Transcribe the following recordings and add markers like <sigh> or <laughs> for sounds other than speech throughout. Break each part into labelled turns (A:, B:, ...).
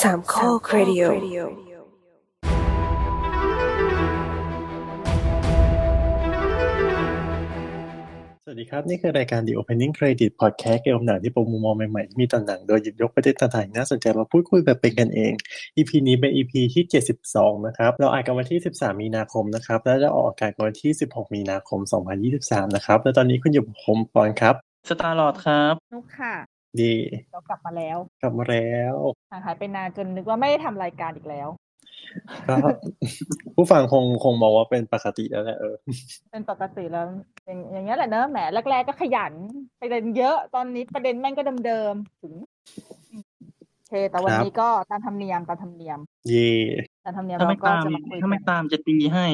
A: สามข้อครดิโอ
B: สวัสดีครับ นี่คือรายการ The Opening Credit Podcast เกี่ยวกับหนังที่ผมมุมมองใหม่ๆที่มีต่อหนังโดยหยิบยกประเด็นต่างๆน่าสนใจมาพูดคุยแบบเป็นกันเอง EP นี้เป็น EP ที่ 72 นะครับ เราอ่านกันวันที่ 13 มีนาคมนะครับ และจะออกอากาศวันที่ 16 มีนาคม 2023 นะครับ และตอนนี้คุณอยู่กับผมปอนครับ
C: สตาร์ลอดครับ
D: นุกค่ะ
B: ดี
D: เรากลับมาแล้ว
B: กลับมาแล้ว
D: ห่างหายไปนานจนนึกว่าไม่ได้ทำรายการอีกแล้ว
B: ก็ <laughs> ผู้ฟังคงคงมองว่าเป็นปกติแล้วแหละเออ
D: เป็นปกติแล้วเป็นอย่างเงี้ยแหละเนอะแหมแรกๆก็ขยันประเด็นเยอะตอนนี้ประเด็นแม่งก็เดิมๆถึงโอเคแต่วัน
B: ครับ
D: นี้ก็ตามธรรมเนียมตามธรรมเนียม
B: เย่
D: ตามธรรมเนียม
C: ถ้า
D: เรา
C: ไม่
D: ก็
C: ตาม
D: จะมาคุย
C: ถ้าไม่
D: กัน
C: ตามจะตีให้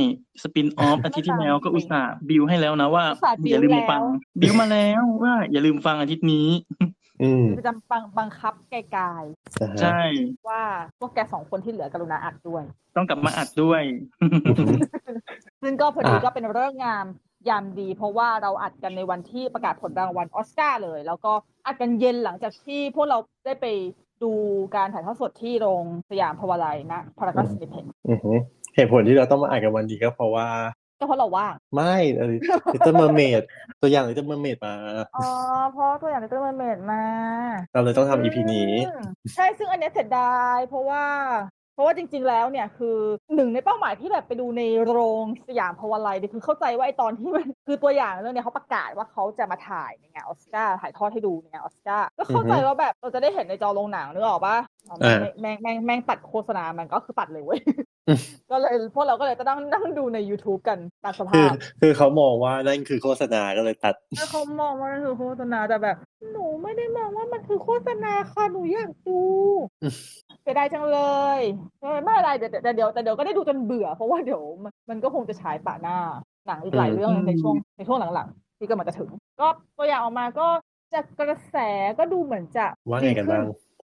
C: สปินออฟ อาทิตย์ที่แล้วก็อุตส่าห์บิวให้แล้วนะว่า
D: อุตส่าห์บิ้ว
C: อย่าลืมไป
D: แล้ว
C: ฟัง บิวมาแล้วว่า อย่าลืมฟังอาทิตย์นี้
B: อืม
D: จะจำบังบังคับไกล
B: นะฮะ
C: ใช่
D: ๆว่าพวกแกสองคนที่เหลือกรุณาอัดด้วย
C: ต้องกลับมาอัดด้วย
D: ซึ่งก็พอดีก็เป็นเรื่องงามยามดี เพราะว่าเราอัดกันในวันที่ประกาศผลรางวัลออสการ์เลย แล้วก็อัดกันเย็นหลังจากที่พวกเราได้ไปดูการถ่ายทอดสดที่โรงสยามพาวาไลนะพารากอนสมิธเทน
B: อือหือเหตุผลที่เราต้องมาอ่านกันวันนี้ก็เพราะว่า
D: ก็เพราะเราว่าง
B: ไม่เออ Little Mermaid ตัวอย่าง Little Mermaid มา
D: อ๋อเพราะตัวอย่างในตัวเมดมา
B: เราเลยต้องทำ EP นี้
D: อืมใช่ซึ่งอันเนี้ยเสียดายเพราะว่า เพราะว่าจริง ๆ แล้วเนี่ยคือหนึ่งในเป้าหมายที่แบบไปดูในโรงสยามพาวาไลเนี่ยคือเข้าใจว่าไอตอนที่มัน <laughs> คือตัวอย่างเรื่องเนี้ยเขาประกาศว่าเขาจะมาถ่ายในงานออสการ์ถ่ายทอดให้ดูในงานออสการ์ก็เข้าใจ
B: อือฮึ
D: ว่าแบบเราจะได้เห็นในจอโรงหนังนึกออกปะอ๋อ
B: อ่า
D: แม่งแม่งแม่งตัดโฆษณามันก็คือตัดเลยเว้ยก็เลยพวกเราก็เลยจะนั่งนั่งดูใน YouTube กันตามส
B: คื
D: ภา
B: อ
D: พ
B: คือเขามองว่านั่นคือโฆษณาก็เลยตัด
D: ถ้าเขามองว่ามันคือโฆษณาแต่แบบ หนูไม่ได้มองว่ามันคือโฆษณาค่ะหนูอยากดู
B: อืม
D: เสียดายจังเลยเออไม่อะไรเดี๋ยวแต่เดี๋ยวแต่เดี๋ยวก็ได้ดูจนเบื่อ เพราะว่าเดี๋ยวมันมันก็คงจะฉายปะหน้า หนังอีกหลายเรื่อง
C: อืม
D: ในช่วงในช่วงหลังๆที่กำลังจะถึง ก็ตัวอย่างออกมาก็จากกระแสก็ดูเหมือนจะ
B: ว่าไงกันบ้าง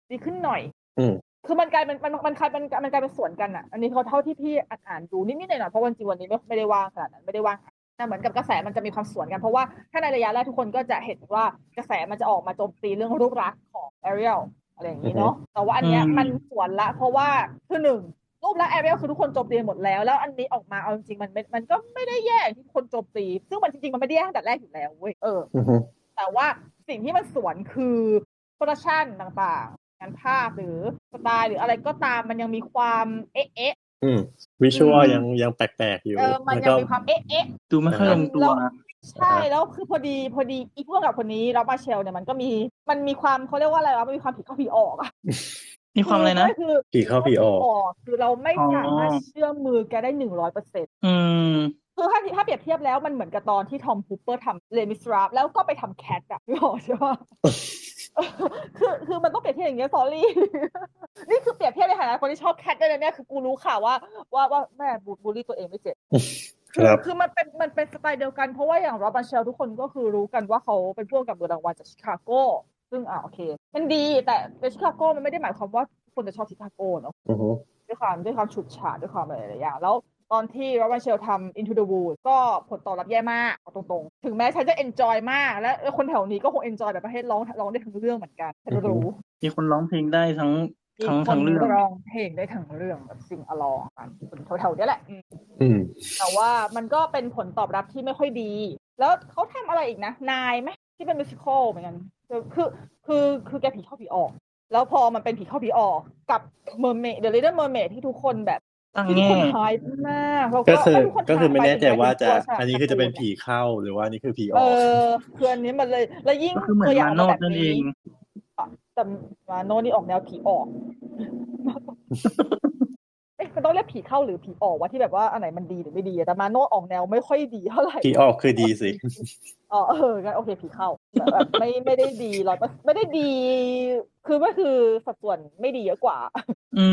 D: ดีขึ้ดีขึ้นหน่อย
B: อืม
D: คือมันกลายเป็นมันมันกลายเป็นมันกลายเป็นสวนกันอ่ะ อันนี้เขาเท่าที่พี่อ่านอ่านดูนิดๆหน่อยๆเพราะวันจริงวันนี้ไม่ไม่ได้ว่างขนาดนั้นไม่ได้ว่าง แต่เหมือนกับกระแสมันจะมีความสวนกัน เพราะว่าถ้าในระยะแรกทุกคนก็จะเห็นว่ากระแสมันจะออกมาโจมตีเรื่องรูปลักษณ์ของแอเรียลอะไรอย่างนี้เนาะแต่ว่าอันเนี้ย
C: อืม
D: มันสวนละ เพราะว่าคือหนึ่งรูปลักษณ์แอเรียลคือทุกคนโจมตีหมดแล้ว แล้วอันนี้ออกมาเอาจริงๆมันมันมันก็ไม่ได้แย่อย่างที่คนโจมตี ซึ่งมันจริงๆมันไม่ได้แย่ตั้งแต่แรกอยู่แล้วเว้ยเออ
B: อือหือ
D: แต่ว่าสิ่งที่มันสวนคือโปรดักชันต่างๆงานภาพหรือสไตล์หรืออะไรก็ตามมันยังมีความเอ๊ะเอ๊ะ
B: อืมวิชวล
C: อืม
B: ยังยังแปลกๆอยู่
D: เออมัน
B: แล้
D: ยั
B: วก็
D: งมีความเอ๊ะเอ๊ะ
C: ดูไม่ค่อยลงตัว
D: ใช่
B: อ่าฮะ
D: แล้วคือพอดีพอดีอีพวกกับคนนี้รับมาเชลเนี่ยมันก็มีมันมีความเขาเรียกว่าอะไรวะมันมีความผิดเข้าผิดออกอะ
C: มีความอะไรนะ
D: คือ
B: ผีเข้าผีออก
D: คือเราไม่
C: อ๋อ
D: สามารถเชื่อมือแกได้หนึ่งร้อยเปอร์เซ็นต์
C: อืม
D: คือถ้าถ้าเปรียบเทียบแล้วมันเหมือนกับตอนที่ทอมฮูปเปอร์ทำเลมิสราฟแล้วก็ไปทำแคทอะ <laughs> นึกออกใช่
B: <laughs>
D: ปะเออคือคือมันต้องเปรียบเทียบอย่างเงี้ย sorry <laughs> นี่คือเปรียบเทียบในฐานะคนที่ชอบแคทด้วยนะเนี่ยคือกูรู้ค่ะว่าว่าว่าแม่บูลลี่ตัวเองไม่เจ็บ
B: ค
D: คือ
B: รับ
D: คือมันเป็นมันเป็นสไตล์เดียวกันเพราะว่าอย่างร b บันเชลทุกคนก็คือรู้กันว่าเขาเป็นพ่วงกับเบอร์รางวัลจากชิคาโกซึ่งอ่าโอเค มันดีแต่ในชิคาโกมันไม่ได้หมายความว่าทุกคนจะชอบชิคาโกเนาะ
B: อือหือ
D: ด้วยความด้วยความฉุดฉาดด้วยความอะไรหลายๆอย่าง แล้วตอนที่ร b บันเชลทำ Into the Woods ก็ผลตอบรับแย่มากเอาตรงๆ ถึงแม้ฉันจะ enjoy มาก และคนแถวนี้ก็คง enjoy แบบประเทศร้องร้องได้ทั้งเรื่องเหมือนกันฉันรู้
C: มีคนร้องเพลงได้ทั้ง
D: มี
C: ทั้ง
D: ค
C: ทั้
D: น
C: งเรื่อง
D: ร้องเพลงได้ทั้งเรื่องแบบสิ่งอลองกันคนแถวๆเนี้ยแหละ
B: อืม
D: แต่ว่ามันก็เป็นผลตอบรับที่ไม่ค่อยดี แล้วเขาทำอะไรอีกนะ นายไหมที่เป็นมิวสิควลเหมือนกันคือคือคือคือแกผีเข้าผีออก แล้วพอมันเป็นผีเข้าผีออกกับเมอร์เมดเดอะลิเดอร์เมอร์เมดที่ทุกคนแบบ
C: ตั้ง
D: ที่ทุก
C: แง่
D: คนหายมากแล้ว
B: ก็คือ
D: ทุน
B: ก็คือไม่
D: หยป
B: แน่ใจว่าจะ
D: เป็ตัว
B: อันนี้คือจะเป็นผีเข้าหรือว่าอันนี่คือผีออก
D: เออคืออันนี้มันเลย แล้วยิ่ง
C: ก็คือเหมือน
D: ตัวย่าม
C: าง โนด
D: แบบ
C: นั่นเอง
D: แต่มาโนนี่ออกแนวผีอ
C: <laughs>
D: อกเอ๊ะมันต้องเรียกผีเข้าหรือผีออกว่าที่แบบว่าอันไหนมันดีหรือไม่ดีอะแต่มาโนออกแนวไม่ค่อยดีเท่าไหร่
B: ผีออกคือดีสิ
D: อ๋อเอองั้นโอเคผีเข้าแบบแบบไม่ไม่ได้ดีร้อยไม่ได้ดี คือก็คือสัดส่วนไม่ดีเยอะกว่า
C: อื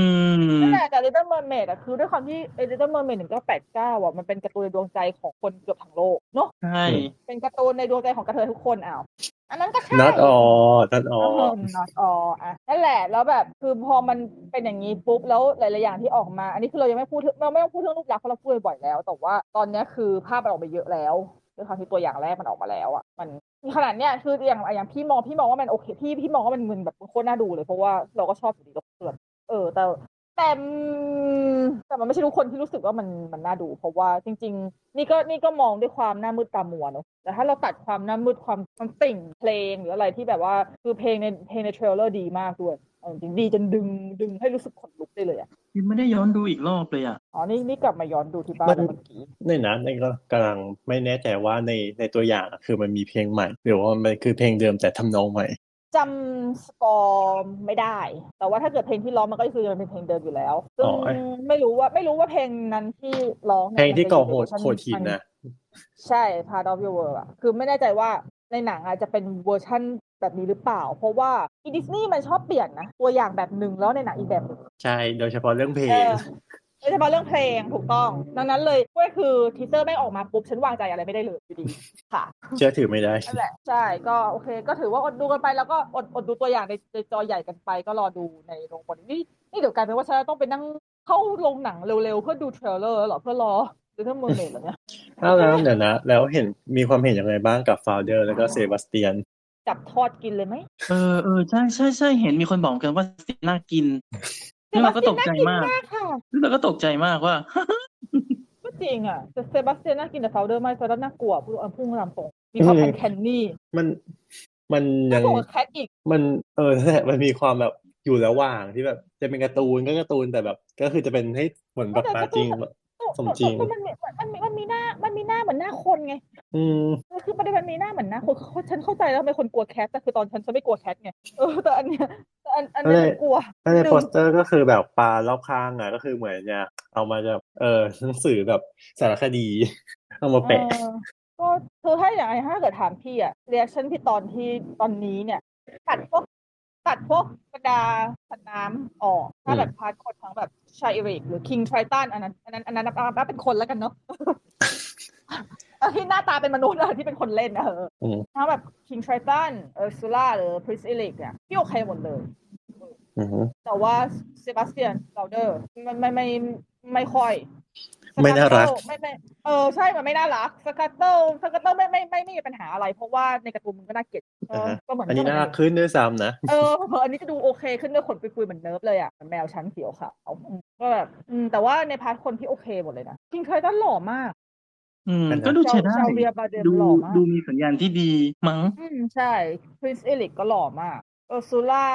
C: ม
D: นั่นแหละแต่ Little Mermaid อะคือด้วยความที่ Little Mermaid หนึ่งเก้าแปดเก้าอ่ะมันเป็นการ์ตูนในดวงใจของคนเกือบทั้งโลกเนาะ
C: ใช่
D: เป็นการ์ตูนในดวงใจของกระเทยทุกคนอ้าวอันนั้นก็ใช่
B: not all not
D: เอ
B: all
D: อ <laughs> not all อ่ะนั่นแหละแล้วแบบคือพอมันเป็นอย่างนี้ปุ๊บแล้วหลายๆอย่างที่ออกมา อันนี้คือเรายังไม่พูดถึงเราไม่ต้องพูดเรื่องรูปลักษณ์เพราะเราพูดบ่อยๆแล้ว แต่ว่าตอนเนี้ยคือภาพมันออกไปเยอะแล้วด้วยความที่ตัวอย่างแรกมันออกมาแล้วอ่ะมันขนาดเนี้ยคืออย่างอย่างพี่มองพี่มองว่ามันโอเคพี่พี่มองว่ามันมึนแบบโคตรน่าดูเลยเพราะว่าเราก็ชอบอยู่ดีเราเกลือน เออ แต่แต่อืมแต่มันไม่ใช่ทุกคนที่รู้สึกว่ามันมันน่าดู เพราะว่าจริง ๆ นี่ก็นี่ก็มองด้วยความหน้ามืดตามัวเนอะแต่ถ้าเราตัดความหน้ามืดความความติ่งเพลงหรืออะไรที่แบบว่าคือเพลงในเพลงในเทรลเลอร์ดีมากด้วยเอาจริงๆดีจนดึงดึงให้รู้สึกขนลุกได้เลยอะ
C: ยังไม่ได้ย้อนดูอีกรอบเลยอ่ะ
D: อ๋อนี่นี่กลับมาย้อนดูที่บ้า
B: มัน น
D: เมื่อกี้
B: นี่นะนี่ก็กำลังไม่แน่ใจว่าในในตัวอย่างอะคือมันมีเพลงใหม่ หรือว่ามันคือเพลงเดิมแต่ทำนองใหม่
D: จำสกอร์ไม่ได้ แต่ว่าถ้าเกิดเพลงที่ร้องมันก็คือมันเป็นเพลงเดิมอยู่แล้วซึ่ง
B: อ๋อไอ้
D: ไม่รู้ว่าไม่รู้ว่าเพลงนั้นที่ร้อง
B: เพลงที่ก่อโหดโหดหิน
D: นะ
B: นะ
D: ใช่ Part of Your World อะคือไม่แน่ใจว่าในหนังอาจจะเป็นเวอร์ชั่นแบบนี้หรือเปล่า เพราะว่าอีดิสนีย์มันชอบเปลี่ยนนะ ตัวอย่างแบบหนึ่งแล้วในหนังอีกแบบหนึ่ง
B: ใช่ โดยเฉพาะเรื่องเพล
D: เอง อโดยเฉพาะเรื่องเพลงถูกต้อง ดังนั้นเลยก็คือทีเซอร์ไม่งออกมาปุ๊บฉันวางใจอะไรไม่ได้เลยอยู่ดีค่ะ
B: เชื่อถือไม่ได้
D: นั่นแหละใช่ก็โอเค ก็ถือว่าอดดูกันไปแล้วก็อดอดดูตัวอย่างในในจอใหญ่กันไป ก็รอดูในโรงบอลนี่นี่เดี๋ยวกลายเป็นว่าฉันต้องไปนั่งเข้าโรงหนังเร็วๆ เพื่อดูเทรลเลอร์เหรอเพื่อรอดูเรื่องเมอร์เมดเหรอเนี่ย
B: เอาแล้วเดี๋ยวนะ แล้วเห็นมีความเห็นยังไงบ้างกับฟาวเดอร์แล้วก็เซบาสเตียน
D: จับทอดกินเลยไหม
C: เออเออใช่ใช่ใช่เห็นมีคนบอกกันว่าสิน่ากินแล้วเราก็ตกใจมาก
D: น่ากินมากค่ะ
C: แล้วเราก็ตกใจมาก <laughs> ว่า
D: ก็จริงอ่ะแต่เซบาสเตียนน่ากินแต่เฟลเดอร์ไม่เฟลเดอร์น่ากลัวพูดเอาพุ่งลำตรงมีความ
B: อืม
D: อันแคนนี่
B: มันมัน
D: น่า
B: ยัง
D: กลัวกว่าแคทอีก
B: มันเออนั่นแหละมันมีความแบบอยู่ระหว่างที่แบบ จะเป็นการ์ตูนก็การ์ตูนแต่แบบ ก็คือจะเป็นให้เหมือนแบบมาจริง สมจริง
D: ก็มันมีมันมีมันมีหน้ามันมีหน้าเหมือนหน้าคนไง
B: อืม
D: คือคือประเด็นมันมีหน้าเหมือนหนะคนเขาฉันเข้าใจแล้วทำไมคนกลัวแคทแต่คือตอนฉันฉันไม่กลัวแคทไงเออแต่อันเนี้ยแต่อันอันเนี้ย
B: เออ
D: ฉันกลัว
B: ถ้าใน
D: หนึ่ง
B: โปสเตอร์ก็คือแบบปลารอบข้างอ่ะ ก็คือเหมือนเนี่ยเอามาจากเออหนังสือแบบสารคดี เอามาแปะ
D: เออก็คือให้อย่างไรถ้าเกิดถามพี่อะเรียกฉันที่ตอนที่ตอนนี้เนี่ยตัดพวกตัดพวกบรรดาสัตว์น้ำออก ถ้า
B: อืม
D: แบบพาร์ทคนทั้งแบบชายเอริกหรือคิงไทรตันอันนั้นอันนั้นอันนั้นนับนับเป็นคนแล้วกันเนาะ <laughs> เอาที่หน้าตาเป็นมนุษย์อะที่เป็นคนเล่นอะเออ
B: อืม
D: ทั้งแบบคิงไทรตันเออร์ซูล่าหรือพริซเอริกเนี่ยพี่โอเคหมดเลย
B: อืม
D: แต่ว่าเซบาสเตียนเราเดอร์มันไม่ไม่ไม่ค่อย
B: ไม่น่ารัก
D: สคัตเติลไม่ไม่เออใช่มันไม่น่ารักสกัตเติลสกัตเติลไม่ไม่ไม่ไม่มีปัญหาอะไร เพราะว่าในการ์ตูนมันก็น่าเกลียดเออก็เหมือน
B: อันนี้น่ารักขึ้นด้วยซ้ำนะ
D: เออเผลอๆอันนี้จะดูโอเคขึ้นด้วยขนปุยๆเหมือนเนิร์ฟเลยอ่ะเหมือนแมวชั้นเขียวขาวอืมก็แบบอืมแต่ว่าในพาร์ทคนที่โอเคหมดเลยนะคิงไทตันหล่อมาก
C: อืม
B: เป็นไง
C: ก็ดูใช้ได้
D: ชาวเวียบาเดน
C: ดู
D: หล่อมาก
C: ดูมีสัญญาณที่ดีมั้ง
D: อืมใช่ พรินซ์เอลิกก็หล่อมากเออร์ซูล่า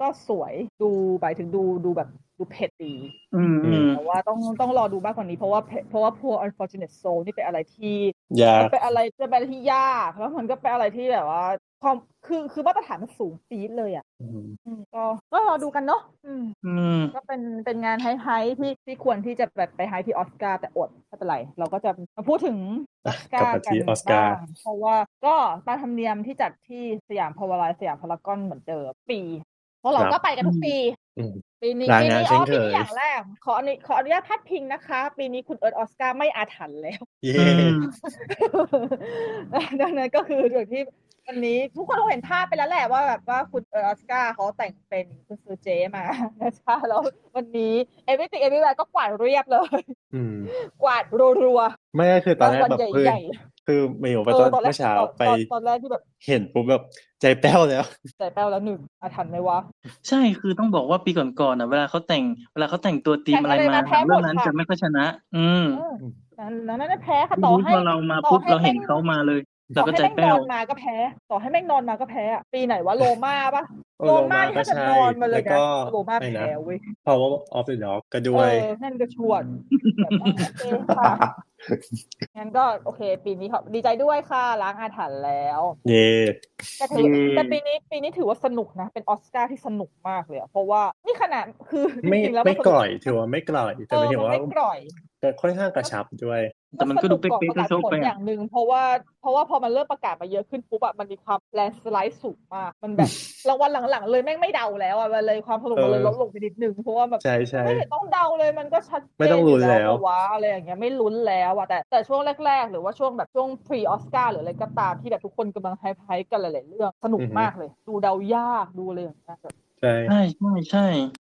D: ก็สวยดูไปถึงดูดูแบบดูเผ็ดดี
C: อืมอืม
D: แต่ว่าต้องต้องรอดูมากกว่านี้เพราะว่าเพราะว่า poor unfortunate soul นี่เป็นอะไรที่
B: อยาก
D: เป็นอะไรจะเป็นอะไรที่ยากแล้วมันก็เป็นอะไรที่แบบว่าความคือคือมาตรฐานมันสูงปี๊ดเลยอ่ะอืมก็ก็รอดูกันเนาะอืม
C: อืม
D: ก็เป็นเป็นงานไฮไฮที่ที่ควรที่จะแบบไปไฮที่ออสการ์แต่อดไม่เป็นไร เราก็จะมาพูดถึงออสการ์
B: ก
D: กัน
B: ลับมาที่ Oscar
D: บ้างเพราะว่าก็ตามธรรมเนียมที่จัดที่สยามพาวาไลน์สยามพารากอนเหมือนเดิมปีเพราะเรา
B: ครั
D: ก็
B: บ
D: ไปกันทุกปี
B: อืม
D: ปีนี้
B: ราย
D: ปี
B: งาน
D: นี้อ๋
B: เช่น
D: อ
B: เค
D: ปี
B: ย
D: นี้อย่างแรกขออนุขออนุญาตพัดพิงนะคะ ปีนี้คุณเอิร์ธออสการ์ไม่อาถรรพ์แล้ว
B: เย้
C: อืม
D: <laughs> ดังนั้นก็คืออย่างที่วันนี้ทุกคนคงเห็นภาพไปแล้วแหละว่าแบบว่าคุณเออออสการ์เขาแต่งเป็นคุณซูเจมา <laughs> นะจ๊ะแล้ววันนี้ everything everywhere ก็กวาดเรียบเลย
B: อืม
D: กวาดรัว
B: ไม่ก็คือ
D: ๆ
B: ตอนแรก
D: รางวัล
B: แบบ
D: ใหญ่
B: คือไม่อยู่
D: ๆ
B: ไปตอนเมื่อเช้า
D: ตน
B: ไป
D: ตอนตอนแรกที่แบบ
B: เห็นปุ๊บแบบใจแป้วแล้ว
D: ใจแป้วแล้วหนึ่งอาทันไหมวะ
C: ใช่คือต้องบอกว่าปีก่อนๆอ่ะเวลาเขาแต่งเวลาเขาแต่งตัวตีมอะไร
D: แต่งอะไร
C: มา
D: มาแพ้หมด
C: เรื่องนั้น
D: ค่ะ
C: จะไม่ค่อยชนะ อืม
D: เออดังนั้นแพ้ค่ะต่อ
C: รู้
D: ให้
C: พอเรามาปุ๊บ
D: ต่อให้
C: เราเห็นเขามาเลย
D: ต่
C: เรา
D: อ
C: ก็
D: ให้
C: ใจ
D: แม่งน
C: แป้ว
D: อนมาก็แพ้ ต่อให้แม่งนอนมาก็แพ้อะปีไหนวะโรม่าปะ
B: เออ
D: โรม่า
B: โรม่า
D: ที่ถ้าเกิด
B: ก็ใช่
D: นอนมาเลย
B: แล้วก็
D: นะโรม่า
B: ไม่นะ
D: แพ้เว้ย
B: power of the dog ก็ด้วย
D: เออนั่นก็ชวนแบบโอเคค่ะ
B: <laughs>
D: งั้นก็โอเค ปีนี้ครับดีใจด้วยค่ะล้างอาถรรพ์แล้ว
B: เย่
D: แต่ถือ
C: เย้
D: แต่ปีนี้ปีนี้ถือว่าสนุกนะ เป็นออสการ์ที่สนุกมากเลยอะเพราะว่านี่ขนาดคือ
B: ไม่
D: จริงๆแล้ว
B: ไม่
D: น
B: กร่อยถือว่าไม่กร่อย แต่
D: เอ
B: ห
D: อย
B: มาถึง
D: มัน
B: ว่า
D: ไม่กร่อย
B: แต่ค่อนข้างกระชับด้วย
C: แต่มันก็ดูเป๊
D: สนุว่า
C: กๆก็โชค
D: ประาศผ
C: ไป
D: ลอ
C: อ่ะ
D: ย่างหนึ่งเพราะว่าเพราะว่าพอมันเริ่มประกาศมาเยอะขึ้นปุ๊บอะมันมีความแลนสไลด์สูงมาก มัน
C: <laughs>
D: แบบ รางวัลหลังๆ เลยแม่งไม่เดาแล้วอะมันเลยความสนุกมันเลย
B: เออ
D: ลดลงไปนิดนึงเพราะว่าแบบ
B: ใช่ใช่
D: ไม่เห็นต้องเดาเลยมันก็ชัดเจน
B: ไม่ต้องลุ้นแล้ว
D: อยู่ว้าอะไรอย่างเงี้ยไม่ลุ้นแล้วอะแต่แต่ช่วงแรก ๆ หรือว่าช่วงแบบช่วงพรีออสการ์หรืออะไรก็ตามที่แบบทุกคนกำลังไฮไพรส์กันหลายๆเรื่องสนุกมากเลย ดูเดายากดูอะไรอย่างเงี้ย
B: ใช่
C: ใช่ใช่ใช่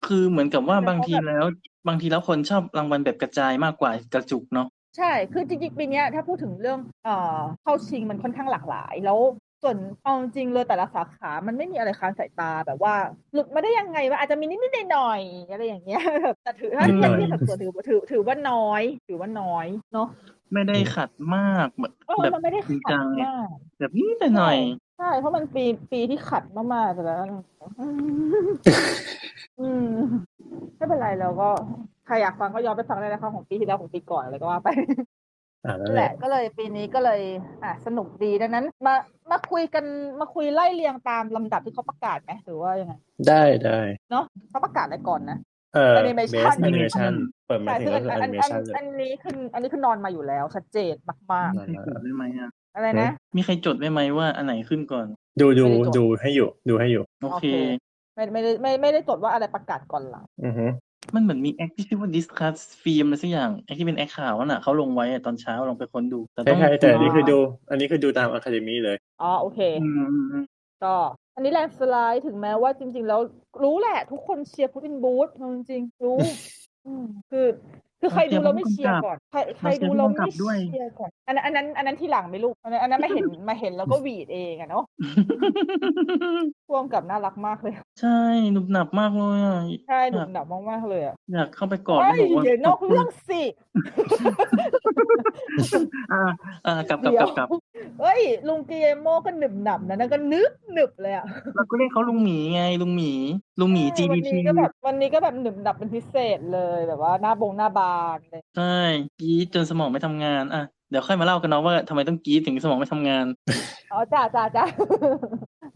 C: คือเหมือนกับว่า
D: แล้วเขา
C: บางทีแล้ว บางทีแล้วคนชอบรางวัลแบบกระจายมากกว่ากระจุกเนาะ
D: ใช่ คือจริงๆปีเนี้ยถ้าพูดถึงเรื่องเอ่อเข้าชิงมันค่อนข้างหลากหลาย แล้ว ส่วนเอาจริงเลยแต่ละสาขา มันไม่มีอะไรค้านสายตาแบบว่า หลุดมาได้ยังไงวะอาจจะมีนิดนิดๆหน่อยๆอะไรอย่างเงี้ <laughs> ยแบบแต่ถือถ้า
B: นิดหน่
D: เทียบ
B: อย
D: เทียบสัดส่วนถือถือถือว่าน้อย ถือว่าน้อยเนาะ
C: ไม่ได้ขัดมากแบบ
D: เออ
C: แบบ
D: มันไม่ได้
C: จริง
D: ขั
C: จั
D: ด
C: ง
D: มาก
C: แบบนิดแต่หน่อย
D: ใช่เพราะมันปีปีที่ขัดมากๆแต่แล้ว <laughs> อืมไม่เป็นไรเราก็ใครอยากฟังก็ย้อนไปฟังได้นะคะของปีที่แล้วของปีก่อนอะไรก็ว่าไป
B: อ่านั่น
D: นั่น
B: แห
D: แห
B: ละ
D: ละก็เลยปีนี้ก็เลยอ่ะสนุกดีดังนั้น มามาคุยกันมาคุยไล่เรียงตามลำดับที่เขาประกาศไหมหรือว่ายังไง
B: ได้ได้
D: เนาะเขาประกาศอะไรก่อนนะ
B: เอ่อ
D: Animation
B: base animation
C: Animation
B: เปิดมาถึงก็
D: อั
B: คือ
D: อัน
B: animation เลย
D: อันนี้คืออันนี้คือนอนมาอยู่แล้ว ชัดเจนมาก
C: มีใครจดไว้ไหมอ่ะ
D: ๆอะไรนะ
C: มีใครจดไว้ไหมว่าอันไหนขึ้นก่อน
B: ดูดู
D: ไม่ได้จบ
B: ดูให้อยู่ ดูให้อยู่
C: โอ
D: โอ
C: เค
D: เค ไม่ไม่ได้ไม่ไม่ได้จดว่าอะไรประกาศก่อนหลัง
B: อือฮึ
C: มันเหมือนมีแอคที่ชื่อว่า discuss film อะไรสักอย่างแอคที่เป็นแอคข่าวน่ะเขาลงไว้อะตอนเช้าลองไปค้นดู แต่ต้อง
B: ใช่ๆแต่อันนี้คือดู อันนี้คือดูตาม academy เลย
D: อ๋อโอเค
C: อืมอืม <laughs> อืม
D: ก็อันนี้แลนสไลด์ถึงแม้ว่าจริง ๆ แล้วรู้แหละ ทุกคนเชียร์พุตินบูธเอาจริงๆรู้ <laughs> อืมคือ คือใครดูเราไม่เชียร์ก่อน ใครใครดูเราไม่เชียร์ก่อนอันนั้นอันนั้นอันนั้นที่หลังไหม่ลูกอันนั้นอันนั้นมาเห็น <laughs> มาเห็นแล้วก็หวีดเองอะเนาะพ่วงกับน่ารักมากเลย
C: ใช่หนุบหนับมากเลยอะ
D: ใช่หนุ่มหนับมากๆ <laughs> เลยอะ
C: อยากเข้าไปกอด
D: เฮ้
C: แล้ว
D: ย
C: บอกว่า
D: เดี๋ยวนอก <laughs> เรื่องสิ
C: อ่าอ่ากลับกลับกลับกลับ
D: เอ้ย ลุงเกียโมก็หนึบหนับนะนั่นก็นึบหนึบเลยอะ
C: เราก็เรียกเขาลุงหมีไงลุงหมีลุงหมี
D: ใช่วัน
C: GBT
D: นี้ก็แบบวันนี้ก็แบบหนึบหนับเป็นพิเศษเลยแบบว่าหน้าบงหน้าบานเลย
C: ใช่กรีดจนสมองไม่ทำงานอ่ะเดี๋ยวค่อยมาเล่ากันเนาะว่าทำไมต้องกรีดถึงสมองไม่ทำงาน
D: อ๋อจ้าจ้าจ้า <laughs>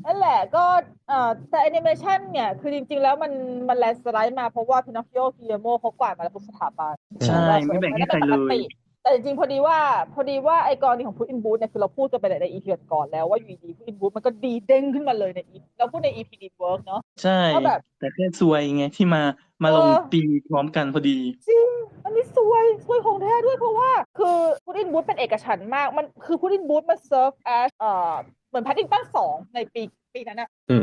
D: นั่นแหละก็เอ่อแต่แอนิเมชันเนี่ย คือจริง ๆ แล้วมันมันแลนสไลด์มาเพราะว่าพินอคคิโอกิเลโมเขากวาดมาแล้วทุกสถาบัน
C: ใช่
D: เรา
C: ไม่แบ่งให้ใครเล
D: ปก
C: ย
D: ติแต่จริงๆ พอดีว่าพอดีว่าไอ้กรณีของพุทอินบูธเนี่ย คือเราพูดกันไปในอีพีก่อนแล้วว่าอยู่ดีพุทอินบูธมันก็ดีเด้งขึ้นมาเลยในอีเราพูดในอีพีดีเวิร์กเนาะ
C: ใช่
D: เพราะแบบ
C: แต่แค่ซวยไงที่มามาลง
D: เออ
C: ตีพร้อมกันพอดี
D: จริง อันนี้ซวยซวยของแท้ด้วยเพราะว่า คือพุทอินบูธเป็นเอกฉันท์มากมันคือพุทอินบูธมันเซิร์ฟแอชเอ่อเหมือนแพดดิงตันสองในปีปีนั้นอะ
C: อืม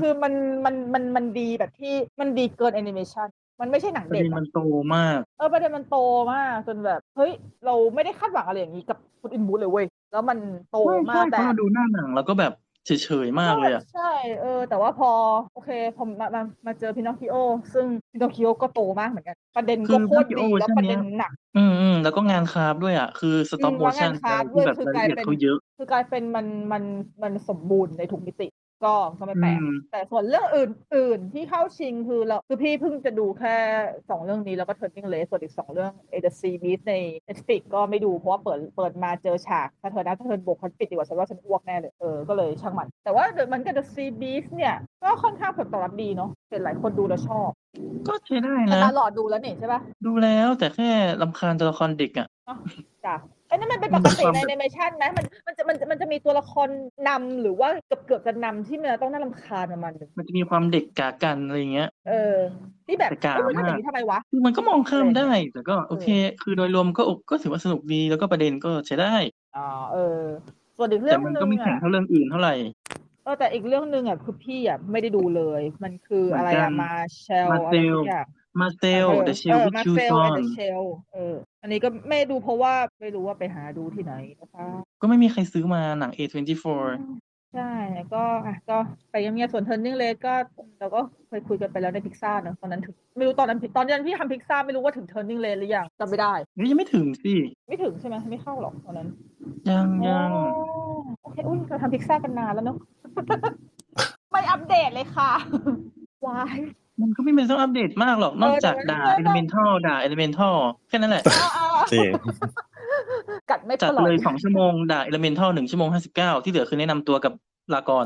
D: คือมันมันมันมันดีแบบที่มันดีเกินแอนิเมชันมันไม่ใช่หนัง
C: ประ
D: เด็ก
C: เด็น
D: อะ
C: มันโตมาก
D: เออประเด็นมันโตมากจนแบบ เฮ้ย เราไม่ได้คาดหวังอะไรอย่างนี้กับฟุตอินบูธเลยเว้ย แล้วมันโต
C: ใช่
D: มา
C: ใช่
D: ก
C: เพ
D: แต่
C: ราะเราดูหน้าหนังแล้วก็แบบเฉยๆมากเลยอ่ะ
D: ใช่ เออ แต่ว่าพอ โอเค ผมมามามาเจอพินอคคิโอ ซึ่งพินอคคิโอก็โตมากเหมือนกัน ประเด็นก็โคตรดี
C: คือ Pinocchio
D: แล้วประเด็นหนัก
C: อืมอืมแล้วก็งานคราฟด้วยอ่ะ คือสต็อป
D: อืม
C: โมชั่
D: แล้วงา
C: น
D: นคราฟ
C: ที่แบบ
D: ด้วยคือ
C: รายละเอียดเขาเยอะ
D: คือกลายเป็นมันมันมันสมบูรณ์ในทุกมิติ ก็ก็ไม่แปลก
C: อืม
D: แต่ส่วนเรื่องอื่น ๆ ที่เข้าชิงคือเราคือพี่เพิ่งจะดูแค่สองเรื่องนี้แล้วก็ Turning Red ส่วนอีกสองเรื่อง A The Sea Beast ใน Netflix ก็ไม่ดูเพราะว่าเปิดเปิดมาเจอฉากถ้าเธอนะถ้าเธอบกคันปิดดีกว่าฉันว่าฉันอ้วกแน่เลยเออก็เลยช่างมัน แต่ว่าเดอะมันกับ The Sea Beast เนี่ย ก็ค่อนข้างผลตอบรับดีเนาะเห็นหลายคนดูแล้วชอบ
C: ก็ใช้ได้
D: แต่
C: นะ
D: ตาหลอดดูแล้วเนี่ยใช่ปะ
C: ดูแล้วแต่แค่ลำคาญตัวละครเด็กอ่ะ
D: จ้ะไอ้ยนั่นมันเป็นปกติในแอนิเมชันไหมมันมันจะมันจะมันจะมีตัวละครนำหรือว่าเกือบเกือบๆจะนำที่มันต้องน่ารำคาญประมาณหนึง
C: มันจะมีความเด็กกากันอะไรเงี้ย
D: เออที่แบบ
C: แต่กา
D: เอ้ยมันทำอย่างนี้
C: มาก
D: ทำไมวะ
C: คือมันก็มองข้าม
D: ใช่
C: ได้ แต่ก็โอเค คือโดยรวมก็ก็ถือว่าสนุกดีแล้วก็ประเด็นก็ใช้ได้
D: อ๋อเออ ส่วนอีกเรื่
C: แต่
D: อง
C: มัน
D: หนึ่
C: ก็
D: ง
C: ไม่แข็ง
D: อ่ะ
C: เท่าเรื่องอื่นเท่าไหร่
D: เออแต่อีกเรื่องหนึ่งอ่ะคือพี่อ่ะไม่ได้ดูเลย มันคืออะไร
C: เหมือนกั
D: อ่ะ
C: น
D: มาเชล
C: มา
D: อะไร
C: เชล
D: สักอย่าง
C: มาเซลเดเชล
D: ออ
C: ที่
D: มา
C: คิว
D: เซ
C: ซ
D: ล
C: อ
D: ไอน เดเชลเออ อันนี้ก็ไม่ดูเพราะว่าไม่รู้ว่าไปหาดูที่ไหนนะคะ
C: ก็ไม่มีใครซื้อมาหนัง A24
D: ใช่ก็อ่ะก็ไปเงียบๆส่วนเทนนิ่งเลก็เราก็เคยคุยกันไปแล้วในพิกซ่าเนอะตอนนั้นถึงไม่รู้ตอนนั้นตอนนั้นพี่ทำพิกซ่าไม่รู้ว่าถึงเทนนิ่งเลหรือยังจำไม่ได้
C: นี่ยังไม่ถึงสิ
D: ไม่ถึงใช่ไหมไม่เข้าหรอกตอนนั้น
C: ยังยัง
D: อ๋อโอเคอุ้ยเราทำพิกซ่ากันนานแล้ว
C: <laughs>
D: เนอะ ไม่อัปเดตเลยค่ะ วาย
C: มันก็ไม่เป็นต้องอัปเดตมากหรอกนอกจาก
D: เออแต่
C: ด่า
D: มันก็
C: e l e m e n t a l ด่า e l e m e n t a l แค่นั้นแหละ
D: เอาเอาเอา
B: จ
D: <laughs>
B: ริง
D: กัดไม่
C: จัด
D: ตลอด
C: เลยสองชั่วโมงด่า e l e m e n t a l หนึ่งชั่วโมงห้าสิบเก้าที่เหลือคือแนะนำตัวกับลากร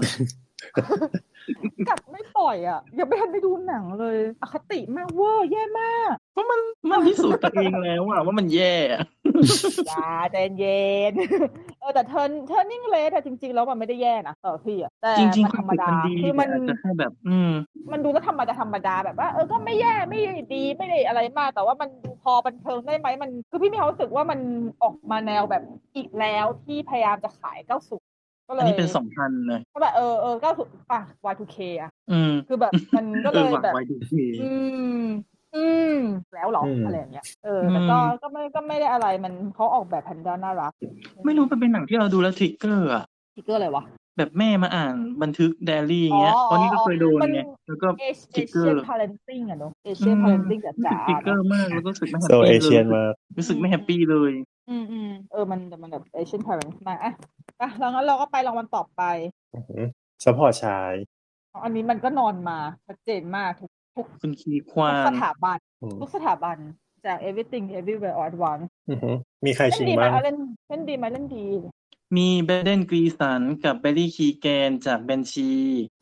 D: กัดไม่ปล่อยอ่ะยังไม่ทันได้ดูหนังเลย อคติมากเวอร์แย่มาก
C: เพราะมัน <laughs> มันพิสูจน์ตัวเองแล้วอะว่ามันแย่อะ
D: อย่าใจเย็นเออแต่เท r ร์นเท n ร์นิ่งเลสอะจริง ๆ แล้วมันไม่ได้แย่นะเออพี่อะแต่
C: จริงๆ
D: มันธรรม
C: คนติด
D: ดา
C: มันดี
D: คือมัน
C: แต่อาจจะแค่แบบ อืม
D: มันดูแล้วธรรมดาธรรมดาแบบว่าเออก็ไม่แย่ไม่ดีไม่ได้อะไรมาก แต่ว่ามันดูพอบันเทิงได้ไหมมัน คือพี่มีความรู้สึกว่ามันออกมาแนวแบบอีกแล้วที่พยายามจะขายเก้าสูก็เล
C: อั
D: ย
C: นนี้เป็นสองพันเลย
D: ก็แบบเออเออเก้าสูอ่ะ Y2K อะ
C: อืม
D: คือแบบมันก็
C: เอ
D: เล
C: อย หวัง
D: แบบ
C: ไว้ดูที
D: อืม อืม แล้วเหรอ
B: อืม
D: อะไรอย่างเงี้ย เออ แต่ก็
C: อืม
D: ก็ไม่ ก็ไม่ได้อะไร มันเขาออกแบบแพนด้าน่ารัก
C: ไม่รู้มันเป็นหนังที่เราดูแล้วทริกเกอร์อะ
D: ทิกเกอร์อะไรวะ
C: แบบแม่มาอ่านบันทึกไดอารี่อย่างเงี้ย
D: อ๋อ
C: เพราะนี่ก็เคยโดน
D: มัน
C: ไงแล้วก็
D: เอ
C: สติ๊
D: เชี
C: กเกอย ร์
D: นพาเลนติ้งอะเนาะเอเชียนพาเลนติ้งจ๋า
C: รู้สึก
D: ๆ
C: ติ๊กเกอ
D: อะ
C: ร์มากแล้วก็รู้สึกไม่แฮป
B: โซ
C: ปี้
B: เอเชียน
C: เลย
B: มาก
C: รู้สึกไม่แฮปปี้เลย
D: อืมอืมเออมันแต่มันแบบเอเชียนพาเลนติ้งมาอ่ะอ่ะแล้วงั้นเราก็ไปรางวัลต่อไป
B: เฉพาะชาย
D: อันนี้มันก็นอนมาชัดเจนมากทุกทุก
C: คุณคีค
D: ทุ
C: วาก น
D: สถาบัน
B: อืม
D: ทุกสถาบันจาก everything everywhere all at once
B: อือหือมีใคร
D: เล่
B: ชิ
D: น
B: ง
D: ดีไหม
B: บ้าง
D: เอาเล่นเล่นดีไหมเล่นดี
C: มีเบเดนกรีสันกับเบลลี่คีแกนจากแบนชี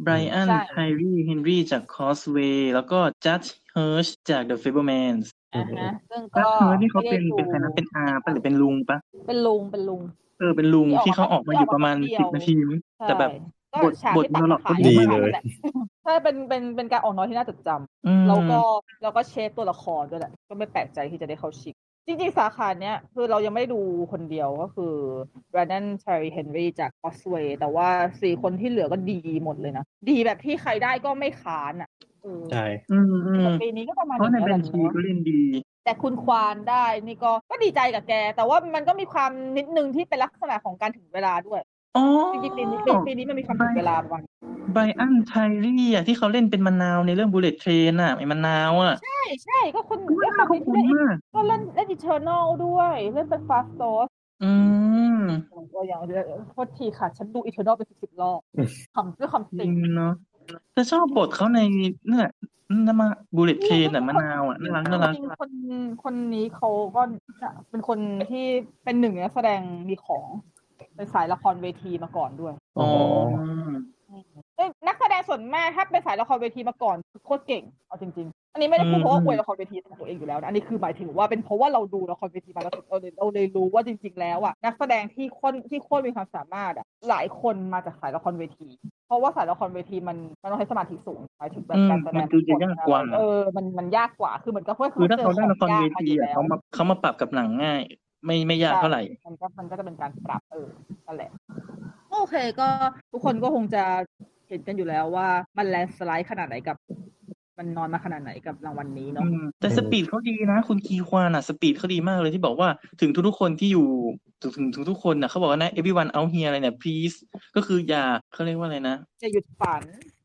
C: ไบรอัน
D: ใช่
C: ไทรีเฮนรี่จากคอสเวย์แล้วก็จัดเฮิร์ชจากเดอะเฟเบอร์แมนส์
D: อ่ะฮะซึ่ง
C: จั
D: ก็
C: ดเฮิร์ชนี่เขาเป็น
D: ไม่
C: เป็นใคร
D: ได้
C: นะ
D: ดู
C: เป็นอาปะหรือเป็นลุงปะ
D: เป็นลุงเป็นลุง
C: เออเป็นลุง
D: ที่
C: ที่
D: อ
C: เขา
D: อ
C: อก อก
D: มา
C: มาอยู่ประมาณ
D: เดี่ยว
C: สิบนาทีมั้ง
D: ใช่
C: แต่แบบ
D: ก็
C: บท
D: ฉาก
C: บท
D: ที่ตัด
C: dialogue
D: ขาย
C: ก็ดี
D: ขา
B: เลย
D: แหะ <laughs> ใช่เป็นเป็นเป็นการออกน้อยที่น่าจดจำ
C: อืม
D: แล้วก็แล้วก็เชฟตัวละครด้วยแหละ ก็ไม่แปลกใจที่จะได้เข้าชิงจริงๆ สาขาเนี้ยคือเรายังไม่ได้ดูคนเดียวก็คือแบรนดอนชารีเฮนรีจากออสเวย์แต่ว่าสี่คนที่เหลือก็ดีหมดเลยนะ ดีแบบที่ใครได้ก็ไม่ค้านอ่ะเออ
B: ใช่
C: อืมอืม
D: แต่ปีนี้ก็ประมาณ
C: เพราะใน
D: นี้
C: แบ
D: แห
C: น
D: ละ
C: ชี
D: เนอะ
C: ก็เล่นดี
D: แต่คุณควานได้นี่ก็ก็ดีใจกับแก แต่ว่ามันก็มีความนิดนึงที่เป็นลักษณะของการถึงเวลาด้วย
C: อ๋อ
D: จริงๆปีนี้ปีปีนี้มันมีความถึงเวลาบาง
C: ไบอันไทรี่อ่ะที่เขาเล่นเป็นมะนาวในเรื่องบูเลตเทรนอ่ะไอ้มะนาวอ่ะ
D: ใช่ใช่ก็คน
C: ก็ว่า
D: ก็ค
C: เขา
D: น
C: คุ้น
D: ที่เล่น
C: มาก
D: ก็เล่นเล่นดิเทอร์นอลด้วยเล่นเป็นฟาสโต
C: อืม
D: ตัวอย่างเดียวโทษทีค่ะ ฉันดูอีเทอร์นอลเป็นสิบสิบรอบ
B: อืม
D: คำด้วยคำ
C: จ
D: ติ
C: ริ
D: ง
C: งเนาะแต่ชอบบทเขาในเนี่ยนั่นมาบูเลตเทรนอ่ะมะนาวอ่ะน่ารักน่ารัก
D: จริงๆคนคนนี้เขาก็เป็นคนที่เป็นหนึ่งในนักแสดงมีของเป็นสายละครเวทีมาก่อนด้วย
C: อ๋อ
D: เอ้ยนักแสดงส่วนมากถ้าเป็นสายละครเวทีมาก่อนโคตรเก่งเอาจริง ๆ อันนี้ไม่ได้พูดเพราะว่าอวยละครเวทีของตัวเองอยู่แล้วนะอันนี้คือหมายถึงว่าเป็นเพราะว่าเราดูละครเวทีมาแล้วเราเลยเราเลยรู้ว่าจริง ๆ แล้วอ่ะนักแสดงที่คนที่โคตรมีความสามารถอ่ะหลายคนมาจากสายละครเวที เพราะว่าสายละครเวทีมันมันต้องใช้สมาธิสูงหมายถึงแบบ
C: อืม
D: การแสด
C: มัน
D: ง
C: ดูจะยากกว่า
D: เออมันมันยากกว่าคือเหมือนกับว่า
C: คือถ้าเขา
D: จ
C: ได้
D: อ
C: ละคร
D: ง
C: เวย
D: ก
C: ที
D: ยู่
C: อ่ะ
D: แล้ว
C: เขามาเขามาปรับกับหนังง่าย ไม่ไม่ยากเท่าไหร่
D: มันก็มันก็จะเป็นการปรับเออนั่นแหละ โอเคก็ทุกคนก็คงจะเห็นกันอยู่แล้วว่ามันแลนด์สไลด์ขนาดไหนกับ มันนอนมาขนาดไหนกับรางวัลนี้เนาะ
C: อืมแต่สปีดเขาดีนะ คุณคีควานอ่ะสปีดเขาดีมากเลยที่บอกว่าถึงทุกๆคนที่อยู่ถึงถึงถึงทุกคนนะเขาบอกว่านะ everyone out here อะไรเนี่ย please ก็คืออย่าเขาเรียกว่าอะไรนะ
D: จะหยุดฝัน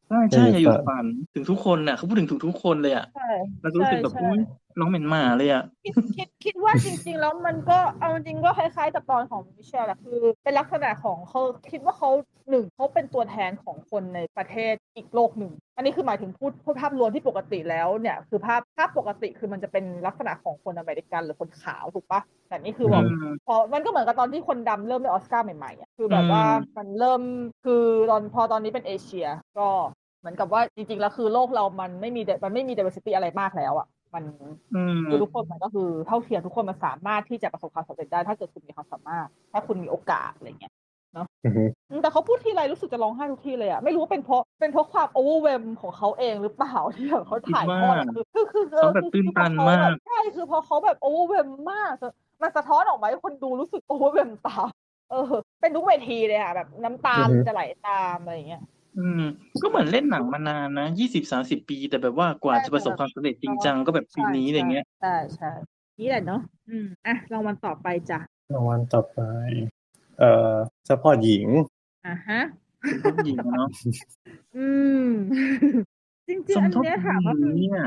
C: ใช่ใช่อย่
B: อาห
C: ย่าห
B: ยุด
C: ยุด
B: ฝั
C: ฝั
B: น
C: นถึงทุกคนน่ะเขาพูดถึงทุกๆคนเลยอ่ะ
D: ใช่
C: แล้วก็รู้สึกแบบ
D: ใช่ใช่
C: อุ๊ยน้องเหม็นหมาเลยอ่ะ
D: คิดคิดคิดว่าจริง ๆ แล้วมันก็เอาจริงก็คล้ายๆกับตอนของมิเชลแหละคือ เป็นลักษณะของเขาคิดว่าเขาหนึ่งเขาเป็นตัวแทนของคนในประเทศอีกโลกหนึ่ง อันนี้คือหมายถึงพูดพูดภาพรวมที่ปกติแล้วเนี่ยคือภาพภาพปกติคือมันจะเป็นลักษณะของคนอเมริกันหรือคนขาวถูกปะแต่นี่คือ
B: ม
D: แบบ
C: อืม
D: พอมันก็เหมือนกับตอนที่คนดำเริ่มได้ออสการ์ใหม่ๆอ่ะคือแบบว่า
C: อืม
D: มันเริ่มคือตอนพอตอนนี้เป็นเอเชีย ก็เหมือนกับว่าจริงๆแล้วคือโลกเรามันไม่มี มันไม่มี diversity อะไรมากแล้วอ่ะมัน
C: อืม
D: คือทุกคนมันก็คือเท่าเทียมทุกคนมันสามารถที่จะประสบความสำเร็จได้ ถ้าเกิดคุณมีความสามารถ ถ้าคุณมีโอกาสอะไรเงี้ย
B: อือหือ
D: อืมแต่เขาพูดทีไรรู้สึกจะร้องไห้ทุกทีเลยอ่ะไม่รู้ว่าเป็นเพราะเป็นเพราะความโอเวอร์เวมของเขาเองหรือเปล่าที่แบบเขาถ่ายทอดอะคือคือคือออ
C: เขาแบบตื้นตันมาก
D: ใช่คือพอเขาแบบโอเวอร์เวมมาก มันสะท้อนออกมาให้คนดูรู้สึกโอ้แบบตามเออ เป็นทุกเวทีเลยค่ะ แบบน้ำตามันจะไหลตามอะไรอย่างเงี้ย
C: อืม ก็เหมือนเล่นหนังมานานนะยี่สิบสามสิบปี แต่แบบว่ากว่าจะประสบความสำเร็จจริงจังก็แบบปีนี้อะไรเงี้ย
D: ใช่ใช่นี่แหละเนาะอืมอ่ะรางวัลต่อไปจ้ะ
B: รางวัลต่อไป เอ่อเฉพาะหญิง
D: อ่ะฮะ
C: สมทบหญิงอะเนาะ
D: อืม <laughs> จริ
C: ส
D: งๆ
C: ม
D: อัน
C: ทบ
D: เนี้ย
C: ห
D: ถามว่า
C: ญิ
D: มั
C: ง
D: น
C: เนี่ย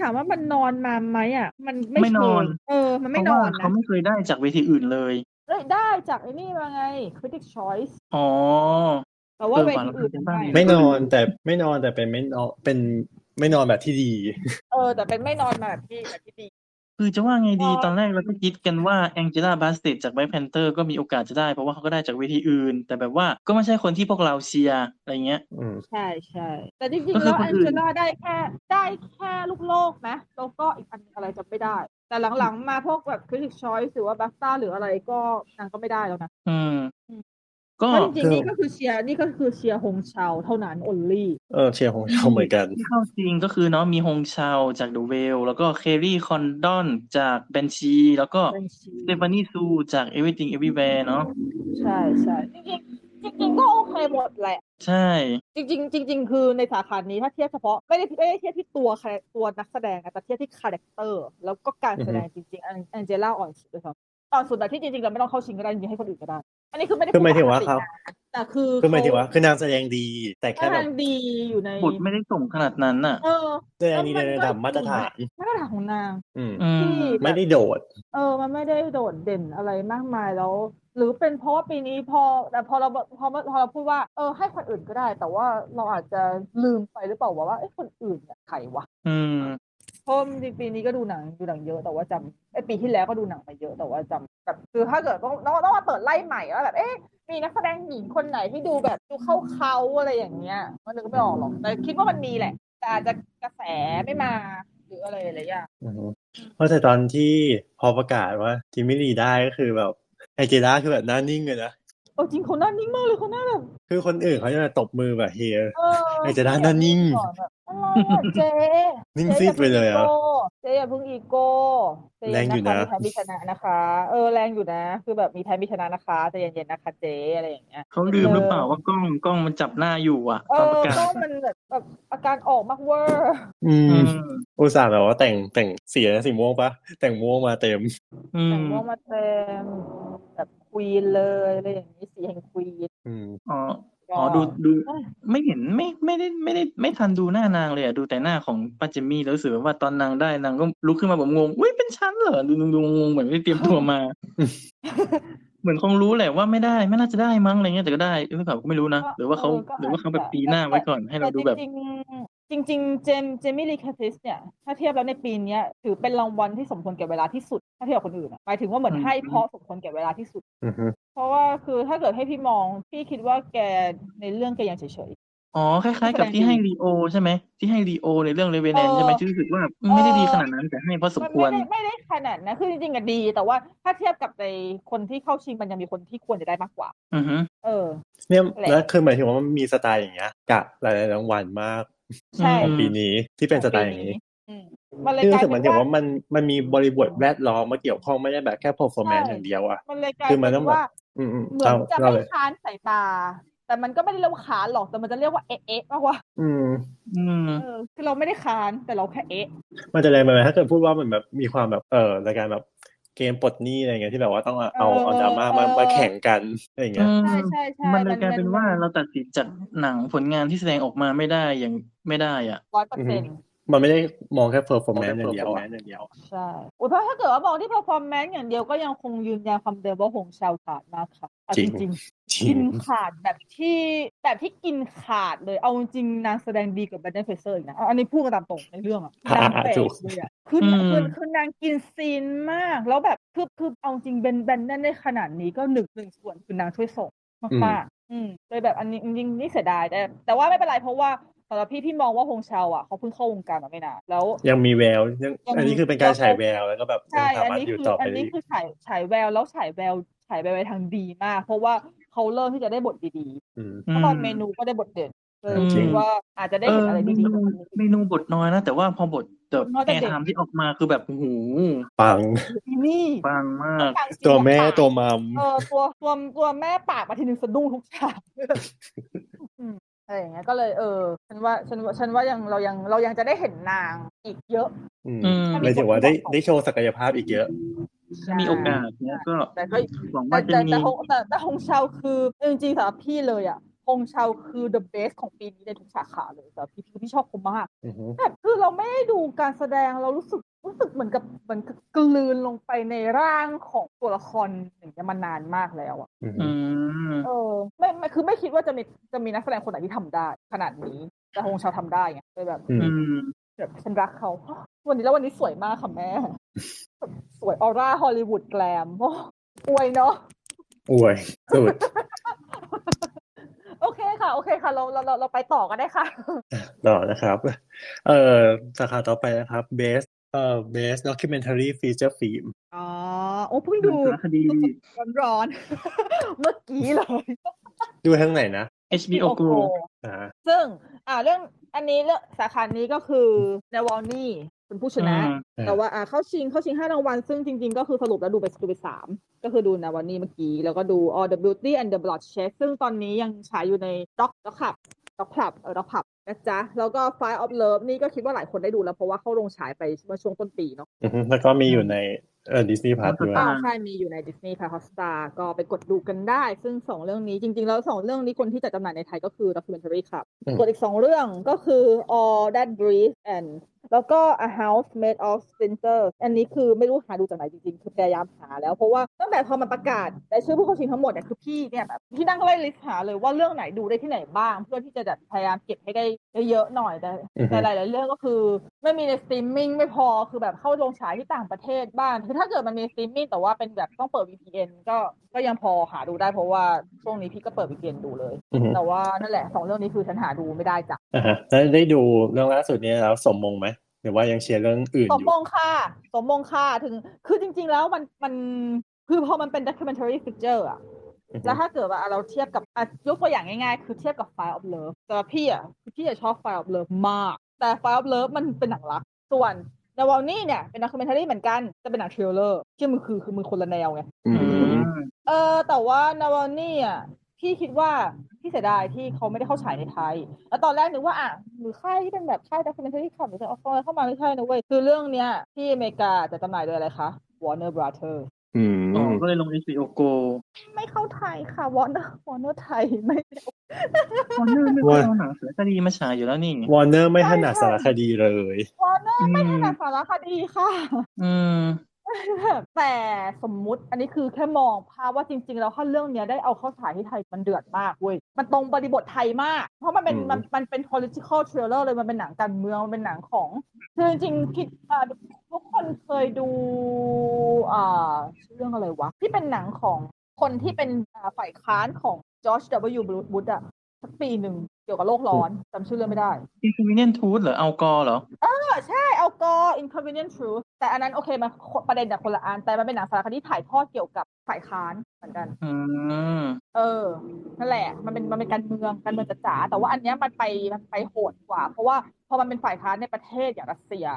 D: ถามว่ามันนอนมาไหมอ่ะ มันไม่
C: ไม่นอน
D: เคยเออ มัน
C: เพ
D: ไม่
C: ราะ
D: นอ
C: ว่า
D: น
C: เขา
D: นะ
C: ไม่เคยได้จากเวทีอื่นเลย
D: เอ้ยได้จากไอ้นี่มาไง Critic Choice
C: อ๋อ
D: แต่ว่า
C: เออ
D: เว
C: ว่ะ
D: ที
C: เรา
D: อื่น
C: เป็น
D: ไม่
C: บ้าน
B: ไม่นอนแต่ไม่นอนแต่เป็นไม่นอนเป็นไม่นอนแบบที่ดี
D: เออ แต่เป็นไม่นอนมาแบบที่แบบที่ดี
C: คือจะว่าไงดี
D: อ๋อ
C: ตอนแรกเราก็คิดกันว่าแองเจล่าบาสเตจากไบแพนเตอร์ก็มีโอกาสจะได้ เพราะว่าเขาก็ได้จากเวทีอื่น แต่แบบว่าก็ไม่ใช่คนที่พวกเราเชียร์อะไรเงี้ย
B: อืม
D: ใช่ใช่แต่จริงๆ
C: ก็คื
D: แล้
C: อ
D: ว
C: ค
D: แอน น
C: อื่
D: เจ
C: น
D: ล่าได้แค่ได้แค่ลูกโลกนะแล้วก็อีกอันอะไรจะไม่ได้ แต่หลังๆมาพวกแบบคริติกชอยส์หรือว่าบัสต้าหรืออะไรก็นางก็ไม่ได้แล้วนะ
C: อืม ก็
D: แล้วจริง
B: คื
D: ๆ
B: อ
D: นี่ก็คือเชียร์นี่ก็คือเชียร์ฮงชาวเท่านั้น o อลลี่
B: เออเชียร์ของเราเหมือนกัน
C: ที่เข้าจริงก็คือเนาะมีฮงชาวจากเดอะเวลแล้วก็เคลรี่คอนดอนจากแบนชีแล้วก็
D: เป็นชี
C: สเตฟานีซูจาก Everything Everywhere เนาะ
D: ใช่ใช่จริงๆจริงๆก็โอเคหมดแหละ
C: ใช่
D: จริงๆจริงๆคือในสาขานี้ถ้าเทียบเฉพาะไม่ได้ไม่ได้เทียบที่ตัวคาแรตัวนักแสดงนะแต่เทียบที่คาแรคเตอร์ แล้วก็การแสดงจริงๆแองเจล่าอ่อนสุดเลยครับอ่อนสุดแบบที่จริงๆเราไม่ต้องเข้าชิงก็ได้จริงๆให้คนอื่นก็ได้ อันนี้คือไม่ได้
B: คือหมายถึงว่า
D: ปกติ
B: เขา
D: แต่คือ
B: คือหมายถึงว่า
D: เข
B: คือนางแสดงดี แต่
D: ก็
B: แค่แบ
D: ทา
B: บ
D: งดีอยู่ใน
C: บทไม่ได้ส่งขนาดนั้นน่ะ
D: เออ
B: แสดงดีในระดับมาตรฐาน
D: มาตรฐานของนาง
B: อืม
C: อืม
B: ไม่ได้โดด
D: เออ มันไม่ได้โดดเด่นอะไรมากมายแล้ว หรือเป็นเพราะว่าปีนี้พอแต่พอเราพอพอเราพูดว่าเออให้คนอื่นก็ได้ แต่ว่าเราอาจจะลืมไปหรือเปล่าว่าว่าเอ้คนอื่นเนี่ยใครวะ
C: อืม
D: เพราะจริงๆปีนี้ก็ดูหนังดูหนังเยอะแต่ว่าจำไอยปีที่แล้วก็ดูหนังไปเยอะแต่ว่าจำแบบคือถ้าเกิดต้องต้องต้องมาเปิดไล่ใหม่ว่าแบบเอ๊ะมีนักแสดงหญิงคนไหนที่ดูแบบดูเข้าเขาอะไรอย่างเงี้ยมันนึกไม่ออกหรอกแต่คิดว่ามันมีแหละ แต่อาจจะกระแสไม่มาหรืออะไรหลายๆอย่าง
B: อืมเพราะแต่ตอนที่พอประกาศว่าจิมมี่ลีได้ก็คือแบบไอเจด้าคือแบบหน้านิ่งเลยนะ
D: โอ้จริงเขาหน้านิ่งมากเลยเขาหน้าแบบ
B: คือคนอื่นเขาจะมาตบมือแบบเฮีย
D: เออ
B: ไอ้เจด้าหน้านิ่ง
D: ก่อแบบอะไรอะเจ
B: นิ่งซีดไปเลยอะ
D: เจอย่าเพิ่งอีโก้เจ
B: แรงอยู่นะ
D: มีแพ้มีชนะนะคะ เออแรงอยู่นะ คือแบบมีแพ้มีชนะนะคะใจเย็นๆนะคะเจอะไรอย่างเงี้ย
C: เขาลืมหรือเปล่าว่ากล้องกล้องมันจับหน้าอยู่อ่ะ
D: เอ
C: ตอน
D: อ
C: ประกาศ
D: ก็มันแบบแบบอาการออกมากเวอร์
B: อื
C: อื
B: ม
C: ม
B: อุตส่าห์แบบว่าแต่งแต่งสีอะไรนะสีม่วงปะแต่งม่วงมาเต็ม
C: อื
D: แต่ง
C: ม
D: วงมาเต็มแบบควีนเลยอะไรอย่างนี้สีแห่งควีน
B: อืม
C: อ๋อ
D: ก็
C: อ๋อดูดู
D: เอ้ย
C: ไม่เห็นไม่ไม่ได้ไม่ได้ไม่ทันดูหน้านางเลยอ่ะดูแต่หน้าของป้าเจมมี่แล้วรู้สึกว่าตอนนางได้นางก็ลุกขึ้นมาแบบงงอุ้ยเป็นฉันเหรอดูดูดูงงเหมือนไม่ได้เตรียมตัวมา
D: <laughs>
B: อืม
C: เหมือนคงรู้แหละว่าไม่ได้ไม่น่าจะได้มั้งอะไรเงี้ยแต่ก็ได้หรือเปล่าก็ไม่รู้นะหรือว่าเขา
D: เออก็
C: หรือว่าเขาแบบ
D: อาจจะ
C: ตีหน้าไว้ก่อนให้เราดูแบบ
D: แต่จริงๆจริง ๆ เจมเจมี่ลีคาติสเนี่ยถ้าเทียบแล้วในปีเนี้ยถือเป็นรางวัลที่สมควรแก่เวลาที่สุดถ้าเทียบกับคนอื่นอะหมายถึงว่าเหมือน
C: อืม
D: ให้เพราะสมควรแก่เวลาที่สุด
B: อือฮึ
D: เพราะว่าคือถ้าเกิดให้พี่มอง พี่คิดว่าแกในเรื่องแกยังเฉย
C: อ๋อคล้ายๆ กับที่ให้รีโอใช่ไหมที่ให้รีโอในเรื่องเรเวเนน
D: เออ
C: ใช่ไหมที่รู้สึกว่าไม่ได้ดี
D: เออ
C: ขนาดนั้นแต่ให้เพราะส
D: ๆ
C: ม
D: มัน
C: ควร
D: ไม่ได้ไม่ได้ขนาดนะคือจริงๆอะดี แต่ว่าถ้าเทียบกับในคนที่เข้าชิงมันยังมีคนที่ควรจะได้มากกว่า
C: อือฮึ
D: เออ
B: เนี่ย
D: แหละ
B: แล้วคือหมายถึงว่ามันมีสไตล์อย่างเงี้ยกะหลายๆรางวัลมาก
D: ใช่
C: อื
B: ของ
C: ม
B: ปีนี้ที่เป็นสไตล์อย่างนี้
D: อืมมันเลยก
B: ที่รู้
D: ลาย
B: สึกเหมื
D: เป็น
B: อนถึง
D: ว่า
B: ว่ามันมันมีบริบทแวดล้อมมาเกี่ยวข้องไม่ได้แบบแค่ performance
D: ใช่
B: อย่างเดียวอ่ะ
D: มันเลยกลาย
B: คือมัน
D: เป็
B: ต้อง
D: น
B: แบบ
D: ว่า
B: อืมอืม
D: เหมือน
B: เรา
D: จะ
B: เรา
D: ไม่
B: เลย
D: ค้านสายตา แต่มันก็ไม่ได้เรียกว่าค้านหรอก แต่มันจะเรียกว่าเอะเอะมากกว่า
B: อืม
C: อืม
D: เออคือเราไม่ได้ค้านแต่เราแค่เอะ
B: มันจะแรงไปไหมถ้าเกิดพูดว่ามันแบบมีความแบบเออรายการแบบเกมปลดหนี้อะไรเงี้ยที่แบบว่าต้องเอาเอาเอาดราม่ามามาแข่งกันอะไรเงี้ย
D: ใช่ใช่ใช่
C: มันเลยกลายเป็นว่า
D: มั
C: เราตัดสินจากหนังผลงานที่แสดงออกมาไม่ได้อย่างไม่ได้อ่ะ
D: ร้อยเปอร์เซ็นต์
B: มันไม่ได้มองแค่เพอร์ฟอร์แมนซ์อย่างเดียวอะ
D: ใช่โอ้ยเพราะถ้าเกิดว่ามองที่ performance อย่างเดียวก็ยังคงยืนยันคำเดิมว่าหงชาวขาดมากค่ะเอาจริงๆ
B: จริ
D: กิ
B: ง
D: นขาดแบบที่แบบที่กินขาดเลยเอาจริงๆนางแสดงดีกว่าแบนเดนเฟเซอร์อีกนะเอาอันนี้พูดกันตามตรงในเรื่องอะ
B: อ่าน
D: างแปล
B: ถู
D: ก
B: ก
D: เลยอะคือ
C: อืม
D: คือคือนางกินซีนมาก แล้วแบบคือคือเอาจริงเบนแบนนั่นได้ขนาดนี้ก็หนึ่งหนึ่งส่วนคือนางช่วยส่ง มากๆอืมเลยแบบอันนี้จริงๆนี่เสียดายแต่แต่ว่าไม่เป็นไรเพราะว่าสำหรับพี่พี่มองว่าฮงเชาอ่ะเขาเพิ่งเข้าวงการมาไม่นานแล้ว
B: ยังมีแววยัง
D: ยังมี
B: อันนี้คือเป็นการฉายแววแล้วก็แบบยั
D: ใช่
B: งสา
D: อัน
B: มารถ
D: นี้
B: อยู่
D: คือ
B: ต่อไป
D: อัน
B: ได้
D: นี้
B: อีก
D: คือฉายฉายแววแล้วฉายแววฉายแววไปทางดีมาก เพราะว่าเขาเริ่มที่จะได้บทดี
B: อืม
D: ๆเพราะตอนเมนูก็ได้บทเด่นเลย
B: อืม
D: คิดว่าอาจจะได้
C: เอ
D: เห็น
C: อ
D: อะไร
C: เม
D: ดี
C: นู
D: ๆ
C: เมนูบทน้อยนะ แต่ว่าพอบทแบบ
D: น้อยแต่
C: แอร์
D: เด็ก
C: ไทม์ที่ออกมาคือแบบโอ้โห
B: ปัง
D: ที่นี่
C: ปังมาก
D: ต่างสี
B: ตัวแม่
D: ต่าง
B: ตัวมัม
D: เออตัวตัวตัวแม่ปากมาที <laughs> นึงสะดุ้งทุกฉากอืมอะไรอย่างเงี้ยก็เลยเออฉันว่าฉันว่าฉันว่ายังเรายังเรายังจะได้เห็นนางอีกเยอะ
B: ม
C: อืม
B: หมายถึงว่าได้ได้โชว์ศักยภาพอีกเยอะ
C: ถ้ามีโอกาสเนี้ยก็
D: แต่ก็
C: หวัง
D: แต่
C: ว่าจะ
D: แต่
C: มี
D: แต่ฮงแต่แต่ฮงเชาคือจริงๆสำหรับพี่เลยอ่ะฮงเชาคือ the best ของปีนี้ในทุกสาขาเลยสำหรับพี่พี่ชอบเขามาก
B: อือฮึ
D: แบบคือเราไม่ได้ดูการแสดงเรารู้สึกรู้สึกเหมือนกับเหมือนกับกลืนลงไปในร่างของตัวละครหนึ่งเนี่ยมานานมากแล้วอ่ะ
B: อือฮึ
C: อืม
D: เออไม่ไม่คือไม่คิดว่าจะมีจะมีนักแสดงคนไหนที่ทำได้ ขนาดนี้แต่ฮงเชาทำได้ไงเลยแบบ
B: อืม
C: อืม
D: แบบฉันรักเขา วันนี้แล้ววันนี้สวยมากค่ะแม่แบบสวยออร่าฮอลลีวูดแกลมโอ้อวยเนาะ
B: อวยสุด
D: โอเคค่ะ โอเคค่ะ เราเราเราเราไปต่อกันได้ค่ะ
B: ต่อนะครับ เอ่อสาขาต่อไปนะครับ best เอ่อ best documentary feature film
D: อ๋อ โอ้เพิ่งดู
C: สารคดี
D: ร้อนร้อนๆ <laughs> เมื่อกี้เลย
B: ดูทั้งไหนนะ
C: HBO Go
B: อ่า
D: ซึ่ง อ่าเรื่องอันนี้เรื่องสาขานี้ก็คือเนวอลนี่เป็นผู้ชนะ
C: อืม
D: แต่ว่าอ่าเข้าชิงเข้าชิงห้ารางวัลซึ่งจริงๆ ก็คือสรุปแล้วดูไปดูไปสามก็คือดูเนวอลนี่เมื่อกี้ แล้วก็ดู All the Beauty and the Bloodshed ซึ่งตอนนี้ยังฉายอยู่ในด็อกด็อกขับด็อกขับเออด็อกขับนะจ๊ะ แล้วก็ Fire of Love นี่ก็คิดว่าหลายคนได้ดูแล้วเพราะว่าเข้าโรงฉายไปเมื่อช่วงต้นปีเนาะ
B: อือฮึแล้วก็มีอยู่ใน เออดิสนีย์พาร์ทด้วย
D: อ่าใช่มีอยู่ในดิสนีย์พาร์คสตาร์ก็ไปกดดูกันได้ ซึ่งสองเรื่องนี้จริง ๆ แล้วสองเรื่องนี้คนที่จัดจำหน่ายในไทยก็คือ documentary ครับกดอีกสองเรื่องก็คือ all that breathes and แล้วก็ a house made of splinters อันนี้คือไม่รู้หาดูจากไหนจริงๆ คือพยายามหาแล้วเพราะว่าตั้งแต่พอมันประกาศได้ชื่อผู้เข้าชิงทั้งหมดเนี่ยคือพี่เนี่ยแบบที่นั่งไล่ลิสต์หาเลยว่าเรื่องไหนดูได้ที่ไหนบ้าง เพื่อที่จะแบบพยายามเก็บให้ได้เยอะๆหน่อยแต่
B: อือฮึ
D: แต่หลาย ๆ เรื่องก็คือไม่มีในสตรีมมิ่งไม่พอคือแบบเข้าลงฉายที่ต่างประเทศบ้างคือถ้าเกิดมันมีสตรีมมิ่งแต่ว่าเป็นแบบต้องเปิด VPN ก็ก็ยังพอหาดูได้เพราะว่าช่วงนี้พี่ก็เปิด VPN ดูเลย
B: อือฮึ
D: แต่ว่านั่นแหละสองเรื่องนี้คือฉันหาดูไม่ได้จ้ะ
B: อ่าฮะแล้วได้ดูเรื่องล่าสุดเนี้แล้วสมมงไหมหรือว่ายังเชียร์เรื่องอื่น
D: สม
B: อยู่
D: มงค่ะสมมงค่ะถึงคือจริง ๆ แล้วมันมันคือพอมันเป็น documentary feature อะ
B: อือฮึ
D: แล้วถ้าเกิดว่าเราเทียบกับอ่ะยกตัวอย่างง่ายๆ คือเทียบกับ Fire of Love แต่พี่อ่ะคือพี่อ่ะชอบ Fire of Love มาก แต่ Fire of Love มันเป็นหนังรัก ส่วนนาวานี่เนี่ยเป็นนักคอมเมนทารีเหมือนกันแต่เป็นหนังทริลเลอร์ที่มันคือคือมึงคนละแนวไง
B: อืม
D: เออแต่ว่านาวานี่อ่ะพี่คิดว่าพี่เสียดายที่เขาไม่ได้เข้าฉายในไทย แล้วตอนแรกนึกว่าอ่ะหรือค่ายที่เป็นแบบค่ายดักคอมเมนทารีขับหรือจะเอาเข้ามาไม่ใช่นะเว้ยคือเรื่องเนี้ยที่อเมริกาจะจำหน่ายโดยอะไรคะ Warner Brothers
B: อื
C: อ๋อ
B: ม
C: ก็เลยลง HBO Go
D: ไม่เข้าไทยค่ะ Warner Warner ไทยไม่
C: วอร์เนอร์ไม่ค่อยเอาหนังสารคดีมาฉายอยู่แล้วนี่
B: วอร์เนอร์ไม่ถนัดสารคดีเลย
D: วอร์เนอ
C: อื
D: ร์
C: ม
D: ไม่ถนัดสารคดีค่ะ <laughs>
C: อืม
D: แต่สมมุติอันนี้คือแค่มองภาพว่าจริง ๆ แล้วถ้าเรื่องเนี้ยได้เอาเข้าฉายที่ไทยมันเดือดมากเว้ย มันตรงบริบทไทยมาก เพราะมันเป็น
B: อืม
D: มันมันเป็น political thriller เลยมันเป็นหนังการเมือง มันเป็นหนังของคือจริงๆคิดเอ่อทุกคนเคยดูเอ่อชื่อเรื่องอะไรวะ ที่เป็นหนังของคนที่เป็นอ่าฝ่ายค้านของจอร์จ W. Bush อะสักปีหนึ่งเกี่ยวกับโลกร้อนจำชื่อเรื่องไม่ได้
C: Inconvenient Truth เหรอเอากอเหรอ
D: ก็ใช่เอาก็ inconvenient truth แต่อันนั้นโอเคมันคนประเด็นจากคนละอันแต่มันเป็นหนังสารคดีถ่ายทอดเกี่ยวกับฝ่ายค้านเหมือนกัน
C: อืม
D: เออ นั่นแหละ มันเป็นมันเป็นการเมืองการเมืองจ๋าๆแต่ว่าอันเนี้ยมันไปมันไปโหดกว่า เพราะว่าพอมันเป็นฝ่ายค้านในประเทศอย่างรัสเซีย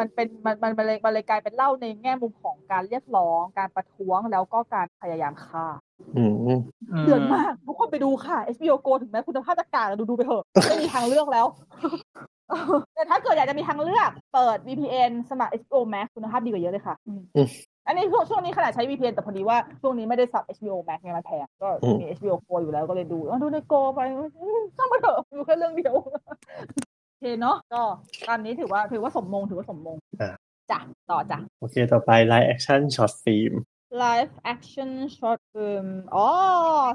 D: มันเป็นมันมันมันเลยมันเลยกลายเป็นเล่าในแง่มุมของการเรียกร้อง การประท้วงแล้วก็การพยายามฆ่า
B: อืม
D: เดือดมากทุกคนไปดูค่ะ HBO Go ถึงแม้คุณภาพจะกลางแต่ดูดูไปเถอะไม่มีทางเลือกแล้ว <laughs> แต่ถ้าเกิดอยากจะมีทางเลือกเปิด VPN สมัคร HBO Max คุณภาพดีกว่าเยอะเลยค่ะอืมอันนี้ช่วงช่วงนี้ขนาดใช้ VPN แต่พอดีว่าช่วงนี้ไม่ได้สับ HBO Max ไงมันแพงก็มี HBO Go อยู่แล้วก็เลยดูเอาดูใน Go ไปอืมช่างมันเถอะดูแค่เรื่องเดียว <laughs> โอเคเนาะก็ตามนี้ถือว่าถือว่าสมมงถือว่าสมมงจ้ะต่อจ้ะ
B: โอเคต่อไปไลฟ์แอคชั่นช็อตฟิล์ม
D: live action short film อ๋อ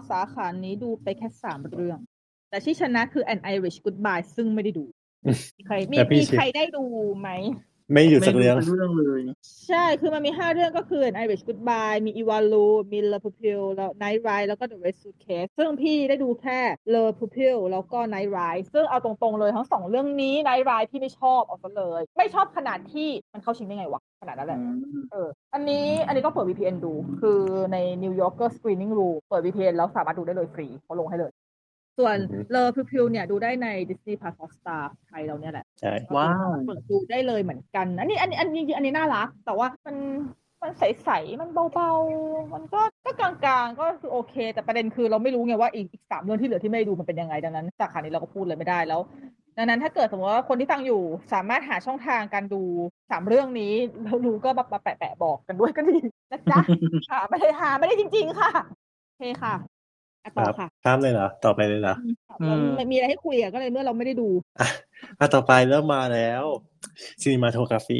D: สาขานี้ดูไปแค่สามเรื่อง แต่ที่ชนะคือ an Irish Goodbye ซึ่งไม่ได้ดู
B: อืม
D: ใครมี
B: แต่พี่
D: มี
B: เชียร์
D: ใครได้ดูไหม
B: ไม่อยู่สักเรื่อง
C: ไม่รู้เรื่องเลย
D: ใช่ คือมันมีห้าเรื่องก็คือ an Irish Goodbye มี Iwalu มี Le Pupil แล้ว Night Ride แล้วก็ The Red Suitcase ซึ่งพี่ได้ดูแค่ Le Pupil แล้วก็ Night Ride ซึ่งเอาตรงๆเลยทั้งสองเรื่องนี้ Night Ride พี่ไม่ชอบเอาซะเลย ไม่ชอบขนาดที่มันเข้าชิงได้ไงวะ ขนาดนั้นแหละ เออ อันนี้อันนี้ก็เปิด VPN ดู คือใน New Yorker Screening Room เปิด VPN แล้วสามารถดูได้เลยฟรีเขาลงให้เลย ส่วน
B: อือฮึ
D: เลอพิวพิวเนี่ยดูได้ใน Disney Plus Hotstar ไทยเราเนี่ยแหละ
B: ใช่
C: ว้าว
D: เปิดดูได้เลยเหมือนกัน อันนี้อันนี้อันนี้จริงๆอันนี้น่ารัก แต่ว่ามันมันใสๆ มันเบาๆ มันก็ก็กลางๆ ก็คือโอเค แต่ประเด็นคือเราไม่รู้ไงว่าอีกอีกสามเรื่องที่เหลือที่ไม่ได้ดูมันเป็นยังไงดังนั้นสาขานี้เราก็พูดเลยไม่ได้แล้ว ดังนั้นถ้าเกิดสมมติว่าคนที่ฟังอยู่สามารถหาช่องทางการดูสามเรื่องนี้แล้วรู้ก็แบบมาแปะแปะๆบอกกันด้วยก็ดีนะจ๊ะ
B: <laughs>
D: ค่ะไม่ได้หาไม่ได้จริง ๆ ค่ะโอเคค่ะอ่ะ
B: ค
D: ต่อ
B: รับ
D: ค่ะ
B: ข้ามเลยเหรอต่อไปเลยเหรอ
D: มันมันมีอะไรให้คุยอ่ะก็เลยเมื่อเราไม่ได้ดู
B: อ่ะอ่ะต่อไปเริ่มมาแล้วซีนิมาโทกราฟี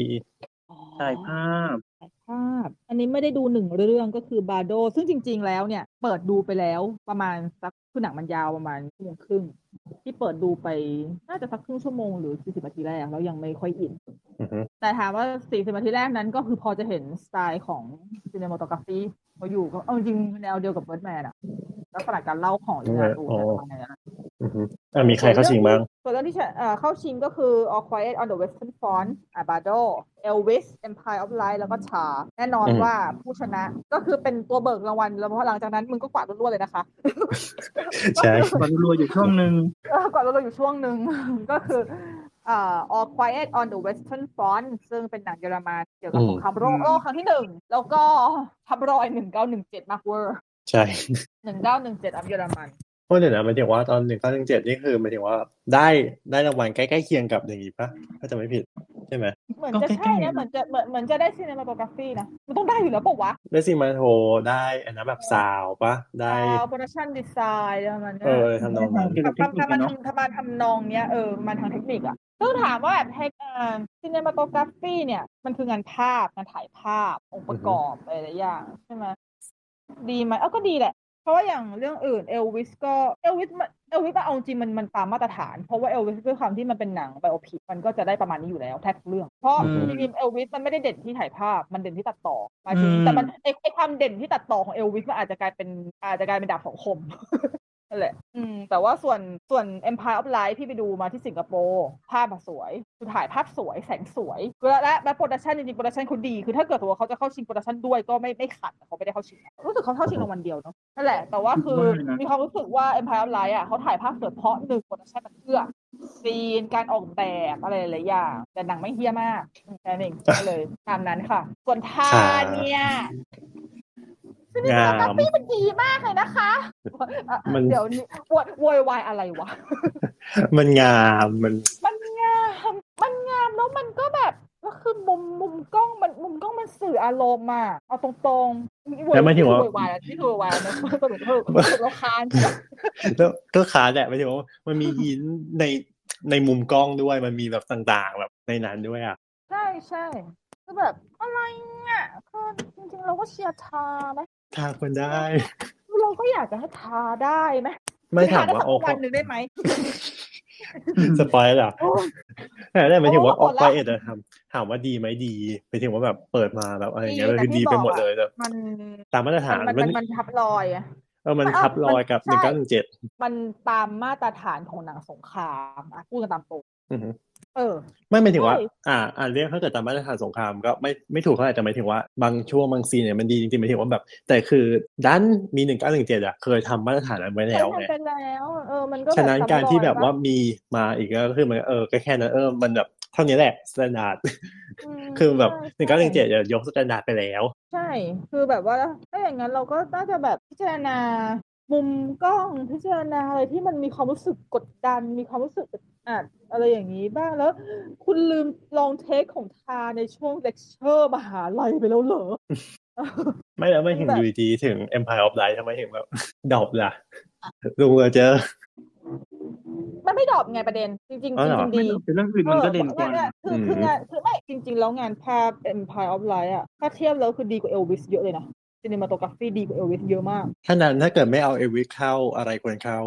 C: ถ่ายภาพ
D: ถ่ายภาพ อันนี้ไม่ได้ดูหนึ่งเรื่องก็คือบาโด ซึ่งจริง ๆ แล้วเนี่ย เปิดดูไปแล้วประมาณสักคือหนังมันยาวประมาณชั่วโมงครึ่งที่เปิดดูไปน่าจะสักครึ่งชั่วโมงหรือสี่สิบนาทีแรกแล้วยังไม่ค่อยอิน
B: อือฮึ
D: แต่ถามว่าสี่สิบนาทีแรกนั้นก็คือพอจะเห็นสไตล์ของซีเนมาโตกราฟีเขาอยู่ก็เอาจริงๆแนวเดียวกับเบิร์ดแมนอะลักษณะการเล่าของลีนาดูเนี่ยประมาณนั้นอะ
B: อือฮึอ่ะมีใครเข้าชิงบ้าง
D: ส่วนเรื่องที่เอ่อเข้าชิงก็คือ All Quiet on the Western Front อ่ะบาโด Elvis Empire of Light แล้วก็ชา แน่นอน
B: อืม
D: ว่าผู้ชนะก็คือเป็นตัวเบิกรางวัลแล้วเพราะหลังจากนั้นมึงก็กวาดรวดๆเลยนะคะ <laughs>
B: ใช่
C: บันรัวอยู่ช่องหนึ่ง
D: เออก่อนเราเราอยู่ช่วงหนึ่ง <laughs> ก็คือเอ่อ All Quiet on the Western Front ซึ่งเป็นหนังเยอรมันเกี่ยวกับ
B: อืม
D: สงครามโลกโลกครั้งที่หนึ่ง แล้วก็ทับรอยหนึ่งเก้าหนึ่งเจ็ดมากเวอร์
B: ใช่
D: หนึ่งเก้าหนึ่งเจ็ดอัพเยอรมัน
B: เพราะเดี๋ยวนะหมายถึงว่าตอนหนึ่งเก้าหนึ่งเจ็ดนี่คือหมายถึงว่าได้ได้รางวัลใกล้ๆเคียงกับอย่างนี้ปะถ้าจะไม่ผิดใช่ไหม
D: เหมือน
C: ก็
D: จะ
C: ใกล้ๆ
D: ใช่
C: อยู่
D: นะ
C: นะ
D: เหมือนจะเหมือนเหมือนจะได้ซีเนมาโตกราฟีนะมันต้องได้อยู่แล้วปะวะ
B: ได้ซิมาโทได้อันนั้นแบบสาวปะได้
D: โปรดักชั่นดีไซน์ประมาณนี้
B: เออ
D: น
B: ทำนองนั้น
C: เกี่ยวกับเทคนิค
D: ทำมา
C: อะเนาะ
D: ทำทำมาทำนองเนี้ยเออมันทางเทคนิคอะซึ่งถามว่าแบบเทคซีเนมาโตกราฟีเนี่ยมันคืองานภาพงานถ่ายภาพองค์ประกอบอะไรหลายอย่างใช่ไหมดีไหมเอ้าก็ดีแหละ เพราะว่าอย่างเรื่องอื่นเอลวิสก็เอลวิสเอลวิสเอาจริงมันมันตามมาตรฐาน เพราะว่าเอลวิสด้วยความที่มันเป็นหนังไบโอพิมันก็จะได้ประมาณนี้อยู่แล้วแทบทุกเรื่อง เพราะ
C: อืม
D: จริงๆเอลวิสมันไม่ได้เด่นที่ถ่ายภาพมันเด่นที่ตัดต่อหมายถึง
C: อืม
D: แต่มันไอไอความเด่นที่ตัดต่อของเอลวิสมันอาจจะกลายเป็นอาจจะกลายเป็นดาบสองคม <laughs> นั่นแหละอืมแต่ว่าส่วนส่วน Empire of Light พี่ไปดูมาที่สิงคโปร์ภาพอะสวยคือถ่ายภาพสวยแสงสวยและและและโปรดักชันจริงๆโปรดักชันเขาดี คือถ้าเกิดว่าเขาจะเข้าชิงโปรดักชันด้วยก็ไม่ไม่ขัดแต่เขาไม่ได้เข้าชิงรู้สึกเขาเข้าชิงรางวัลเดียวเนาะนั่นแหละ แต่ว่าคือ
C: ไม่นะ
D: มีความรู้สึกว่า Empire of Light อะเขาถ่ายภาพสวยเพราะหนึ่งโปรดักชันมันเอื้อซีนการออกแบบอะไรหลายๆอย่าง แต่หนังไม่เฮี้ยมากแค่นั้นเองก็เลยตามนั้นค่ะ ส่วนทาเนี่ยซึ่ง
B: งาม
D: กราฟี่มันดีมากเลยนะคะ อ่ะ
B: มัน
D: เดี๋ยวนี้โวโวยวายอะไรวะ
B: มันงามมัน
D: มันงาม มันงามแล้วมันก็แบบก็คือมุมมุมกล้องมันมุมกล้องมันสื่ออารมณ์มาเอาตรงๆนี่โยนี่คือโวยวายแล้วนี่คือโวยวายแล้วสรุปคือเราคาน
B: <laughs> แล้วก็ขาแหละไม่ถึงว่ามันมีหินในในมุมกล้องด้วยมันมีแบบต่างๆ แบบในนั้นด้วยอ่ะ
D: ใช่ใช่คือแบบอะไรเนี่ยคือจริงๆเราก็เชียร์ทาไหม
B: ทาคนได้
D: เราก็อยากจะให้ทาได้ไหม
B: ไม่ถาม
D: ได้
B: ว่า
D: สัก
B: โอ้
D: วันหนึ่งได้ไหม
B: <laughs> สปอยล์เหรอ
D: โอ้ย
B: แต่ได้หมายถึงว่า
D: โอ้
B: อ
D: โห
B: อกไปเอ็ดทำถามว่าดีไหมดีหมายถึงว่าแบบเปิดมาแบบอะไรอย่างเงี้ย
D: ดี
B: มันคือ
D: แต่ที่
B: ดีไปหมด
D: บอกอะ
B: เลยแต่
D: มัน
B: ตามมาตรฐาน
D: มันมั
B: มั
D: น นมันทับรอยอะ
B: เออมัน
D: มันเอา
B: ทับรอยกับ
D: มั
B: ห
D: น
B: นึ่
D: ใช่
B: งเก้าหนึ่งเจ็ด
D: มันตามมาตรฐานของหนังสงครามอ่ะพูดกันตามตรงเออ
B: ไม่หมายถึงว่า
D: ใช่
B: อ่าอ่าเรียกถ้าเกิดตามมาตรฐานสงครามก็ไม่ไม่ถูกเท่าไหร่แต่หมายถึงว่าบางช่วงบางซีนเนี่ยมันดีจริงๆหมายถึงว่าแบบ แต่คือดันมีหนึ่งเก้าหนึ่งเจ็ดอะเคยทำมาตรฐานนั้นไว้แล้ว
D: เคย
B: ไง
D: ทำไปแล้วเออมันก็
B: ฉะนั้น
D: ซ้ำ
B: การที่
D: อย
B: แบบ
D: ปะ
B: ว่ามีมาอีกก็คือมันเออก็แค่นั้นเออมันแบบเท่านี้แหละสแตนดาร์ด
D: ม
B: คือแบบห
D: ใช่
B: นึ่งเก้าหนึ่งเจ็ดยกสแตนดาร์ดไปแล้ว
D: ใช่ คือแบบว่าถ้าอย่างนั้นเราก็น่าจะแบบพิจารณา มุมกล้องพิจารณาอะไรที่มันมีความรู้สึกกดดัน มีความรู้สึกอึดอัดอะไรอย่างนี้บ้างแล้ว คุณลืมลองเทคของทาในช่วงเลคเชอร์มหาลัยไปแล้วเหรอ
B: ไม่แล้วไม่ถึง
D: แบบ
B: อยู่ดีๆถึง Empire of Light ทำไมถึงแบบ ดรอบล่ะ <laughs> ลุงเราเจอ
D: มันไม่ดรอปไงประเด็น จริงๆจริง
B: อ๋อเหรอ
D: ๆดี
C: แต่เรื่องอื่นมันก็เด่นกว่า
D: ออคือคือ
B: อืม
D: งานคือไม่จริง ๆ แล้วงานภาพ Empire of Light อะถ้าเทียบแล้วคือดีกว่าเอลวิสเยอะเลยนะซีนิมาโตกราฟีดีกว่าเอลวิสเยอะมาก
B: ถ้านั้นถ้าเกิดไม่เอาเอวิเข้าอะไรควรเข้า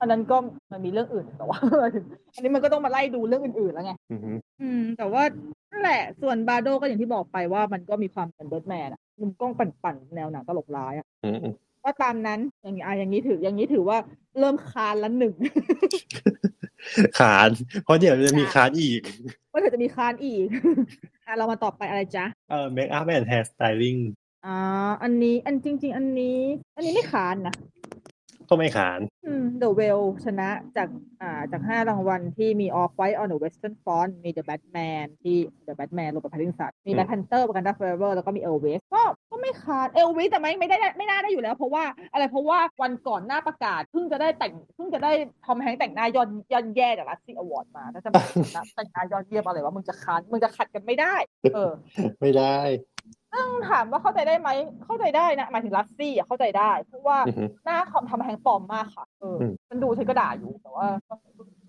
D: อันนั้นก็มันมีเรื่องอื่นแต่ว่า <laughs> อันนี้มันก็ต้องมาไล่ดูเรื่องอื่นๆแล้วไง
B: อือหือ
D: อืม แต่ว่านั่นแหละ ส่วนบาโดก็อย่างที่บอกไปว่ามันก็มีความเป็นเบิร์ดแมนอะมุมกล้องปั่นๆ แนวหนังตลกร้ายอะ
B: อือหือ
D: ว่าตามนั้นอย่างนี้อ่ะอย่างนี้ถืออย่างนี้ถือว่าเริ่มคานละหนึ่ง <laughs>
B: <laughs> ขานเพราะเดี๋ยวจะมีขานอีก
D: ว่าเธอจะมีคานอีก <laughs> อ่ะเรามาต่อไปอะไรจ๊ะ
B: เอ่อ make up and hair styling
D: อ่าอันนี้อันจริง ๆ อันนี้ อันนี้ไม่คานนะ
B: ก็ไม่ขาน
D: อืม The Whale ชนะจากอ่าจากห้ารางวัลที่มี Off White on the Western Front มี The Batman ที่ The Batman โรเบิร์ตแพตตินสันมี Black Panther ประกันดา Forever แล้วก็มี Elvis ก็ก็ไม่ขาด Elvis แต่ไม่ไม่ได้ไม่น่าได้อยู่แล้วเพราะว่าอะไรเพราะว่าวันก่อนหน้าประกาศเพิ่งจะได้แต่งเพิ่งจะได้ทอมแฮงค์แต่งหน้ายอดยอดแย่จากรัสซี่อวอร์ดมาถ้าจะบอกนะแต่งหน้ายอดเยี่ยมอะไรวะมึงจะคันมึงจะขัดกันไม่ได้ เออ
B: ไม่ได้
D: ต้องถามว่าเข้าใจได้ไหม เข้าใจได้นะหมายถึงรัสซี่อะเข้าใจได้ เพราะว่า
B: อือฮึ
D: หน้าคอมทำแฮงปลอมมากค่ะ เอออ
B: ม
D: มันดูฉันก็ด่าอยู่แต่ว่าก็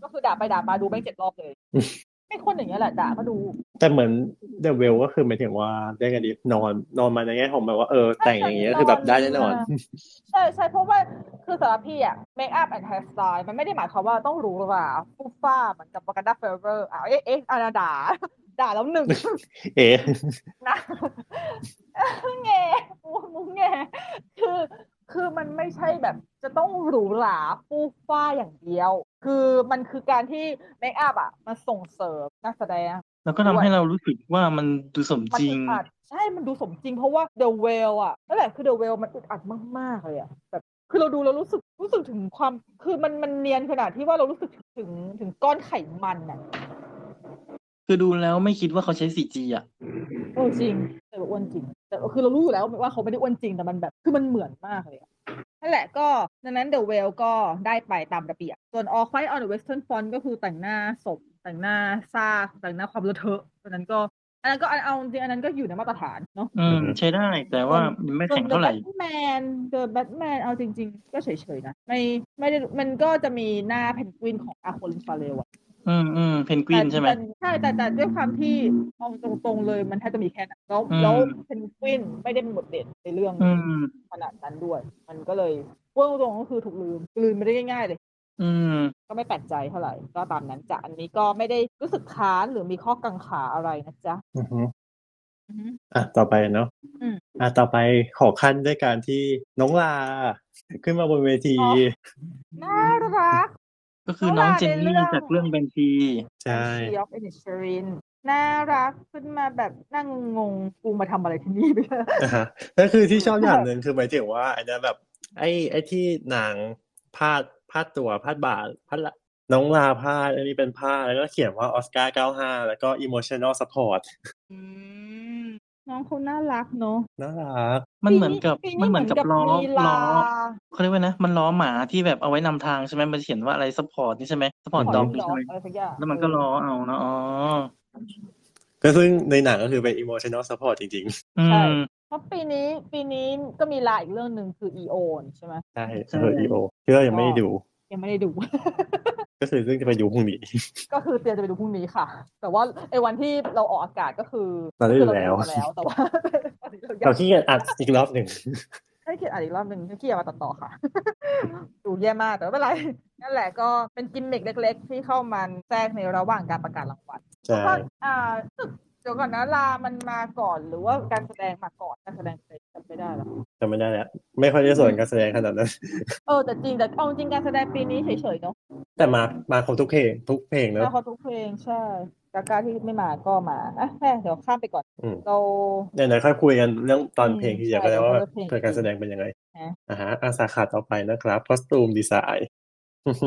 D: ก็คือด่าไปด่ามาดูไม่งเจ็ดรอบเลย
B: อืม
D: ไม่คนอย่างเงี้ยแหละด่าก็ดู
B: แต่เหมือน The Well ก็คือหมายถึงว่าได้กันดีนอนนอนมาในแง่ของแบบว่าเออแต่งอย่างเงี้ยคือแบบได้แน่นอน
D: ใช่ใช่เพราะว่าคือสำหรับพี่อะเมคอัพแอนด์แฮร์สไตล์มันไม่ได้หมายความว่าต้องหรูหราฟูฟ้าเหมือนกับวากันดาเฟเวอร์อ่ะเอ๊ะเอ๊ะอาณาด่า <laughs> ด่าแล้วหนึ่ง
B: เอ๊ะ
D: นะ <laughs> แงมุ้งแงคือคือมันไม่ใช่แบบจะต้องหรูหราฟูฟ้าอย่างเดียว คือมันคือการที่เมคอัพอ่ะมันส่งเสริมนักแสดง
C: แล้วก็ทำให้เรารู้สึกว่ามันดูสม
D: มัน
C: จริ
D: อึ
C: ง
D: ดอัดใช่ มันดูสมจริงเพราะว่า The Whale อ่ะนั่นแหละคือ The Whale มันอึดอัดมากๆเลยอ่ะแบบคือเราดูเรารู้สึกรู้สึกถึงความ คือมันมันเนียนขนาดที่ว่าเรารู้สึกถึงถึงก้อนไขมันอ่ะ
C: คือดูแล้วไม่คิดว่าเขาใช้ 4G อ่ะ
D: เออจริง แต่ว่าอ้วนจริง แต่คือเรารู้อยู่แล้วว่าเขาไม่ได้อ้วนจริงแต่มันแบบ คือมันเหมือนมากเลยอะนั่นแหละก็ดังนั้น The Whale ก็ได้ไปตามระเบียบ ส่วน All Quiet on the Western Front ก็คือแต่งหน้าศพ แต่งหน้าซากแต่งหน้าความเลอะเทอะอันนั้นก็ อันนั้นก็อันเอาจริงอันนั้นก็อยู่ในมาตรฐานเนาะ
C: อืมใช้ได้ แต่ว่ามันไม่แข็งเท่าไหร่
D: แมนเดอะแบทแมนเอาจริง ๆ ก็เฉยๆนะ ไม่ไม่ได้มันก็จะมีหน้าเพนกวินของอาโคลินฟาเรลอะ
C: อืมอืมเพนกวินใช่ไหม
D: แต่แต่ใช่แต่แต่ด้วยความที่มองตรงๆเลยมันแทบจะมีแค่นั้นแล้ว
C: อืม
D: แล้วเพนกวินไม่ได้เป็นบทเด่นในเรื่อง
C: อืม
D: ขนาดนั้นด้วย มันก็เลยว่าตรงๆก็คือถูกลืมลืมไม่ได้ง่ายๆเลย
C: อืม
D: ก็ไม่แปลกใจเท่าไหร่ ก็ตามนั้นจ้ะอันนี้ก็ไม่ได้รู้สึกค้านหรือมีข้อกังขาอะไรนะจ๊ะ
B: อือฮึ
D: อือฮึ
B: อ่ะต่อไปเนาะ
D: อืม
B: อ่ะต่อไปขอขั้นด้วยการที่น้องลา ขึ้นมาบนเวที
D: อ๋อ น่ารัก
C: ก็คือน้องเจนนี่
D: เท่าไหร่ในเรื่อง
C: จากเรื่องแบนที
B: ใช่
D: ชีออฟเอนิชรินน่ารักขึ้นมาแบบนั่งงงๆกูมาทำอะไรที่นี่ไปเลย
B: อ่าฮะนั่นคือที่ชอบอย่างหนึ่งคือหมายถึงว่าไอ้นั่นแบบ ไอ้ไอ้ที่นางพาดพาดตัวพาดบาทพาดละน้องลาพาดอันนี้เป็นผ้าแล้วก็เขียนว่าออสการ์95 แล้วก็ emotional support
D: น้องเขาน่ารักเนาะ
B: น่ารัก
C: มันเหมือนกับ
D: ปี
C: มันเหมือนกับล้อ
D: มี
C: ล้
D: ลา
C: อเขาเรียกว่านะ มันล้อหมาที่แบบเอาไว้นำทางใช่ไหมมันเขียนว่าอะไรซัพพอร์ตนี่ใช่ไหมซัพพอร์ต
B: ขอ
C: ด็อก
D: ขอ
C: นี่ใช่ไหม
D: อะไรสักอย่าง
C: แล้วมันก็ล้อเอาเนอะอ๋อ
B: ก็ซึ่งในหนังก็คือเป็น emotional support จริง
C: อืม
D: เพราะปีนี้ปีนี้ก็มีลาอีกเรื่องหนึ่งคืออีโอนใช่ไหม
B: ๆ ใช่
C: ใช่
B: เออ EO ที่เรายังไม่ได้ดู
D: ยังไม่ได้ดู <laughs>
B: ก็คือซึ่งจะไปดูพรุ่งนี้
D: ก็คือเตรียมจะไปดูพรุ่งนี้ค่ะ แต่ว่าไอ้วันที่เราออกอากาศก็คือ
B: เราได้ดูแล้ว
D: เรา
B: <laughs>
D: ดูแล้ว แต่ว่า <laughs> วันนี้เรายั
B: เรา
D: ง
B: ขี้เกียจอัดอีกรอบหนึ่ง
D: ให้เกียรติอ่านอีกรอบหนึ่งให้เกียรติมาตัดต่อค่ะ <laughs> ดูแย่มากแต่ไม่เป็นไรนั่นแหละก็เป็นกิมมิกเล็ก ๆ ที่เข้ามาแทรกในระหว่างการประกาศรางวัล
B: ใช่
D: ก็อ่าเดี๋ยวก่อนนะลามันมาก่อนหรือว่าการแสดงมาก่อนการแสดงเป็นจำไม่ได้แล้ว
B: จำไม่ได้แล้ว ไม่ค่อยได้ส่วนการแสดงขนาดนั้น
D: เออแต่จริงแต่เอาจริงการแสดงปีนี้เฉยๆเนาะ
B: แต่มามาครบทุกเพลงทุกเพลงเนอะ
D: มาขอทุกเพลงใช่กาการที่ไม่มาก็มาอ่ะแม่เดี๋ยวข้ามไปก่อน
B: อืม
D: เรา
B: เดี๋ยวๆค่อยคุยกันเรื่องตอน
D: อืม
B: เพลงที่เดียวกันแล้วว่า
D: ใช่เดี๋ยวค่อยเลือกเพลง
B: เกิดการแสดงเป็นยังไง
D: นะ
B: อ่าฮะอาสาขาต่อไปนะครับคอสตูมดีไซน์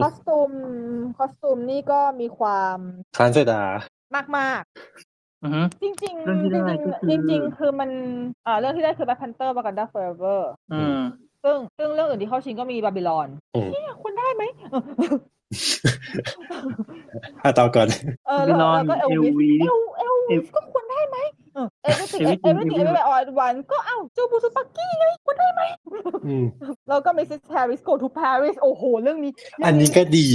D: คอสตูมคอสตูมนี่ก็มีความ
B: <laughs> คานเซดา
D: มาก
C: อือฮึ
D: ๆ จริงๆจริง
C: เรื่องที่ได้ก็คือ
D: ๆจริง ๆ คือมันอ่าเรื่องที่ได้คือแบทพันเตอร์บากันดาเฟอร์เวอร์
C: อืม
D: ซึ่งซึ่งเรื่องอื่นที่เข้าชิงก็มีบาบิลอน
B: อืม
D: เนี่ยคุณได้ไหม
B: อ่ะต่อก่อน
D: เออแล้ว
C: Babylon
D: แล้วก็เอลวิส
C: Elvis
D: เอลเอลวิส
C: Elvis
D: ก็ควรได้ไหมเออ everything
C: Everything
D: everything
C: Everywhere
D: everywhere all at once ก็เอ้าเจ้าบูซูปากี้ไงควรได้ไหม
B: อืม
D: แล้วก็ Mrs. Harris go to Paris โอ้โห เรื่องนี้เรื่
B: อั
D: ง
B: นนี้ก็ดี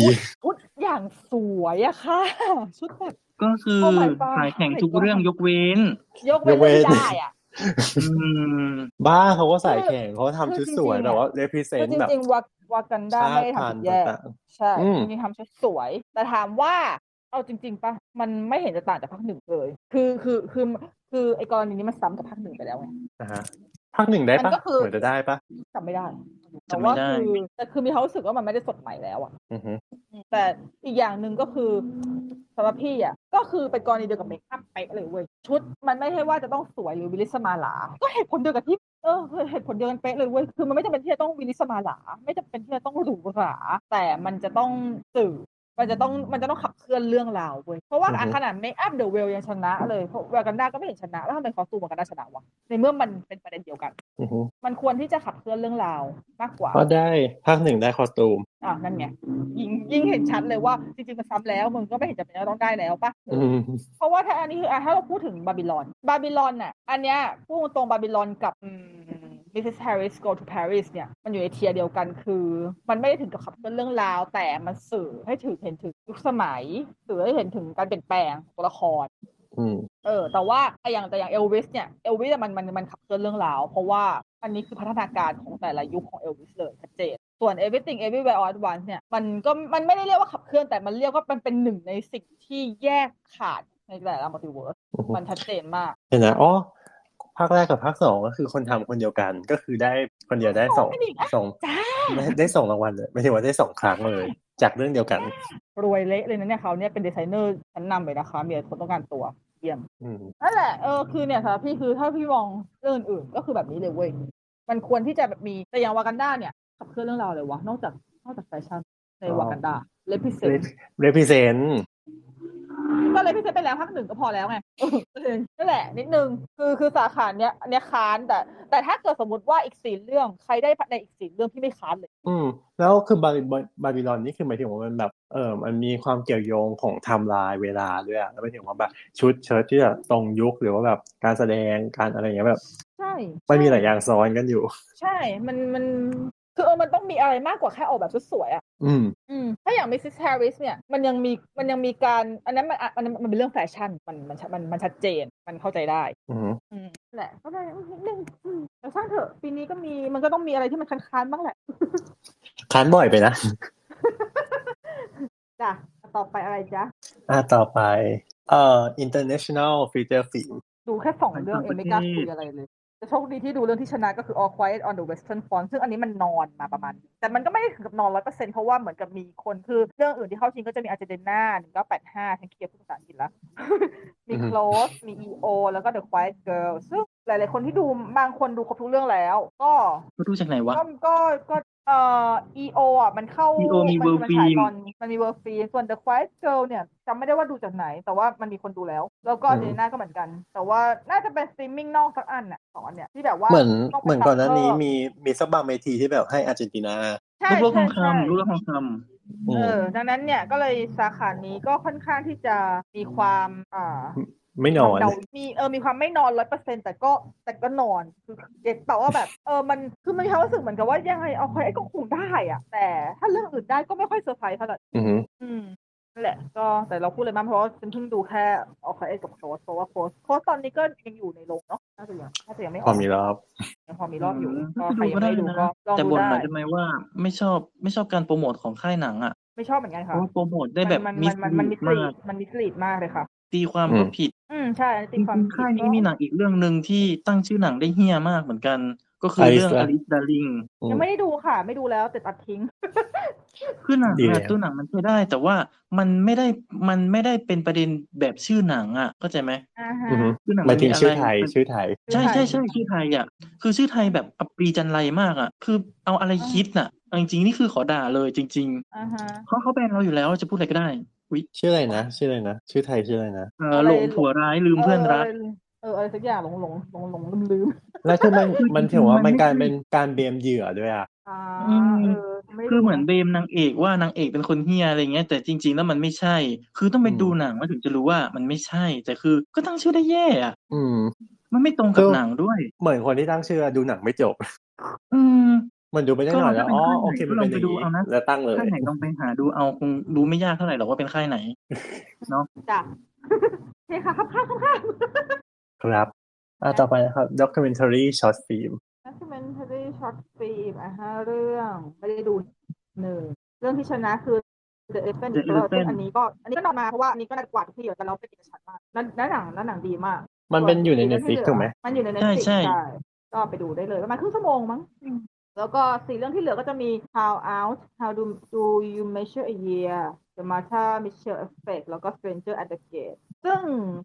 D: ชุดอย่างสวยอะค่ะ <laughs> ชุดแบบ
C: ก็คือ
D: Oh my God
C: สายแข่งทุกเรื่องยกเว้น
D: ยกเว้น
B: ยกเว้น
D: ไม่ได้อะ
C: อืม
B: บ้าเขาก็ใส่แข่งเขาทำชุดสวย
D: คือจริงๆ
B: แบบว่า r e p r e s e
D: คือจ
B: n t แบบ
D: ริงๆวาวากันดา
B: ชา
D: ไม่
B: ติ
D: ได้
B: พั
D: ทำ
B: นธุ์
D: แย่
B: ต่าง
D: ใช่
B: อืม
D: มีทำชุดสวย แต่ถามว่า เอาจริง ๆปะมันไม่เห็นจะต่างจากภาคหนึ่งเลย คือคือคือคือไอ้กรณีนี้มันซ้ำกับภาคหนึ่งไปแล้วไง
B: ๆนะฮะภาคหนึ่งได้
D: มั
B: ปะ
D: นก็คือ
B: เหมือนจะได้ปะ
D: จำไม่ได้
C: จำ
D: แต่
C: ไม่
D: ว่า
C: ได้
D: คือแต่คือมีความรู้สึกว่ามันไม่ได้สดใหม่แล้วอะ
B: อือฮึ
D: แต่อีกอย่างหนึ่งก็คือสำหรับพี่อะก็คือเป็นกรณีเดียวกับเมคอัพเป๊ะเลยเว้ยชุดมันไม่ใช่ว่าจะต้องสวยหรือวิลิสมาหลา ก็เหตุผลเดียวกับที่เออเหตุผลเดียวกันเป๊ะเลยเว้ยคือมันไม่จำเป็นที่จะต้องวิลิสมาหลา ไม่จำเป็นที่จะต้องหรูหราแต่มันจะต้องสื่อ มันจะต้องมันจะต้องขับเคลื่อนเรื่องราวเว้ยเพราะว่าอ่ะขนาดเมคอัพเดอะเวลยังชนะเลยเพราะวากันดาก็ไม่เห็นชนะแล้วทำไมคอสตูมวากันดาชนะวะในเมื่อมันเป็นประเด็นเดียวกัน
B: อือฮึ
D: มันควรที่จะขับเคลื่อนเรื่องราวมากกว่า
B: ก็ได้ภาคหนึ่งได้คอสตูม
D: อ่านั่นไงยิ่งยิ่งเห็นชัดเลยว่าจริงๆมันซ้ำแล้วมึงก็ไม่เห็นจะเป็นว่าต้องได้แล้วปะ
B: อืม
D: เพราะว่าถ้าอันนี้คืออ่ะถ้าเราพูดถึงบาบิลอนบาบิลอนน่ะอันเนี้ยพูดตรงๆบาบิลอนกับอืม Mrs. Harris Go to Paris เนี่ยมันอยู่ในเทียร์เดียวกันคือ มันไม่ได้ถึงกับขับเคลื่อนเรื่องราว แต่มันสื่อให้ถึงเห็นถึงยุคสมัย สื่อให้เห็นถึงการเปลี่ยนแปลงของตัวละคร
B: อืม
D: เออแต่ว่าไออย่างแต่อย่างเอลวิสเนี่ยเอลวิสมันมันมันขับเคลื่อนเรื่องราว เพราะว่าอันนี้คือพัฒนาการของแต่ละยุคของเอลวิสเลยชัดเจน ส่วน everything everywhere all at once เนี่ยมันก็มันไม่ได้เรียกว่าขับเคลื่อนแต่มันเรียกว่ามันเป็นหนึ่งในสิ่งที่แยกขาดในแต่ละมัลติเวิร์ส
B: อือฮึ
D: มันชัดเจนมาก
B: เห็นนะอ๋อภาคแรกกับภาคสองก็คือคนทำคนเดียวกันก็คือได้คนเดียวได้สอง
D: เป็นอีกอ่ะ
B: สอง
D: จ้า
B: ได้ได้ส่งรางวัลเลยไม่ถึงว่าได้สองครั้งเลย จากเรื่องเดียวกัน
D: รวยเละเลยนะเนี่ยเขาเนี่ยเป็นดีไซเนอร์ชั้นนำเลยนะคะมีคนต้องการตัวเยี่ยม
B: อืม
D: นั่นแหละ เออ คือเนี่ยสำหรับพี่คือถ้าพี่มองเรื่องอื่นๆก็คือแบบนี้เลยเว้ย มันควรที่จะแบบมี แต่อย่างวากันดาเนี่ยขับเคลื่อนเรื่องราวเลยวะ นอกจากนอกจากแฟชั่นใน
B: อ๋อ
D: วากันดาเลพิเซน
B: represent
D: ก็เลยพิเศษไปแล้วภาคหนึ่งก็พอแล้วไง <laughs> เออนั่นแหละ นิดนึงคือคือสาขาเนี้ยเนี้ยค้านแต่ แต่ถ้าเกิดสมมติว่าอีกสี่เรื่องใครได้ในอีกสี่เรื่องพี่ไม่ค้านเลย
B: อืม แล้วคือบาบิบาบิลอนนี่คือหมายถึงว่ามันแบบเออมันมีความเกี่ยวโยงของไทม์ไลน์เวลาด้วยอะแล้วหมายถึงว่าแบบชุดเชิ้ตที่แบบตรงยุคหรือว่าแบบการแสดงการอะไรอย่างเงี้ยแบบ
D: ใช่
B: มันมีหลายอย่างซ้อนกันอยู่
D: ใช่ มันมันคือเออมันต้องมีอะไรมากกว่าแค่ออกแบบชุดสวยอะ
B: อืม
D: อืมถ้าอย่าง Mrs. Harris เนี่ยมันยังมีมันยังมีการอันนั้นมันอ่ะอันนั้นมันเป็นเรื่องแฟชั่นมันมันมันมันชัดเจนมันเข้าใจได้
B: อืม
D: นั่นแหละก็เลยนิดนึงอืมแต่ช่างเถอะปีนี้ก็มีมันก็ต้องมีอะไรที่มันคันๆบ้างแหละ
B: ค้านบ่อยไปนะ
D: จ้ะต่อไปอะไรจ๊ะ
B: อ่าต่อไปเอ่อ international feature film
D: ดูแค่สองเรื่องเองไม่กล้าคุยอะไรเลยแต่โชคดีที่ดูเรื่องที่ชนะก็คือ All Quiet on the Western Front ซึ่งอันนี้มันนอนมาประมาณ แต่มันก็ไม่ได้ถึงกับนอนร้อยเปอร์เซ็นต์เพราะว่าเหมือนกับมีคนคือเรื่องอื่นที่เข้าชิงก็จะมีอาร์เจนตินาหนึ่งเก้าแปดห้าทั้งเคียร์ภาษาอังกฤษแล้ว <laughs> มี
B: อือฮึ
D: Close มี EO แล้วก็ The Quiet Girl ซึ่งหลาย ๆ คนที่ดูบางคนดูครบทุกเรื่องแล้ว ก็
C: มาดูจากไหนวะ
D: ก็ก็ก็เอ่อ EO อ่ะมันเข้า
C: EO มี
D: นน
C: World
D: ฉาย
C: Film
D: ตอนมันมี World Film ส่วน The Quiet Girl เนี่ยจำไม่ได้ว่าดูจากไหน แต่ว่ามันมีคนดูแล้ว แล้วก็
B: อืม
D: เจนน่าก็เหมือนกัน แต่ว่าน่าจะเป็นสตรีมมิ่งนอกสักอันน่ะสองอันเนี่ยที่แบบว่า
B: เหมือน
D: ต้องไป
B: เหมือนก่อนหน้านี้
D: ซับเพิ่
B: มีมีสักบางเวทีที่แบบให้อาร์เจนตินา
D: ใช่
C: ลูกโลกท
D: ใช่
C: อง
D: ใช่
C: คำลูกโลกทองค
B: อื
D: เอ
B: ม
D: อดังนั้นเนี่ยก็เลยสาขานี้ก็ค่อนข้างที่จะมีความอ่า
B: ไม่นอน
D: เดามีเออ มีความไม่นอนร้อยเปอร์เซ็นแต่ก็แต่ก็นอนคือเก็ตแต่ว่าแบบ เออ มัน คือมันมีความรู้สึกเหมือนกับว่ายังไงเอาคอยไอ้ก็คงได้อะแต่ถ้าเรื่องอื่นได้ก็ไม่ค่อยเซอร์ไพรส์เท่าไหร่
B: อืม
D: อืมนั่นแหละ ก็แต่เราพูดเลยมั้งเพราะว่าฉันเพิ่งดูแค่เอาคอยไอ้กับโค้ชเพราะว่าโค้ชโค้ชตอนนี้ก็ยังอยู่ในโรงเนาะ น่าจะยัง น่าจะยังไม่อ
B: พอ
D: อก
B: มีรอบ
D: ยังพอมี
C: ำ
D: รอบอยู่ ก็ใคร
C: ดู
D: ยัง
C: ก็
D: ไม่
C: ได้
D: ได้ดู
C: นะ
D: ก็ลอง
C: แต่
D: ดู
C: บ่นหน่
D: ได้
C: อยได้ไหมว่าไม่ชอบไม่ชอบการโปรโมทของค่ายหนังอ่ะ
D: ไม่ชอบเหมือนกันค่ะ
C: เพราะว่าโปรโมทได้แบบ
D: มัน
C: มิส
D: มันมันมันมิสลีดมันมิส
C: มาก
D: ลีดมากเลยค่ะ
C: ตีความก็ผิด
D: อืม ใช่อันนี้ตี
C: จริ
D: ความ
C: งๆค่ายนี้มีหนังอีกเรื่องหนึ่งที่ตั้งชื่อหนังได้เฮี้ยมากเหมือนกัน ก็คือเรื่องอลิสดาริง
B: อื
D: ยั
B: ม
D: งไม่ได้ดูค่ะ ไม่ดูแล้วแต่ตัดทิ้ง
C: คือหนัง
B: ดีแล้
C: อะ
B: ว
C: ตัวหนังมันใช้ได้ แต่ว่ามันไม่ได้มันไม่ได้เป็นประเด็นแบบชื่อหนังอ่ะเข้าใจไหม
D: อ่าฮะ
B: อืม
C: คือหนัง
B: หมายถึงชื่อ
C: นะ
B: ไทย
C: มัน
B: ชื่อไทย
C: ใช่ใช่ใช่ชื่อไทยอ่ะคือชื่อไทยแบบอปรีจันไรมากอ่ะ คือเอาอะไร
D: อ่า
C: คิดน่ะเอาจริงๆนี่คือขอด่าเลยจริง
D: อ่าฮะ
C: ๆเขาเขาแบนเราอยู่แล้วจะพูดอะไรก็ได้วิ
B: ชื่ออะไรนะ ชื่ออะไรนะ ชื่อไทยชื่ออะไรนะ
C: เออ
D: อะไร
C: หลงผัวร้ายลืมเพื่อนรัก
D: เอออะไรสักอย่างหลงหลงหลงหลงลืมลืม
B: แล้วคือมัน
C: คือ
B: มัน
C: จริงๆ
B: ถือว่า
C: มั
B: มัน น
C: ไม่
B: กลาร
C: ใช่
B: เป็นการเบมเหยื่อด้วยอ่ะ
D: อ่าเออไได้
C: คือเหมือนเบมนางเอกว่านางเอกเป็นคนเฮียอะไรเงี้ยแต่จริง ๆ แล้วมันไม่ใช่ คือต้องไป
B: อืม
C: ดูหนังแล้วถึงจะรู้ว่ามันไม่ใช่ แต่คือก็ตั้งชื่อได้แย่อ่ะ
B: อืม
C: มันไม่ตรงกั
B: คื
C: บ
B: อ
C: หนังด้วย
B: เหมือนคนที่ตั้งชื่อดูหนังไม่จบ
C: อืม
B: มันดูไปได้หน่อย
C: ก็
B: แล้ว
C: มัน
B: อ๋อ
C: ก็
B: โอเคมันเป็นอย่างนี้
C: ลองไปดูเอานะ
B: แล้วตั้งเลย
C: ค่ายไหนลองไปหาดูเอาคงรู้ไม่ยากเท่าไหร่หรอกว่าเป็นค่ายไหน
D: จ้ะเฮ้ยค่ะครับข้ามข้ามข้าม
B: ครับ อ่าต่อไปนะครับ documentary short film
D: นักเมนทารีช็อตฟิล์มอ่ะฮะเรื่องไม่ได้ดูหนึ่งเรื่องที่ชนะคือ The Elephant
C: The
D: in the Room ซึ่ง
C: Elephant
D: อันนี้ก็อันนี้ก็นอนมาเพราะว่าอันนี้ก็น่ากวาดที่เดียวแต่เราเป็นเอกฉันท์มากนั่นนั่นหนังนั่นหนังดีมาก
B: มันเป็นอยู่ใน
D: ส่ว
B: Netflix
D: เรื่
B: ถู
D: ง
B: กไหม
D: เลือมันอยู่ใน
C: ใช่
D: Netflix
C: ใช่
D: ก็ไปดูได้เลยประมาณครึ่งชั่วโมงมั้งอืมแล้วก็สี่เรื่องที่เหลือก็จะมี How Out How Do Do You Measure a Year The Martha Mitchell Effect แล้วก็ Stranger at the Gate ซึ่ง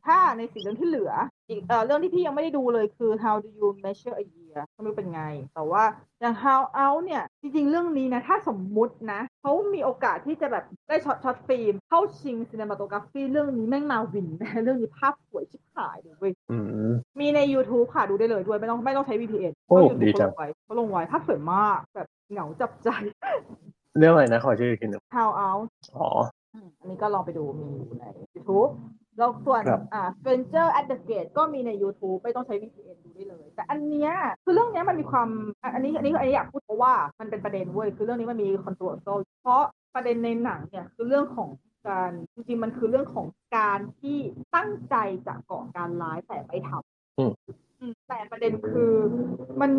D: ถ้าในสี่เรื่องที่เหลืออีกเอ่อเรื่องที่พี่ยังไม่ได้ดูเลยคือ How Do You Measure a Year ก็ไม่รู้เป็นไง แต่ว่าอย่าง How Out เนี่ย จริงๆ เรื่องนี้นะ ถ้าสมมุตินะ เขามีโอกาสที่จะแบบได้ช็อตช็อตฟิล์มเข้าชิง cinematography เรื่องนี้แม่งมาวินแน่เรื่องนี้ภาพสวยชิบหายเลยเว้ย
B: อืม
D: มีใน YouTube ค่ะ ดูได้เลยด้วยไม่ต้องไม่ต้องใช้ VPN
B: โอ้
D: เพราะ YouTube
B: ดีจัง
D: เขาลไว้เขาลงไว้ภาพสวยมากแบบเหงาจับ <laughs> ใจ
B: เรื่องอะไรนะขอชื่ออีกทีหนึ่ง
D: How Out
B: อ๋อ
D: อืมอันนี้ก็ลองไปดูมีอยู่ใน YouTube แล้วส่วน
B: ครับ
D: อ่า Stranger at the Gate ก็มีใน YouTube ไม่ต้องใช้ VPN ดูได้เลย แต่อันเนี้ยคือเรื่องเนี้ยมันมีความอ่ะอันนี้อันนี้อันนี้อยากพูดเพราะว่ามันเป็นประเด็นเว้ยคือเรื่องนี้มันมีคอนโทรเวอร์เพราะประเด็นในหนังเนี่ยคือเรื่องของการจริงๆมันคือเรื่องของการที่ตั้งใจจะก่อการร้ายแต่ไม่ทำ อืมแต่ประเด็นคือมัน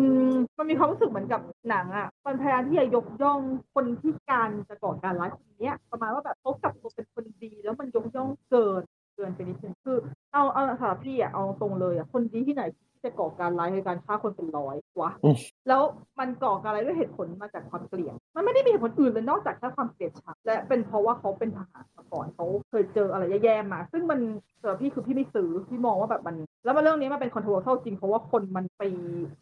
D: มันมีความรู้สึกเหมือนกับหนังอ่ะมันพยายามที่จะยกย่องคนที่การจะก่อการร้ายคนเนี้ย ประมาณว่าแบบเขากลับตัวเป็นคนดีแล้วมันยกย่องเกินเกินไปนิดนึงคือ เอาเอาสำหรับพี่อ่ะเอาตรงเลยอ่ะคนดีที่ไหนที่จะก่อการร้ายในการฆ่าคนเป็นร้อยวะ
B: อืม
D: แล้วมันก่อการร้ายด้วยเหตุผลมาจากความเกลียดมันไม่ได้มีเหตุผลอื่นเลยนอกจากแค่ความเกลียดชังและเป็นเพราะว่าเขาเป็นทหารมาก่อนเขาเคยเจออะไรแย่ๆมา ซึ่งมันสำหรับพี่คือพี่ไม่ซื้อพี่มองว่าแบบมัน แล้วมาเรื่องนี้มันเป็นคอนโทรเข้าจริงเพราะว่าคนมันไป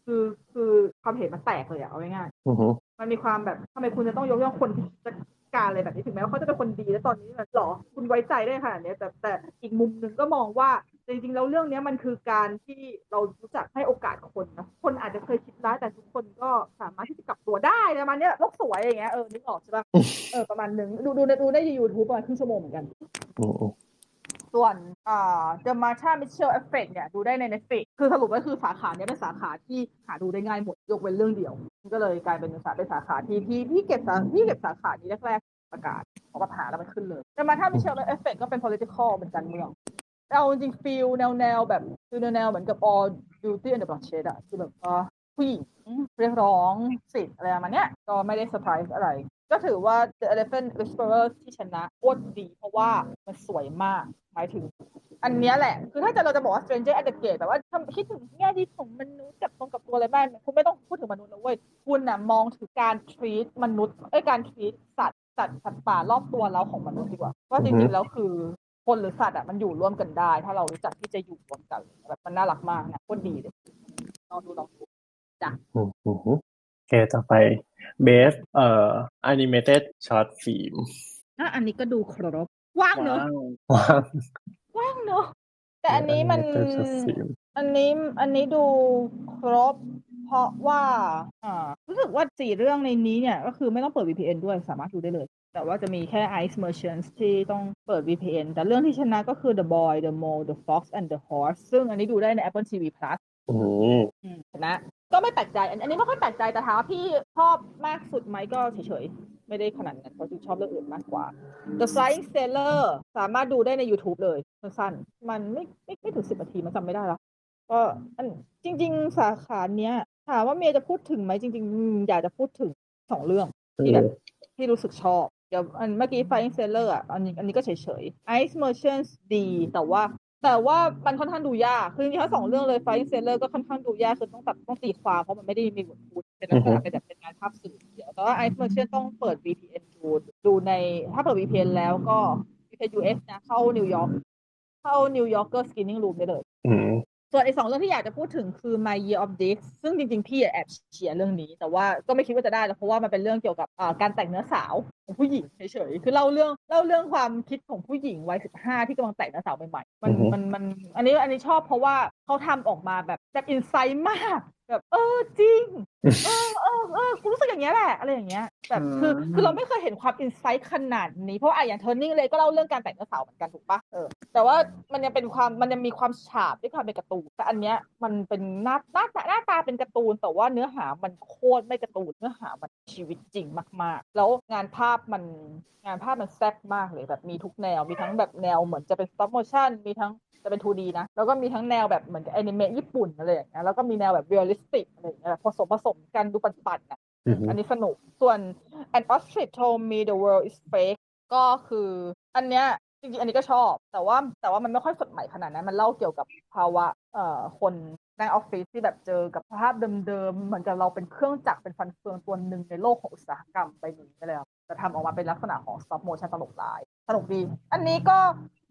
D: คือคือความเห็นมันแตกเลยอะเอาง่าย
B: อือหือ
D: ๆมันมีความแบบทำไมคุณจะต้องยกย่องคนที่จะ การอะไรแบบนี้ถึงแม้ว่าเขาจะเป็นคนดีแล้วตอนนี้มันหรอคุณไว้ใจได้ขนาดเนี้ยแต่แต่อีกมุมหนึ่งก็มองว่าจริงๆแล้วเรื่องเนี้ยมันคือการที่เรารู้จักให้โอกาสคนนะคนอาจจะเคยคิดร้ายแต่ทุกคนก็สามารถที่จะกลับตัวได้ประมาณเนี้ยโลกสวยอย่างเงี้ยเออนึกออกใช่ปะเออประมาณหนึ่งดูดูดูได้ยูทูบประมาณครึ่งชั่วโมงเหมือนกัน
B: โอ้โอ้
D: ส่วนอ่า The Marsha Mitchell Effect เนี่ย ดูได้ใน Netflix คือสรุปก็คือสาขาเนี้ยเป็นสาขาที่หาดูได้ง่ายหมด ยกเว้นเรื่องเดียว ก็เลยกลายเป็นสาขาเป็นสาขาที่ที่ที่เก็บสาที่เก็บสาขานี้แรกๆประกาศออกมาหาแล้วมันขึ้นเลย The Marsha Mitchell Effect ก็เป็น political เป็นการเมืองแต่เอาจริงๆฟิลแนวแนวๆแบบฟิลแนวแนวๆเหมือนกับ All Beauty and the Bloodshed อะคือแบบว่าผู้หญิงเรียกร้องสิทธิ์อะไรประมาณเนี้ยก็ไม่ได้เซอร์ไพรส์อะไร ก็ถือว่า The Elephant Whisperer ที่ชนะโคตรดี เพราะว่ามันสวยมาก หมายถึง อันเนี้ยแหละ คือถ้าจะเราจะบอกว่า Stranger at the Gate แบบว่าทำคิดถึงแง่ดีของมนุษย์กับตรงกับตัวอะไรบ้างคุณไม่ต้องพูดถึงมนุษย์นะเว้ย คุณน่ะมองถึงการ treat มนุษย์เอ้ยการ treat สัตว์สัตว์สัตว์ป่ารอบตัวเราของมนุษย์ดีกว่าว่าจริงๆแล้วคือคนหรือสัตว์อ่ะมันอยู่ร่วมกันได้ ถ้าเรารู้จักที่จะอยู่ร่วมกันแบบมันน่ารักมากนะโคตรดีเลยลองดูลองดู
B: อืมอืมอืมโอเคต่อไป Best เอ่อ Animated Short Film
D: อ่ะอันนี้ก็ดูครบว่างเนอะ
B: ว้า
C: ว้าว
B: ว
D: ว่างเนอะแต่อันนี้มัน
B: เออ Animated Short Film
D: อันนี้อันนี้ดูครบ เพราะว่าอ่ารู้สึกว่าสี่เรื่องในนี้เนี่ย ก็คือไม่ต้องเปิด VPN ด้วยสามารถดูได้เลย แต่ว่าจะมีแค่ Ice Merchants ที่ต้องเปิด VPN แต่เรื่องที่ชนะก็คือ The Boy The Mole The Fox and The Horse ซึ่งอันนี้ดูได้ใน Apple TV Plus
B: อืม
D: อืมชนะ ก็ไม่แปลกใจอันอันนี้ไม่ค่อยแปลกใจแต่ถามว่าพี่ชอบมากสุดไหมก็เฉยๆ ไม่ได้ขนาดนั้นเพราะพี่ชอบเรื่องอื่นมากกว่า The Science Sailor สามารถดูได้ใน YouTube เลยสั้นๆมันไม่ไม่ไม่ถึงสิบนาทีมันจำไม่ได้ละก็อันจริง ๆ สาขาเนี้ยถามว่าเมย์จะพูดถึงไหมจริงๆอืมอยากจะพูดถึงสองเรื่อง
B: เออ
D: ที่รู้สึกชอบ เดี๋ยวอันเมื่อกี้ Flying Sailor อ่ะอันนี้อันนี้ก็เฉยๆ Ice Merchants ดี แต่ว่า แต่ว่ามันค่อนข้างดูยาก คือจริงๆทั้งสองเรื่องเลย Flying Sailor ก็ค่อนข้างดูยาก คือต้องตัดต้องตีความ เพราะมันไม่ได้มีบทพูดเป็นลักษ
B: อือ
D: ณะ
B: ฮึ
D: เป็นแบบเป็นงานภาพสื่ออย่างเดียวแต่ว่า Ice Merchant ต้องเปิด VPN ดูดูในถ้าเปิด VPN แล้วก็ VPN US นะเข้านิวยอร์กเข้านิวยอร์กเกอร์สกินนิ่งรูมได้เลย
B: อืม
D: ส่วนไอ้สองเรื่องที่อยากจะพูดถึงคือ My Year of Dicks ซึ่งจริงๆ พี่อะแอบเชียร์เรื่องนี้ แต่ว่าก็ไม่คิดว่าจะได้หรอกเพราะว่ามันเป็นเรื่องเกี่ยวกับอ่าการแต่งเนื้อสาวของผู้หญิงเฉยๆ คือเล่าเรื่องเล่าเรื่องความคิดของผู้หญิงวัยสิบห้าที่กำลังแต่งเนื้อสาวใหม่ๆ มันมันมันอันนี้อันนี้ชอบเพราะว่าเขาทำออกมาแบบแบบอินไซต์มากแบบเออจริง เออเออเออกูรู้สึกอย่างเงี้ยแหละอะไรอย่างเงี้ยแบบคือคือเราไม่เคยเห็นความอินไซต์ขนาดนี้เพราะว่าอะอย่างเทอร์นิ่งเลยก็เล่าเรื่องการแต่งเนื้อสาวเหมือนกันถูกปะเออแต่ว่ามันยังเป็นความมันยังมีความฉาบด้วยความเป็นการ์ตูนแต่อันเนี้ยมันเป็นหน้าหน้าตาหน้าตาเป็นการ์ตูน แต่ว่าเนื้อหามันโคตรไม่การ์ตูนเนื้อหามันชีวิตจริงมาก ๆ แล้วงานภาพมันงานภาพมันแซ่บมากเลยแบบมีทุกแนวมีทั้งแบบแนวเหมือนจะเป็นสต็อปโมชั่นมีทั้ง จะเป็น 2D นะ แล้วก็มีทั้งแนวแบบเหมือนกับแอนิเมะญี่ปุ่นอะไรอย่างเงี้ย แล้วก็มีแนวแบบเรียลลิสติกอะไรอย่างเงี้ยแบบผสมผสมกันดูปั่นๆนะ
B: อืม
D: อันนี้สนุก ส่วน an ostrich told me the world is fake ก็คืออันเนี้ยจริงๆ อันนี้ก็ชอบ แต่ว่าแต่ว่ามันไม่ค่อยสดใหม่ขนาดนั้น มันเล่าเกี่ยวกับภาวะเอ่อคนในออฟฟิศที่แบบเจอกับสภาพเดิมๆ เหมือนกับเราเป็นเครื่องจักรเป็นฟันเฟืองตัวหนึ่งในโลกของอุตสาหกรรมไปหนึ่งไปแล้วจะทำออกมาเป็นลักษณะของ stop motion ตลกหลาย สนุกดี อันนี้ก็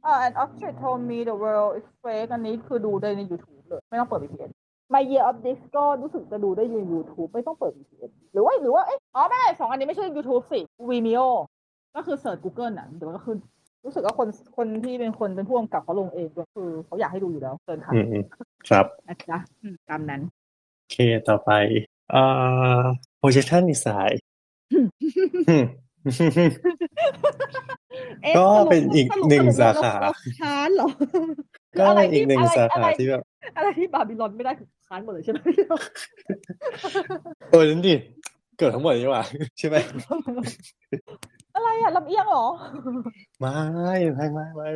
D: เอ่อ an ostrich told me the world is fake อันนี้คือดูได้ใน YouTube เลย ไม่ต้องเปิด VPN My Year of Dicks ก็รู้สึกจะดูได้ใน YouTube ไม่ต้องเปิด VPN หรือว่าหรือว่า เอ๊ะอ๋อไม่ได้สองอันนี้ไม่ใช่ YouTube สิ Vimeo ก็คือเสิร์ช Google อ่ะเดี๋ยวมันก็ขึ้น รู้สึกว่าคนคนที่เป็นคนเป็นผู้กำกับเขาลงเองก็คือเขาอยากให้ดูอยู่แล้วเกินค่ะ
B: อืมอืมครับ
D: นะจ๊ะอืมตามนั้น
B: โอเคต่อไปเอ่อ position design
D: เอ๊ะ
B: ก็เป็นอีก
D: สรุป
B: หนึ่ง
D: รุป
B: สาขา
D: เรค้านเหรอ
B: ก็เป็นอีกหนึ่งสาขาที่แบบ
D: อะไรที่บาบิลอนไม่ได้คือค้านหมดเลยใช่ไหม
B: เออนั่นดิเกิดทั้งหมดนี่หว่า ใช่ไหม
D: อะไรอ่ะลำเอียงเหรอ
B: ไม่ไม่ไม่ไม่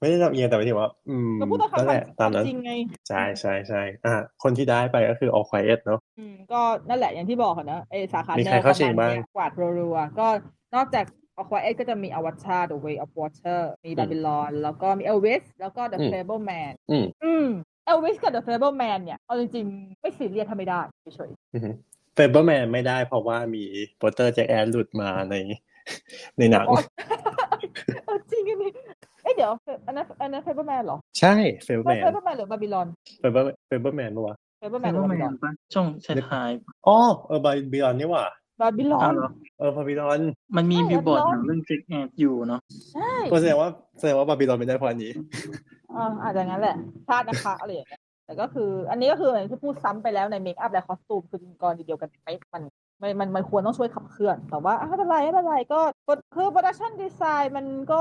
B: ไม่ได้ลำเอียงแต่หมายถึงว่า อืม
D: เราพูดตามค
B: นั่นแหละตาม
D: วาม
B: นั้น
D: จริงไง
B: ใช่ใช่ใช่อ่ะคนที่ได้ไปก็คือ all quiet เนอะ
D: อืมก็นั่นแหละอย่างที่บอกอะนะไอสาขา
B: มีใคร
D: แนว
B: เข้าชิง
D: ประม
B: บ้าง
D: ณเนี้ยกวาดรัวๆก็นอกจากอควาเอ็ก็จะมีอวัตชา The Way of Water มีบาบิลอนแล้วก็มีเอลวิสแล้วก็ The Fableman
B: อืม
D: อืมเอลวิสกับ The Fableman เนี่ย เอาจริงๆ ไม่สีเรียสทำไม่ได้เฉย
B: เฟเบอร์แมนไม่ได้เพราะว่ามีโปสเตอร์แจ็คแอนหลุดมาใน ในหนัง
D: ๆอ๋อ <laughs> เออจริงอันนี้เอ้ยเดี๋ยวอันนั้นอันนั้น Fableman เหรอ
B: ใช่เฟเบอร์แมน
D: Fableman หรือบาบิลอน
B: เฟเบอร์เฟเบอร์แมนปะวะ
D: Fableman หรื
C: แล้
D: อ
C: ว
D: บา
C: มั
D: บิลอน
C: นปะช่องแชทไฮ
B: อ๋อเออบายบิออนนี่หว่า
D: บาบิลอ
C: อ้าวน เหรอ
B: เออพาบิลอน
C: มันมี
D: ใช่
C: บิลบอร์ด
D: ร้อน
C: หนังเรื่องเจ็กแอดอยู่เนาะ
D: ใช่
B: ก็แสดงว่าแสดงว่าบาบิลอนไม่ได้เพราะอันนี้
D: อ่าอาจจะงั้นแหละพลาดนะคะอะไรอย่างเงี้ยแต่ก็คือ อันนี้ก็คือเหมือนที่พูดซ้ำไปแล้วในเมคอัพและคอสตูมคือกรณีเดียวกันไปะมันมันมันมันควรต้องช่วยขับเคลื่อน แต่ว่าอ่ะไม่เป็นไรไม่เป็นไรก็ก็คือโปรดักชันดีไซน์มันก็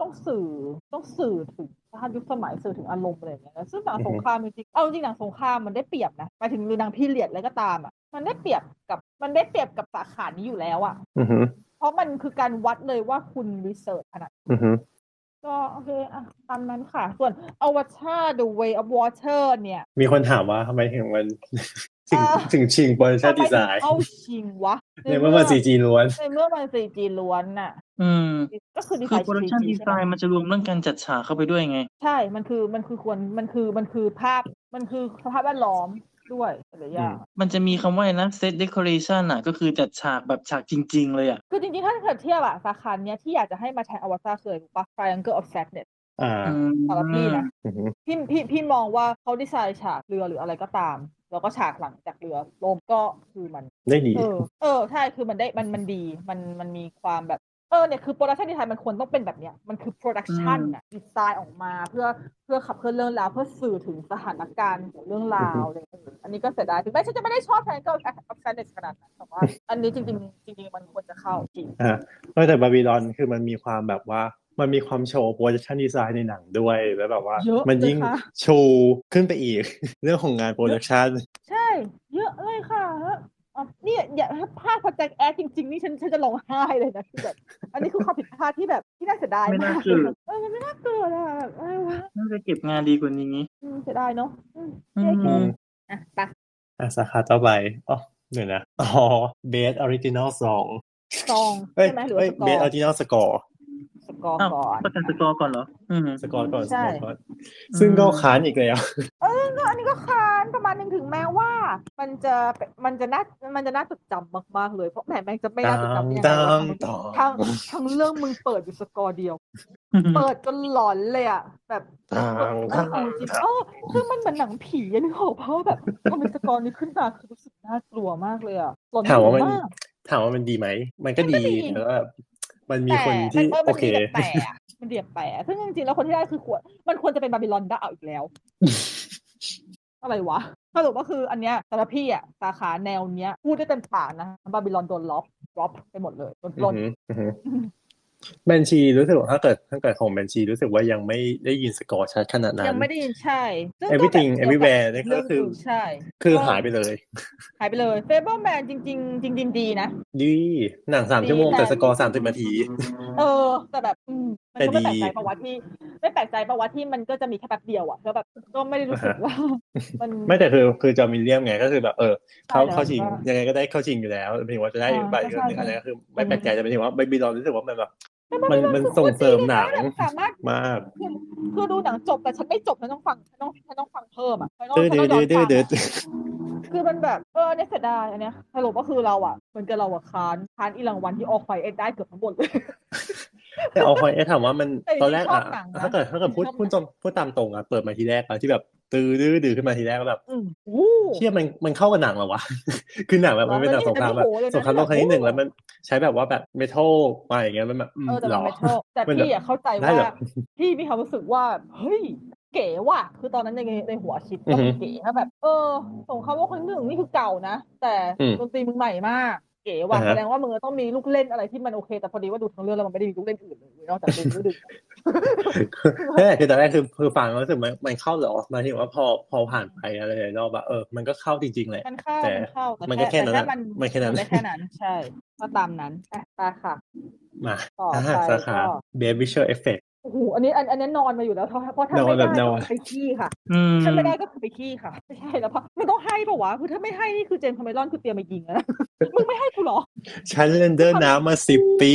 D: ต้องสื่อต้องสื่อถึงภาพยุคสมัยสื่อถึงอารมณ์อะไรอย่างเงี้ยซึ่งหนัง
B: อือฮึ
D: สงครามจริงๆเอาจริงๆหนังสงครามมันได้เปรียบนะหมายถึงหรือหนังพีเรียดอะไรก็ตามอ่ะมันได้เปรียบกับมันได้เปรียบกับสาขานี้อยู่แล้วอ่ะ
B: อือหือ
D: เพราะมันคือการวัดเลยว่าคุณรีเสิร์ชขนาด
B: อือหือ
D: ก็โอเคอ่ะตามนั้นค่ะ ส่วนอวตาร The Way of Water เนี่ย
B: มีคนถามว่าทำไมถึงมัน ถึง
D: เออ
B: <laughs> ถึงชิงโปรดักชั่นดีไซน์
D: ทำมถึงเข้าชิงวะ
B: ในเมื่อมัน 4G ล้วน
D: ในเมื่อมัน 4G ล้วนน่ะ
C: อืม
D: ก็คือดีไซ
C: คือ
D: น์
C: โปรดักชัน
D: 4G
C: ดีไซ
D: ใช่ไหม
C: น์มันจะรวมเรื่องการจัดฉากเข้าไปด้วยไง
D: ใช่ มันคือมันคือควรมันคือมันคือภาพมันคือสภาพแวดล้อมด้วยหลายอย่าง
C: มันจะมีคำว่าอะไรนะเซตเดคอเรชันอ่ะ ก็คือจัดฉากแบบฉากจริง ๆ เลยอ่ะ
D: คือจริงๆ ถ้าเกิดเทียบอะสาขาเนี้ยที่อยากจะให้มาแทนอวตารคืออะไรรู้ปะ Triangle of Sadness
B: อ่า
C: อืม
D: สำหรับพี่นะ
B: อือหือ
D: พี่พี่พี่มองว่าเขาดีไซน์ฉากเรือหรืออะไรก็ตาม แล้วก็ฉากหลังจากเรือล่มก็คือมัน
B: ได้ดี
D: เออ เออ ใช่ คือมันได้ มัน มันดี มัน มันมีความแบบ เออ เนี่ย คือโปรดักชันดีไซน์มันควรต้องเป็นแบบเนี้ย มันคือโปรดักชันอะดีไซน์ออกมาเพื่อ เพื่อขับเคลื่อนเรื่องราว เพื่อสื่อถึงสถานการณ์ของเรื่องราวอะไรอย่างเงี้ยอันนี้ก็เสียดายถึงแม้ฉันจะไม่ได้ชอบแทนก็แอคชั่นเด็ดขนาดนั้น แต่ว่า อันนี้จริงๆ จริงๆ มันควรจะเข้าจริง
B: อ่ะนอกจากบาบิลอนคือมันมีความแบบว่า มันมีความโชว์โปรดักชันดีไซน์ในหนังด้วย แล้วแบบว่า
D: เยอะ
B: มันยิ่ง
D: เลยค่ะ
B: ชูขึ้นไปอีก <laughs> เรื่องของงานโปรดักชัน
D: ใช่ เยอะเลยค่ะอ่ะเนี่ยอย่าถ้าพลาดพอแจ็คแอดจริงๆ นี่ฉันฉันจะร้องไห้เลยนะคือแบบ อันนี้คือความผิดพลาดที่แบบที่น่าเสียดาย
C: ไม่น่าม
D: าก
C: เกิด
D: เออ มันไม่น่าเกิดอะแบบอะไรวะ
C: น่าจะเก็บงานดีกว่านี้
D: อืมเสียดายเนาะอืม
C: อืม
D: อืมอ่ะไปะ
B: อ่ะสาขาต่อไปอ๋อเดี๋ยวนะอ๋อเบสออริจินอลสอง
D: ซอง
B: เอ้ย
D: ใช่ไหมหรือว่า
B: เอ้ย
D: สกอ
B: เบสออ
D: ร์
B: ริจินอลสกอร์
D: สกอร์
C: อ้าว
D: ก่อน
C: ประกาศสกอร์ก่อนเหรอ อืม
B: สกอร์ก่อนส
D: ใช่
B: กอร์ก่อน ซึ่งก็ค้านอีกแล้ว <laughs>
D: เออก็อันนี้ก็คานประมาณหนึงถึงแม้ว่า มันจะเป็นมันจะน่ามันจะน่าจดจำมากๆเลยเพราะแหมแม่งจะไม่น่าจดจำได้ยังไงวะ
B: ดังต่อ
D: ทั้งทั้งเรื่องมึงเปิดอยู่สกอร์เดียว เปิดจนหลอนเลยอ่ะแบบ
B: ต่าง
D: เปิดเออของจริงเออคือมันเหมือนหนังผีอะนึกออกเพราะแบบพอเป็นสกอร์นี้ขึ้นมาคือรู้สึกน่ากลัวมากเลยอ่ะหลอน
B: ถามว่ามัน
D: มาก
B: ถามว่ามันดีไหม มันก็
D: มันก็
B: ดี
D: ดี
B: แต่ว่ามันมีคนที่
D: แต่
B: โอเค
D: มันมันดียบแปะมันเดียบแปะซึ่งจริงๆแล้วคนที่ได้คือควรมันควรจะเป็นบาบิลอนได้เอาอีกแล้ว <laughs> อะไรวะสรุปก็คืออันเนี้ยสำหรับพี่อ่ะสาขาแนวเนี้ยพูดได้เต็มปากนะบาบิลอนโดนล็อกล็อกไปหมดเลยโดนปล้น
B: แบนชีรู้สึกว่าถ้าเกิดถ้าเกิดของแบนชีรู้สึกว่ายังไม่ได้ยินสกอร์ชัดขนาดนั้น
D: ยังไม่ได้ยินใช่ซึ่งก็แบบ
B: everything
D: เกี่ยวกับ
B: everywhere นี่
D: เรื่
B: ก็
D: ง
B: คือ
D: นใช่
B: คือหายไปเลย
D: หายไปเลยเฟเบอร์แมนจริง ๆ จริง ๆ ดีนะ
B: ดีหนังสามชั่วโมง
D: ดีแต่
B: แต่สกอร์สามสิบนาที
D: เออ แต่แบบอืมมันก็
B: แต่
D: ไม่แปลก
B: ดี
D: ใจประวัติที่ ไม่แปลกใจประวัติที่มันก็จะมีแค่แป๊บเดียวอ่ะก็แบบก็ไม่ได้รู้สึกว่า มัน
B: ไม่แต่คือคือจอมิเลียมไงก็คือแบบเออเขา
D: ใช่แล้ว
B: เข้าชิง
D: ก็
B: ยังไงก็ได้เข้าชิงอยู่แล้วหมายถึงว่าจะได้
D: อ่า
B: บัตรอีก
D: ใช่ใช่
B: เรื่องหนึงอันนี้นก็คือไม่แปลกใจแต่หมายถึงว่าไบบิลอนรู้สึกว่ามันแบบ
D: แต่
B: มันมันส่งเสริมหนัง
D: สามารถ
B: มาก
D: คือคือดูหนังจบแต่ฉันไม่จบฉันต้องฟังฉันต้องฉันต้องฟังเพิ่มอ่ะฉันต้อง
B: เดือ
D: ฉัน
B: เดื
D: ต้
B: อ
D: องย้อนฟั
B: เดือง เดือ
D: อะคือมันแบบเออเนี่ยเสียดายอันเนี้ยสรุปก็คือเราอ่ะเหมือนกับเราอ่ะค้านค้านอีรางวัลที่ออกไฟเอ็ดได้เกือบทั้งหมดเลย
B: แต่เอาคอยเอถามว่ามัน
D: แต่จริงๆ
B: ตอนแรก
D: ชอ
B: อะ
D: บหนังนะ
B: ถ้าเกิดถ้าเกิดพูด
D: ชอบหนัง
B: พูดตรงพูดตามตรงอะเปิดมาทีแรกอะที่แบบตื้อดื้อดื้อขึ้นมาทีแรกก็แบบ
D: อืมอู้
B: เชี่ยมันมันเข้ากับหนังเหรอวะ <laughs> คือหนังแบบมันเป็นหนังสงครามแบบสงครามโลกครั้งที่หนึ่งแล้วมันใช้แบบว่าแบบเมทัลมาอย่างเงี้ยมันแบบอืม
D: เออแต่
B: เหร
D: มัน
B: อ
D: ไม่ชอบแต่
B: มันแบบ
D: พี่อ่ะเข้าใจ
B: ได้
D: ว่า
B: เหรอ
D: พี่มีความรู้สึกว่าเฮ้ยเก๋ว่ะคือตอนนั้นในในหัวคิด
B: อือ
D: ว่า
B: ฮึ
D: เก๋นะแบบ เออส่งคำว่าคนหนึ่งนี่คือเก่านะแต่
B: อืม
D: ดนตรีมึงใหม่มาก เก๋ว่ะ
B: อ่าฮะ
D: แสดงว่ามึงต้องมีลูกเล่นอะไรที่มันโอเค แต่พอดีว่าดูทั้งเรื่องแล้วมันไม่ได้มีลูกเล่นอื่นเลยนอกจากดูดูดึง
B: นั่นแหละคือตอนแรกคือคือฟังแล้วรู้สึกมันมันเข้าเหรอหมายถึงว่าพอพอผ่านไปอะไรหลายรอบอะเออมันก็เข้าจริงๆแหละ
D: มันเข้า
B: แต่
D: มันเข้า
B: มันก็
D: ต่
B: แค่นั้น
D: ต่
B: อะมันแค่นั้น
D: ได้แค่นั้นใช่ก็ตามนั้นอ่ะตาค่ะ
B: มา
D: ต่อไป
B: อ่า <laughs> สาขา
D: ก็
B: เบสวิชวลเอฟเฟก
D: โอ้โหอันนี้อันอันนี้นอนมาอยู่แล้วเพราะเพราะถ้าน
B: อน
D: ไม่ได้
B: แบบนอน
D: ก็ไปขี้ค่ะ
C: อืม
D: ถ้าไม่ได้ก็คือไปขี้ค่ะ <laughs> ไม่ใช่แล้วเพราะมันต้องให้ปะวะคือถ้าไม่ให้นี่คือเจมส์คาเมรอนคือเตรียมมายิงแล้วนะ <laughs> มึงไม่ให้กูเหรอ
B: ฉันเรนเดอร์น้ำมาสิบปี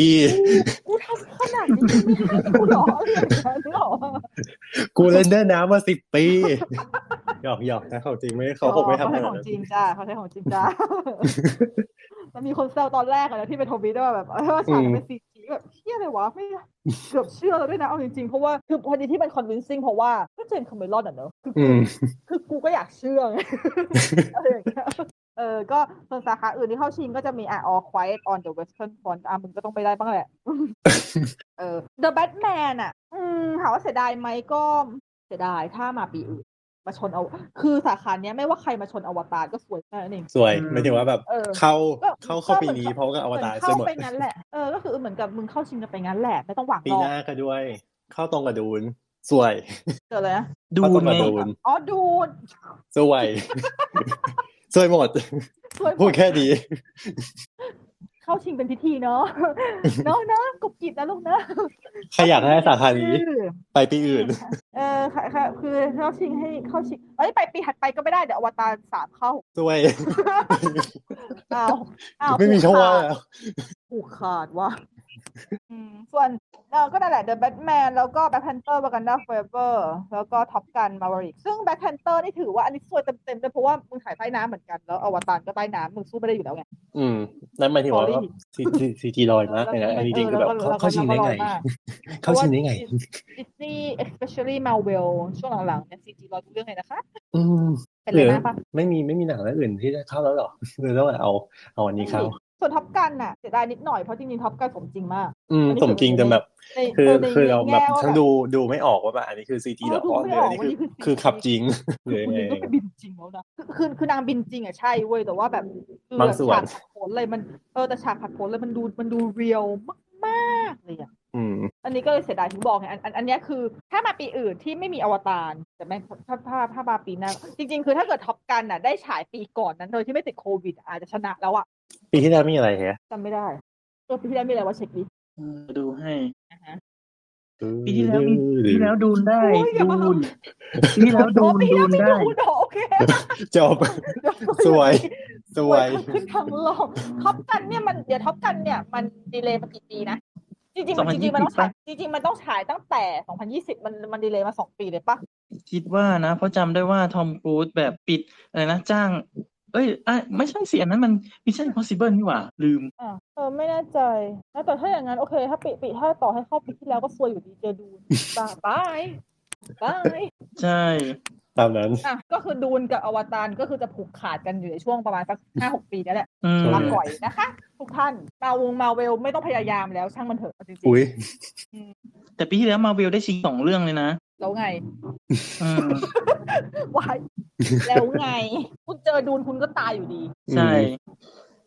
D: กูทำขนาดนี้มึงไม่ให้กูเหรออะไรอย่างเงี้ยนึกออกปะ
B: กูเรนเดอร์น้ำมาสิบปีหยอกหยอกนะเขาจริงไม่เขาคงไม่ทำข
D: ใช้
B: นา
D: ข
B: ด
D: อง
B: นั้น
D: จริงจ้าเขาใช้ของจริงจ้า <laughs> มันมีคนแซวตอนแรกอะนะที่เป็นทวิตว่าแบบเออฉาก
B: อืม
D: เป็นซีจีแบบเชี่ยเลยวะไม่เกือบเชื่อแล้วด้วยนะเอาจริงๆ เพราะว่าคือพอดีที่มันคอนวินซิ่งเพราะว่าก็เจนคาเมรอนอ่ะเนอะคือ
B: อืม
D: <laughs> คือกูก็อยากเชื่อไง อะไรอย่างเงี้ย เออ ก็ส่วนสาขาอื่นที่เข้าชิงก็จะมีอ่ะ All Quiet on the Western Front อ่ะมึงก็ต้องไปได้บ้างแห
B: <laughs>
D: ละ เออ The Batman อ่ะ อืมถามว่าเสียดายไหมก็เสียดายถ้ามาปีอื่น มาชนเอา คือสาขาเนี้ยไม่ว่าใครมาชนอวตารก็สวยแค่นั้นเอง
B: สวย
C: อืม
B: ไม่ถึงว่าแบบ
D: เออ
B: เข้า
D: ก็
B: เข้าเข้าปีนี้
D: ก็
B: เพราะก็อวตาร
D: เหมืน
B: เสีย
D: เข้า
B: หมด
D: ไปงั้นแหละ เออ ก็คือเหมือนกับมึงเข้าชิงกันไปงั้นแหละ ไม่ต้องหวัง
B: ปี
D: หรอ
B: ห
D: ก
B: น้าก็ด้วย เข้าตรงกับดูนสวย
D: เจอเลยนะ
C: ดู
B: เขาต้อง
C: ไง
B: มาดู น
D: อ๋อ ดูน
B: สวย
D: <laughs>
B: สวยหมด
D: สวยหม
B: พูดแค่
D: <laughs>
B: ดี
D: เข้าชิงเป็นพิธีเนาะ <laughs> เนาะเนาะกรุบกริบนะลูกนะ
B: ใครอยากได้สาขานี้
D: เออ
B: ไปปีอื่น
D: เออค่ะค่ะคือเข้าชิงให้เข้าชิง เอ้ยไปปีถัดไปก็ไม่ได้ เดี๋ยวอวตารสามเข้า
B: สวย
D: อ้าวอ้าว
B: ไม่มีช่องว่างแล้ว
D: ผูกขาดว่ะอืมส่วนเออก็นั่นแหละ The Batman แล้วก็ Black Panther Wakanda Forever แล้วก็ Top Gun Maverick ซึ่ง Black Panther นี่ถือว่าอันนี้สวยเต็มๆเลยเพราะว่ามึงถ่ายใต้น้ำเหมือนกัน แล้วอวตารก็ใต้น้ำมึงสู้ไม่ได้อยู่แล้วไง
B: อืม นั่นหมายถึงว่า
D: Sorry
B: ซีจีซีจีลอยมากเลยนะอันนี้จริงคือแบบ
D: เออแล้วก็
B: เข้าชิงได้ไง
D: แล้วก็ลอย
B: <laughs>
D: มาก
B: เข้าชิงได้ไง
D: ดิสนีย์ especially Marvel ช่วงหลังๆเนี่ย CG ร้อยทุกเรื่องเลยนะคะ
B: อืม
D: เป็น
B: ห
D: เล
B: รื
D: ย
B: อ
D: นะปะ
B: ไม่มีไม่มีหนังเรื่องอื่นที่จะเข้าแล้วหรอเลยต้องเอาเอาอันนี้เข้า
D: ส่วนท็อปกันน่ะเสียดายนิดหน่อยเพราะจริงๆท็อปกันสมจริงมาก
B: อืม
D: อันนี้
B: สมจริงแต่แบบ
D: ใน
B: คือ
D: ใน
B: คือเราแบบ
D: แง่ว่า
B: ทั้ง
D: แบบ
B: ดูดูไม่ออกว่าแบบอันนี้คือซีจี
D: เออ
B: หรอ
D: ดูไม่
B: หรือ
D: ออก
B: อันนี้
D: ว่า
B: คือ
D: นี่คือ
B: คือ
D: CG
B: ขับ
D: <laughs>
B: จริงหรือ
D: คุณ
B: ไง
D: นิงก็ไปบินจริงแล้วนะคือคือคือนางบินจริงอ่ะใช่เว้ยแต่ว่าแบบคือบ
B: างส่วน
D: ฉากผัดโผนเลยมันเออแต่ฉากผัดโผนเลยมันดูมันดูเรียลมากๆเลยอ่ะ
B: อืม
D: อันนี้ก็เลยเสียดายถึงบอกไงอันอันอันเนี้ยคือ ถ้ามาปีอื่นที่ไม่มีอวตารแต่แม่งถ้าถ้าถ้ามาปีหน้าจริง ๆ คือถ้าเกิดท็อปกันอ่ะได้ฉายปีก่อนนั้นโดยที่ไม่ติดโควิด อาจจะชนะแล้วอ่ะ
B: ปีที่แล้วมีอะไรเหรอ
D: จำไม่ได้เออปีที่แล้วมีอะไรวะเช็คดิ
C: เออดูให้
D: อ่าฮะ
C: ปีที่แล้วมีปีที่แล้วดูนได้
D: โอ้ยอย่ามา
C: ดูนปีที่แล้วดู
D: อ๋อน ปี
C: ดู
D: แล้ว
C: น
D: มี
C: ได้
D: ดูนเหรอโอเค
B: จ
D: <laughs>
B: บ สวย สวย
D: ขึ้นทางโลกท็อปกันเนี่ยมันเดี๋ยวท็อปกันเนี่ยมันดีเลย์มากี่ปีนะ จริงๆมันจ
C: 2020
D: ริงๆมันต้องฉาย
C: ปะ
D: จริงๆมันต้องฉายตั้งแต่ 2020 มันมันดีเลย์มา 2 ปีเลยปะ
C: คิดว่านะ เพราะจำได้ว่าทอมครูซแบบปิดอะไรนะจ้าง เอ้ยอ่ะไม่ใช่เสียงนั้นมันมิชชั่น impossible นี่หว่า ลืม
D: อ่าเออไม่แน่ใจนะแต่ถ้าอย่างนั้นโอเค ถ้าปีปีถ้าต่อให้เข้าปีที่แล้วก็ซวยอยู่ดีเจอดูนบายบายบาย
C: ใช่
B: ตามนั้น
D: อ่ะก็คือดูนกับอวตารก็คือจะผูกขาดกันอยู่ในช่วงประมาณสัก 5-6 ปีนั่นแหละ
C: อืม
D: ลาก่อยนะคะ ทุกท่านมาวงมาเวลไม่ต้องพยายามแล้วช่างมันเถอะจริง
B: อุ้ย
C: แต่ปีที่แล้วมาเวลได้ชิงสองเรื่องเลยนะ
D: ๆแล้วไง
C: อืม
D: วาย แล้วไง คุณเจอดูนคุณก็ตายอยู่ดี
C: ใช่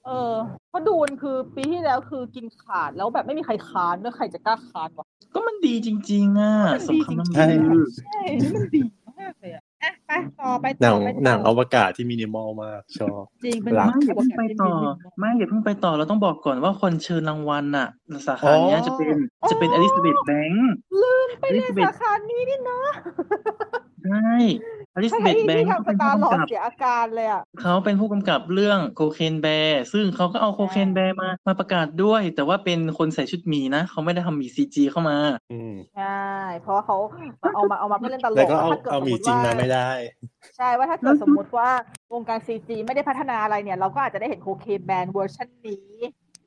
D: เออเพราะดูนคือปีที่แล้วคือกินขาดแล้วแบบไม่มีใครค้านด้วยใครจะกล้าค้านวะ
C: ก็มันดีจริง ๆ อ่ะ
D: มัน
C: ส
D: ดี
C: ม
D: จริงๆ
C: คำมัน
B: ใช่
C: ลือ
D: ใช่นี่มันดีมากเลยอะอ่ะไปต่อไป
B: หนั
D: ต่
B: ง
D: อไปต่อ
B: หนังอวกาศที่มินิมอลมากชอบ
D: จริงเป็น
B: หลั
C: ไม่อย่า
D: อว
C: เพิ่ง
D: กาศ
C: ไป
D: ที่
C: ต่อ
D: ดี
C: ไม่อย่าเพิ่งไปต่อเราต้องบอกก่อนว่าคนเชิญรางวัลน่ะ สาขาเนี้ยจะเป็นจะเป็นอลิซาเบธแบงค์
D: ลืมไปใน
C: Elizabeth
D: สาขานี้นี่เนาะ
C: ใช่อลิซาเบ
D: ให้
C: ธแบง
D: ที่
C: ค์
D: ทำส
C: เป็น
D: ตาร์หลอกด
C: ผู้ำกับ
D: เสียอาการเลยอะ
C: เขาเป็นผู้กำกับเรื่องโคเคนแบร์ซึ่งเขาก็เอาโคเคนแบร์มามาประกาศด้วย แต่ว่าเป็นคนใส่ชุดหมีนะ เขาไม่ได้ทำหมีซีจีเข้ามา
B: อืม
D: ใช่เพราะเขาเอามาเอามาเพื่อเล่นตลก
B: แล้วก็เอา
D: ถ้กิด
B: เอาหมี
D: สติ
B: จริงมา
D: ว่
B: ไม่ได้
D: ใช่ว่าถ้าเกิดสมมติว่าวงการซีจีไม่ได้พัฒนาอะไรเนี่ย เราก็อาจจะได้เห็นโคเคนแบนเวอร์ชันนี้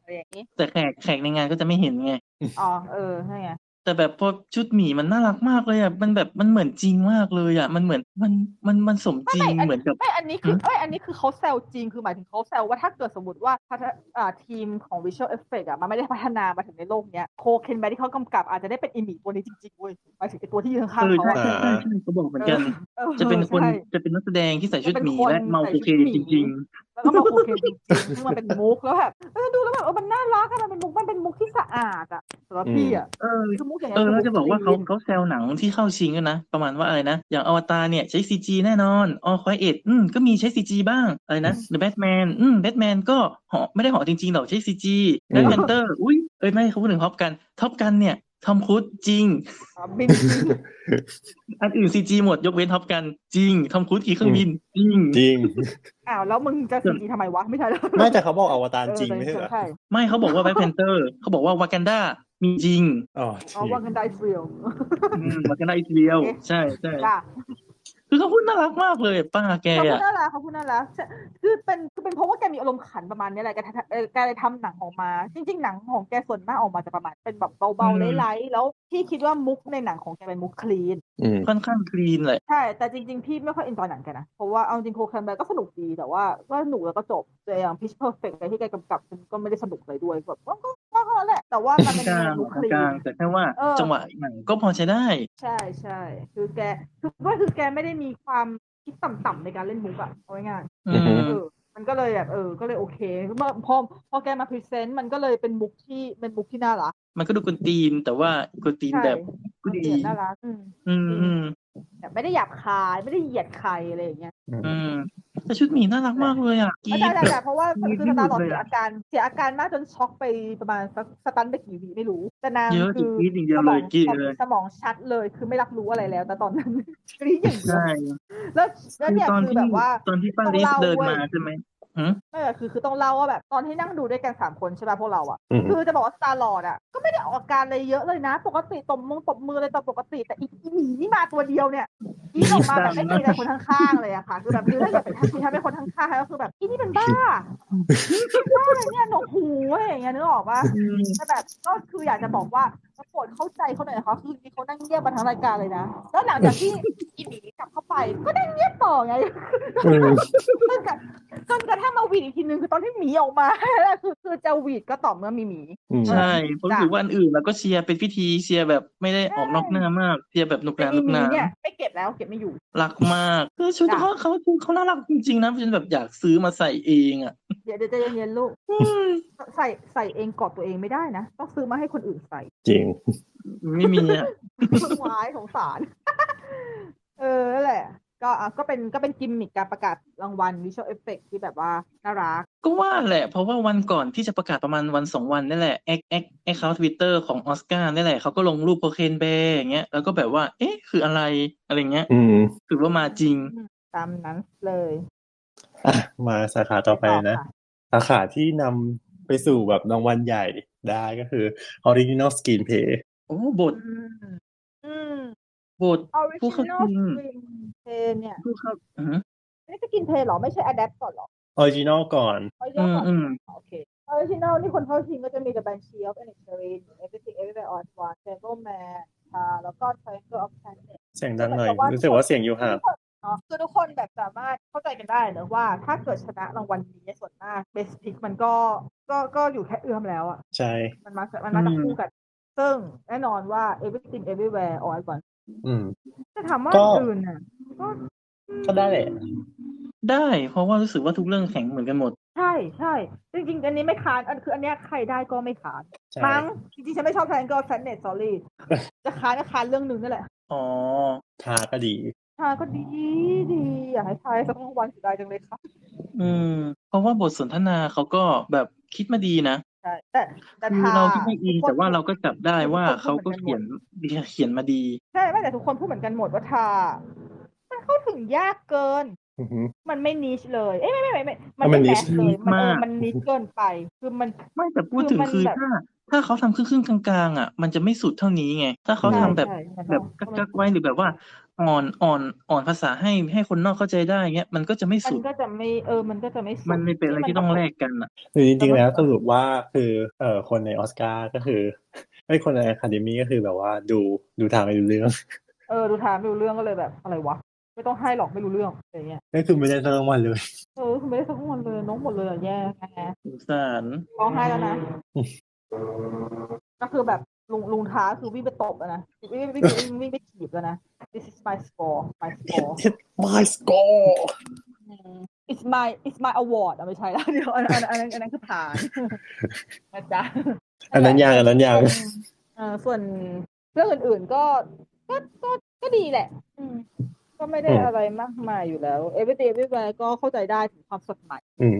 D: อะไรอย่างนี้
C: แต่แขกแขกในงานก็จะไม่เห็นไง
D: อ๋อเออใช่ไง
C: แต่แบบพอชุดหมีมันน่ารักมากเลยอ่ะมันแบบมันเหมือนจริงมากเลยอ่ะมันเหมือนมันมันมันสมจริงเหมือนกับ
D: ไม่อันนี้คือ
C: ฮะ
D: ไม่อันนี้คือเขาแซวจริงคือหมายถึงเขาแซวว่าถ้าเกิดสมมติว่าพัฒอ่าทีมของ Visual Effect อ่ะมันไม่ได้พัฒนามาถึงในโลกเนี้ยโคเคนแบนที่เขากำกับอาจจะได้เป็นอิมิตัวนี้จริงๆเว้ยหมายถึงไอ้ตัวที่ยืนข้าง
C: เออ
D: ๆเขา
C: ใช่
D: อะ
C: ใช่ใช่ใช่เขาบอกเหมือนกัน
D: ออ
C: จะเป็นคน
D: ใช่
C: จะเป็นนักแสดงที่ใส่ชุดหมี
D: จะเป็นคน
C: และเมาโคเคน
D: ใส่ชุดหมี
C: จริง
D: แล้วก็มาโคเคนจริงๆซึ่งมันเป็นมุกแล้วแบบเออดูแล้วแบบเออมันน่ารักอะมันเป็นมุกมันเป็นมุกที่สะอาดอะสำหรับพี่อะ
C: ๆ เออ
D: คือมุกอย่าง
C: เอ
D: เงี้ย
C: อแล้วจะบอกว่าเขา
D: คืมุ
C: เขาแซวหนังที่เข้าชิงด้วยนะ ประมาณว่าอะไรนะ อย่างอวตารเนี่ยใช้ซีจีแน่นอนออคอยเอ็ดอืมก็มีใช้ซีจีบ้าง อะไรนะเดอะแบทแมนอืมแบทแมนก็เหาะไม่ได้เหาะจริงๆหรอกใช้ซีจีแบทแพนเตอร์อุ้ยเอ้ยไม่เขาพูดถึงท็อปกันท็อปกันเนี่ยทอมครูซจริง
D: อ่ะบิน <laughs>
C: อันอื่นซีจีหมดยกเว้นท็อปกันจริงทอมครูซขี่เครื่องบินจริง
B: จริง
D: อ้าวแล้วมึงจะสีทำไมวะ ไม่ใช่แล้ว
B: ไม่แต่เขาบอกอวตารจริงไม่ใช่เหรอ
D: ใช่
C: ไม่เขาบอกว่าแบทแพนเตอร์เขาบอกว่าวากันดามีจริง
B: อ๋อจ
D: เอา
B: ริง
D: ว่ากันได้เรียว
C: วากันดาอิสเรีย <laughs> ลใช่ใช่
D: จ้ะ
C: คือเขาพูดน่ารักมากเลยป้าแก
D: เขาพูด
C: อะ
D: น่ารักเขาพูดน่ารักใช่คือเป็นคือเป็นเพราะว่าแกมีอารมณ์ขันประมาณนี้แหละแกทำเอ่อแกเลยทำหนังออกมา จริง ๆ หนังของแกส่วนมากออกมาจะประมาณเป็นแบบเบา
C: อืม
D: ๆไร้ๆแล้ว พี่คิดว่ามุกในหนังของแกเป็นมุกคลีน
B: อืม
C: ค่อนข้างคลีนเลย
D: ใช่ แต่จริง ๆ พี่ไม่ค่อยอินตอนหนังแกันนะ เพราะว่าเอาจริงโคแคนเบร์ก็สนุกดี แต่ว่าก็หนุกแล้วก็จบแต่อย่างพิชเพอร์เฟกต์อะไรที่แกกำกับมันก็ไม่ได้สนุกเลยด้วยแบบก็ก็ก็เท่านั้นแหละ แต่ว่ามันเป็น
C: กลาง
D: าน
C: ง
D: มุกคลี
C: กลาน งแต่แค่ว่า
D: เออ
C: จังหวะหนังก็พอใช้ได้
D: ใช่ใช่คือแกคือก็คือแกไม่ได้มีความคิดต่ำๆในการเล่นมุกอะเอาง่าย
C: อืม
D: ๆเออมันก็เลยแบบเออ ก็เลยโอเคเมื่อพอพอแกมาพรีเซนต์มันก็เลยเป็นมุกที่เป็นมุกที่น่ารัก
C: มันก็ดูกวนตีน แต่ว่ากวนตีน
D: ใช่
C: แบบก็
D: มัน
C: ดี
D: เสียงน่ารักอืม
C: อืมอืม
D: แบบไม่ได้หยาบคายไม่ได้เหยียดใครอะไรอย่างเงี้ย
C: อืมแต่ชุดหมีน่ารักมากเลยอ่ะกรี
D: ไม่
C: ด
D: ได้
C: แบบ
D: แต่เพราะว่า
C: มี
D: คือ
C: พิ
D: ส
C: รุธ
D: ตาร์หลอด
C: เลย
D: เสีย
C: อะ
D: อาการเสียอาการมากจนช็อกไปประมาณสักสตันไปกี่วิไม่รู้ แต่นาง
C: เยอะ
D: คื
C: จุด
D: อก
C: รีดอย่างเดีย
D: ส
C: ว
D: ม
C: เล
D: อง
C: ยกรีดเลย
D: สมองชัดเลยคือไม่รับรู้อะไรแล้ว แต่ตอนนั้น <laughs> กรีดอย่างเดียว
C: ใช่
D: แล้วแล้ว
C: คือ
D: เนี่ย
C: ตอน
D: คือ
C: ที่
D: แบบว่า
C: ตอนที่ป้าลิสเดินมาใช่ไหมอืม
D: ไม่แบบคือคือต้องเล่าว่าแบบตอนที่นั่งดูด้วยกันสามคนใช่ป่ะพวกเราอ่ะ
B: อืม
D: คือจะบอกว่าสตาร์ลอดอ่ะก็ไม่ได้ออกอาการอะไรเยอะเลยนะ ปกติตบมงตบมืออะไรตามปกติ แต่อีอีหมีนี่มาตัวเดียวเนี่ยอีออกมาแบบไม่เกรงใจคนข้างๆเลยอะค่ะคือแบบคือถ้าเกิดเป็นคือถ้าเป็นคนข้างๆก็คือแบบอีนี่เป็นบ้าเป็นบ้าอะไรเนี่ยหนวกหูอะไรอย่างเงี้ยนึกออกปะ แต่แบบก็คืออยากจะบอกว่าโปรดเข้าใจเขาหน่อยนะคะคือมีเขานั่งเงียบมาทั้งรายการเลยนะ แล้วหลังจากที่อีหมีกลับเข้าไป ก็นั่งเงียบต่อไง
B: อืม
D: จนกระจนกระทั่งมาหวีดอีกทีนึงคือตอนที่หมีออกมา <laughs> แล้วคือคือจะหวีดก็ต่อเมื่อมีหมี
B: อืม
C: ใช่ผมรู้สึกว่าอันอื่นเราก็เชียร์เป็นพิธีเชียร์แบบไม่ได้ออกนอกหน้ามากเชียร์แบบหนุกห
D: แต่
C: นานห
D: อี
C: นุก
D: ห
C: ห
D: มี
C: นา
D: เนี่ย
C: น
D: ไม่เก็บแล้วเก็บไม่อยู่
C: รักมากคือชุด
D: จ้ะ
C: เขาเขาเขาน่ารักจริงๆนะฉันแบบอยากซื้อมาใส่เองอ่ะ
D: เดี๋ยวเดี๋ยวใจะเย็นๆลูก
C: อืม
D: ใส่ใส่เองกอดตัวเองไม่ได้นะ ต้องซื้อมาให้คนอื่นใส่
B: จริง
C: ไม่มีอ่ะ
D: คนร้ายสงสาร <laughs> เออนั่นแหละ ก็อ่ะก็เป็นก็เป็นกิมมิคการประกาศรางวัลวิชวลเอฟเฟกที่แบบว่าน่ารัก
C: ก็ว่าแหละเพราะว่าวันก่อนที่จะประกาศประมาณวันสองวันนี่แหละแอคแอคแอคเคาท์ทวิตเตอร์ของออสการ์นี่แหละเขาก็ลงรูปโคเคนเบย์อย่างเงี้ยแล้วก็แบบว่า เอ๊ะ คืออะไรอะไรเงี้ย
B: อืม
C: ถือว่ามาจริง
D: ตามนั้นเลย
B: อ่ะมาสาขาต่อไปนะ
D: ต่อค่
B: สาขาที่นำไปสู่แบบรางวัลใหญ่ได้ก็คือ Original Screenplay
C: โอ้บท
D: อืมอืม
C: บท
D: ออริ
C: ผู้
D: จิ
C: เข้าน
D: อล
C: ชิ
D: ส
C: ง
D: กรีนเพเนี่ย
C: ผู้เข้าอืม
D: ไม่ได้กินเพลหรอ ไม่ใช่อะแดปก่อนเหรอ
B: Original ก่อน
C: อืม
D: original
C: อืม
D: ก่อนโอเคออริจินอลนี่คนเข้าชิงก็จะมี The Banshee of Inisherin Everything Everywhere All at Once Gentleman ค่ะแล้วก็ Triangle of Sadness
B: เสียงดังหน่อย รู้สึกว่าเสียงอยู่ห่าง
D: ทุกคนเนาะคือทุกคนแบบสามารถเข้าใจกันได้เนอะว่าถ้าเกิดชนะรางวัลนี้ส่วนมาก Best Pick มันก็ก็ก็อยู่แค่เอื้อมแล้วอะ
B: ใช่
D: มันมาจากมันมาจากคู่กัน ซึ่งแน่นอนว่า everything everywhere all at once
B: อืม
D: จะถามว่า
B: ก็
D: อันอื่นน่ะก็
B: ก็ได้แหละ
C: ได้ เพราะว่ารู้สึกว่าทุกเรื่องแข็งเหมือนกันหมด
D: ใช่ใช่จริงๆ อันนี้ไม่ค้านอันคืออันเนี้ยใครได้ก็ไม่ค้าน
B: ใช่
D: มั้งจริงๆ ฉันไม่ชอบ triangle of sadness sorry จะค้านก็ค้านเรื่องหนึ่งนั่นแหละ
C: อ๋อ
B: ทาก็ดี
D: ค้านก็ดีดีอยากให้ทายสักรางวัลเสุดายจังเลยค่ะ
C: อืม เพราะว่าบทสนทนาเขาก็แบบคิดมาดีนะ
D: ใช่แต่แต่
C: คื
D: ทา
C: อเราคิดไม่อิง
D: ทุกคน
C: แต่ว่าเราก็จับได้ว่า
D: ทุ
C: เขา
D: ค
C: ก็
D: น
C: เขียน
D: หมือกัหมด
C: เขียนมาดี
D: ใช่ไม่แต่ทุกคนพูดเหมือนกันหมดว่าทามันเข้าถึงยากเกิน
B: อือหือ
D: มันไม่นิชเลย เอ้ยไม่ไม่ไม่ไม่
B: มัน
D: ไแมส
B: niche
D: เลยมันเออ
C: มาก
D: มันนิชเกินไป คือมัน
C: ไม่แต่พูดถึง
D: คือมัน
C: คือ
D: แบบ
C: ถ้า ถ้าเขาทำครึ่งๆกลางๆอ่ะ มันจะไม่สุดเท่านี้ไง ถ้าเขาทำแบบ
D: ใช่ใช่
C: แบบ
D: มัน
C: กักๆไว้หรือแบบว่า อ่อนอ่อนอ่อนภาษาให้ให้คนนอกเข้าใจได้เงี้ยมันก็จะไม่
D: มัน
C: สุด
D: ก็จะไม่เออ มันก็จะไม่สุด
C: มันไม่เป็นอะไรที่ต้องแลกกันอ่ะ
B: คือจริงๆแล้วสรุปว่าคือเอ่อคนในออสการ์ก็คือ <laughs> ไอ้ยคนในอะคาเดมี่ก็คือแบบว่าดูดูทางไม่ดูเรื่อง <laughs>
D: เออดูถามไม่รู้เรื่องก็เลยแบบอะไรวะไม่ต้องให้หรอกไม่รู้เรื่องอะไรเงี้ย
B: ก็คือไม่ได้รางวัลเลย
D: เออคือไม่ได้สักคนเลยน้องหมดเลยอะแย่แฮะ
C: สงสาร
D: ร้องไห้แล้วนะก็คือแบบลุงลุงท้าคือวิ่งไปตบแล้วนะวิ่งวิ่งวิ่งวิ่งไปถีบแล้วนะ this is my score my score
B: It's my score
D: it's my it's my award อ่ะไม่ <laughs> ใช่แล้วเดี๋ยวอันนั้นอันนั้นอันนั้นคือผ่านนะจ๊ะ
B: อันนั้นยางอันนั้นยาง
D: เออส่วนเรื่องอื่นๆก็ก็ก็ก็ดีแหละ อืม ก็ไม่ได้อะไรมากมายอยู่แล้ว เอเวอร์เดย์ไปก็เข้าใจได้ถึงความสดใหม่
B: อืม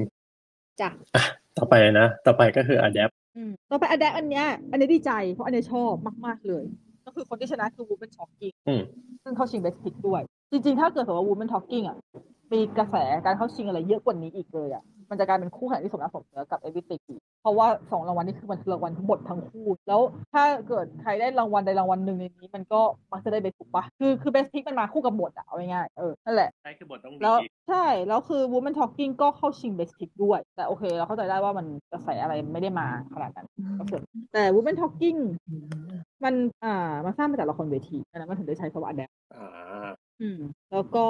D: จ้ะ
B: อ่ต่อไปนะ ต่อไปก็คือ adapt
D: อืมต่อไปอันแดอันเนี้ยอันนี้ดีใจ เพราะอันเนี้ยชอบมากๆเลย ก็คือคนที่ชนะคือวูเป็นช็อกกิ้ง
B: อืม
D: ซึ่งเข้าชิงเบสพิกด้วย จริงๆ ถ้าเกิดสมมติว่าวูเป็นช็อกกิ้งอ่ะมีกระแสการเข้าชิงอะไรเยอะกว่านี้อีกเลยอ่ะมันจะกลายเป็นคู่แข่งที่สมน้ำสมเนื้อกับเอวิติกเพราะว่าสองรางวัลนี้คือมันคือรางวัลทั้งหมดทั้งคู่ แล้วถ้าเกิดใครได้รางวัลใดรางวัลหนึ่งในนี้ มันก็มักจะได้เบสถูกปะคือคือเบสพิกมันมาคู่กับบทอ่ะเอาง่ายๆเออนั่นแหละ
B: ใช่คือบทต้องดี
D: แล้วใช่ แล้วคือ Woman Talking ก็เข้าชิง Best Pick ด้วย แต่โอเค เราเข้าใจได้ว่ามันกระแสอะไรไม่ได้มาขนาดนั้นก็เถอะแต่ Woman Talking มันอ่ามันสร้างมาจากละครเวทีอันะมันถึงได้ใช้คำว่า adapt
B: อ่า
D: อืม แล้วก็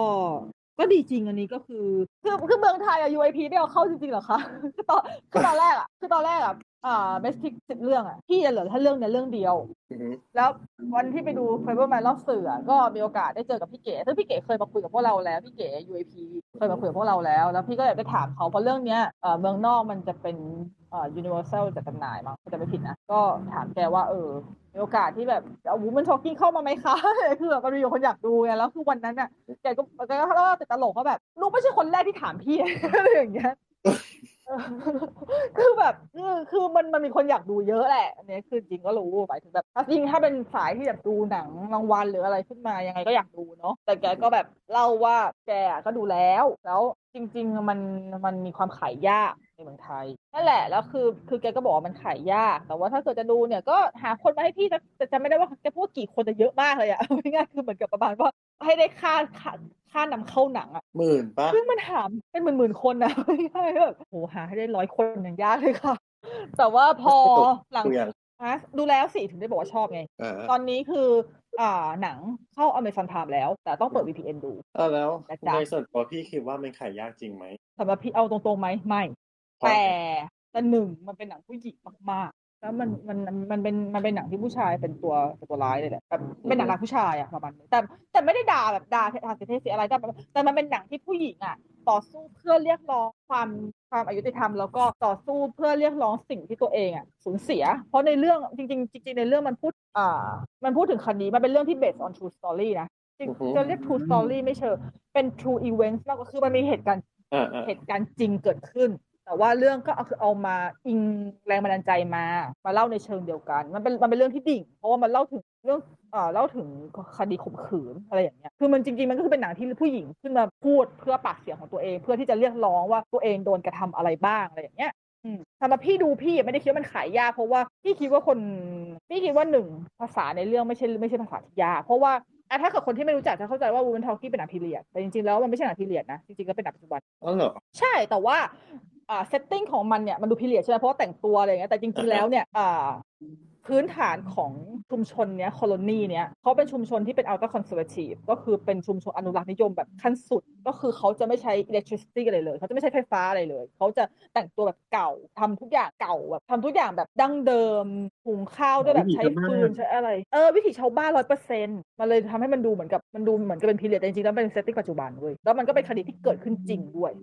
D: ก็ดีจริงอันนี้ก็คือคือคือเมืองไทยอะ UIP ไม่เอาเข้าจริงๆเหรอคะ <laughs> คือตอนคือตอนแรกอะคือตอนแรกอะอ่าเบสทิกสิบเรื่องอะพี่จะเหลือแค่เรื่องเนี้ยเรื่องเดียว
B: อือฮึ
D: แล้ววันที่ไปดูไฟเบอร์แมนรอบสื่ออะก็มีโอกาสได้เจอกับพี่เก๋ซึ่งพี่เก๋เคยมาคุยกับพวกเราแล้วพี่เก๋ UAP เคยมาคุยกับพวกเราแล้ว แล้วพี่ก็อยากไปถามเขาเพราะเรื่องเนี้ยเอ่อเมืองนอกมันจะเป็นเอ่อ universal จัดจำหน่ายมั้งจะไม่ผิดนะ ก็ถามแกว่าเออ มีโอกาสที่แบบเอาวูมันช็อกกิ้งเข้ามาไหมคะ <laughs> คือแบบมันมีคนอยากดูไงแล้วคือวันนั้นน่ะแกก็แกก็เล่าติดตลกว่าแบบลูกไม่ใช่คนแรกที่ถามพี่ <laughs> อะไรอย่างเงี้ยเออคือแบบเออคือมันมันมีคนอยากดูเยอะแหละอันนี้คือจริงก็รู้หมายถึงแบบถ้ายิ่งถ้าเป็นสายที่แบบดูหนังรางวัลหรืออะไรขึ้นมายังไงก็อยากดูเนาะแต่แกก็แบบเล่าว่าแกอะก็ดูแล้วแล้วจริง ๆ มันมันมีความขายยากในเมืองไทยนั่นแหละแล้วคือคือแกก็บอกว่ามันขายยาก แต่ว่าถ้าเกิดจะดูเนี่ยก็หาคนมาให้พี่แต่แต่จำไม่ได้ว่าแกพูดกี่คนจะเยอะมากเลยอะ <laughs> ง่ายๆคือเหมือนกับประมาณว่าให้ได้ค่าค่าค่านำเข้าหนังอะ
B: หมื่นปะ
D: ซึ่งมันหามเป็นหมื่นหมื่นๆคนนะ <laughs> ไม่ใช่แบบโหหาให้ได้ร้อยคนอย่างยากเลยค่ะ แต่ว่าพอหลัง
B: ดูอย่าง
D: ฮะดูแล้วสิถึงได้บอกว่าชอบไง
B: อ่า
D: ตอนนี้คือ อ่าหนังเข้า Amazon Prime แล้ว แต่ต้องเปิด VPN ดู
B: อ่าแล้ว
D: นะจ๊ะ
B: ในส่วนตัวพี่คิดว่ามันขายยากจริงไหม
D: สำหรับพี่เอาตรงๆไหมไม่
B: เพราะ
D: แต่แต่หนึ่งมันเป็นหนังผู้หญิงมากๆ แล้วมันมันมันเป็นมันเป็นหนังที่ผู้ชายเป็นตัวเป็นตัวร้ายเลยแหละแบบเป็นหนังรักผู้ชายอะประมาณนี้แต่แต่ไม่ได้ด่าแบบด่าทางเศรษฐศอะไรแต่แบบแต่มันเป็นหนังที่ผู้หญิงอะต่อสู้เพื่อเรียกร้องความความอายุติธรรม แล้วก็ต่อสู้เพื่อเรียกร้องสิ่งที่ตัวเองอะสูญเสีย เพราะในเรื่องจริง ๆ จริง ๆ ในเรื่องมันพูดอ่ามันพูดถึงคดีมันเป็นเรื่องที่ based on true story นะจริงจะเรียก true story ไม่เชิงเป็น true events มากกว่าคือมันมีเหตุการณ์
B: อ่าอ่า
D: เหตุการณ์จริงเกิดขึ้น แต่ว่าเรื่องก็เอาคือเอามาอิงแรงบันดาลใจมา มาเล่าในเชิงเดียวกัน มันเป็นมันเป็นเรื่องที่ดิ่ง เพราะว่ามันเล่าถึงเรื่องเอ่อเล่าถึงคดีข่มขืนอะไรอย่างเงี้ย คือมันจริงๆมันก็คือเป็นหนังที่ผู้หญิงขึ้นมาพูดเพื่อปากเสียงของตัวเอง เพื่อที่จะเรียกร้องว่าตัวเองโดนกระทำอะไรบ้างอะไรอย่างเงี้ย อืมสำหรับพี่ดูพี่ไม่ได้คิดว่ามันขายยากเพราะว่าพี่คิดว่าคนพี่คิดว่าหนึ่งภาษาในเรื่องไม่ใช่ไม่ใช่ภาษาที่ยากเพราะว่าอ่ะถ้าเกิดคนที่ไม่รู้จักจะเข้าใจว่าวูนทอลกี้เป็นหนังพีเรียดแต่จริงๆแล้วมันไม่ใช่หนังพีเรียดนะจริงๆก็เป็นหนังปัจจุบัน
B: อ๋อเหรอ
D: ใช่แต่ว่าอ่าเซตติ้งของมันเนี่ยมันดูพิเรียดใช่ไหมเพราะว่าแต่งตัวอะไรอย่างเงี้ยแต่จริงๆแล้วเนี่ยอ่าพื้นฐานของชุมชนเนี้ยคอลนีเนี้ยเขาเป็นชุมชนที่เป็นอัลต a าคอนเซอร์ i ทีฟก็คือเป็นชุมชนอนุรักษ์นิยมแบบขั้นสุด ก็คือเขาจะไม่ใช้อิเล็กทริซิตี้อะไรเลย เขาจะไม่ใช้ไฟฟ้าอะไรเลย เขาจะแต่งตัวแบบเก่าทำทุกอย่างเก่าแบบทำทุกอย่างแบบดั้งเดิมหุงข้าวด้วยแบบใช้
B: วิถีชาวบ้าน
D: ฟืนใช้อะไรเออวิถีชาวบ้านร้อยเปอร์เซ็นต์มันเลยทำให้มันดูเหมือนกับมันดูเหมือนกับเป็นพิเรียดแต่จริงๆแล้วเป็นเซตติ้งปัจจุบันเว้ยแล้วมันก็เป็นคดีที่เกิดขึ้นจริงด้วย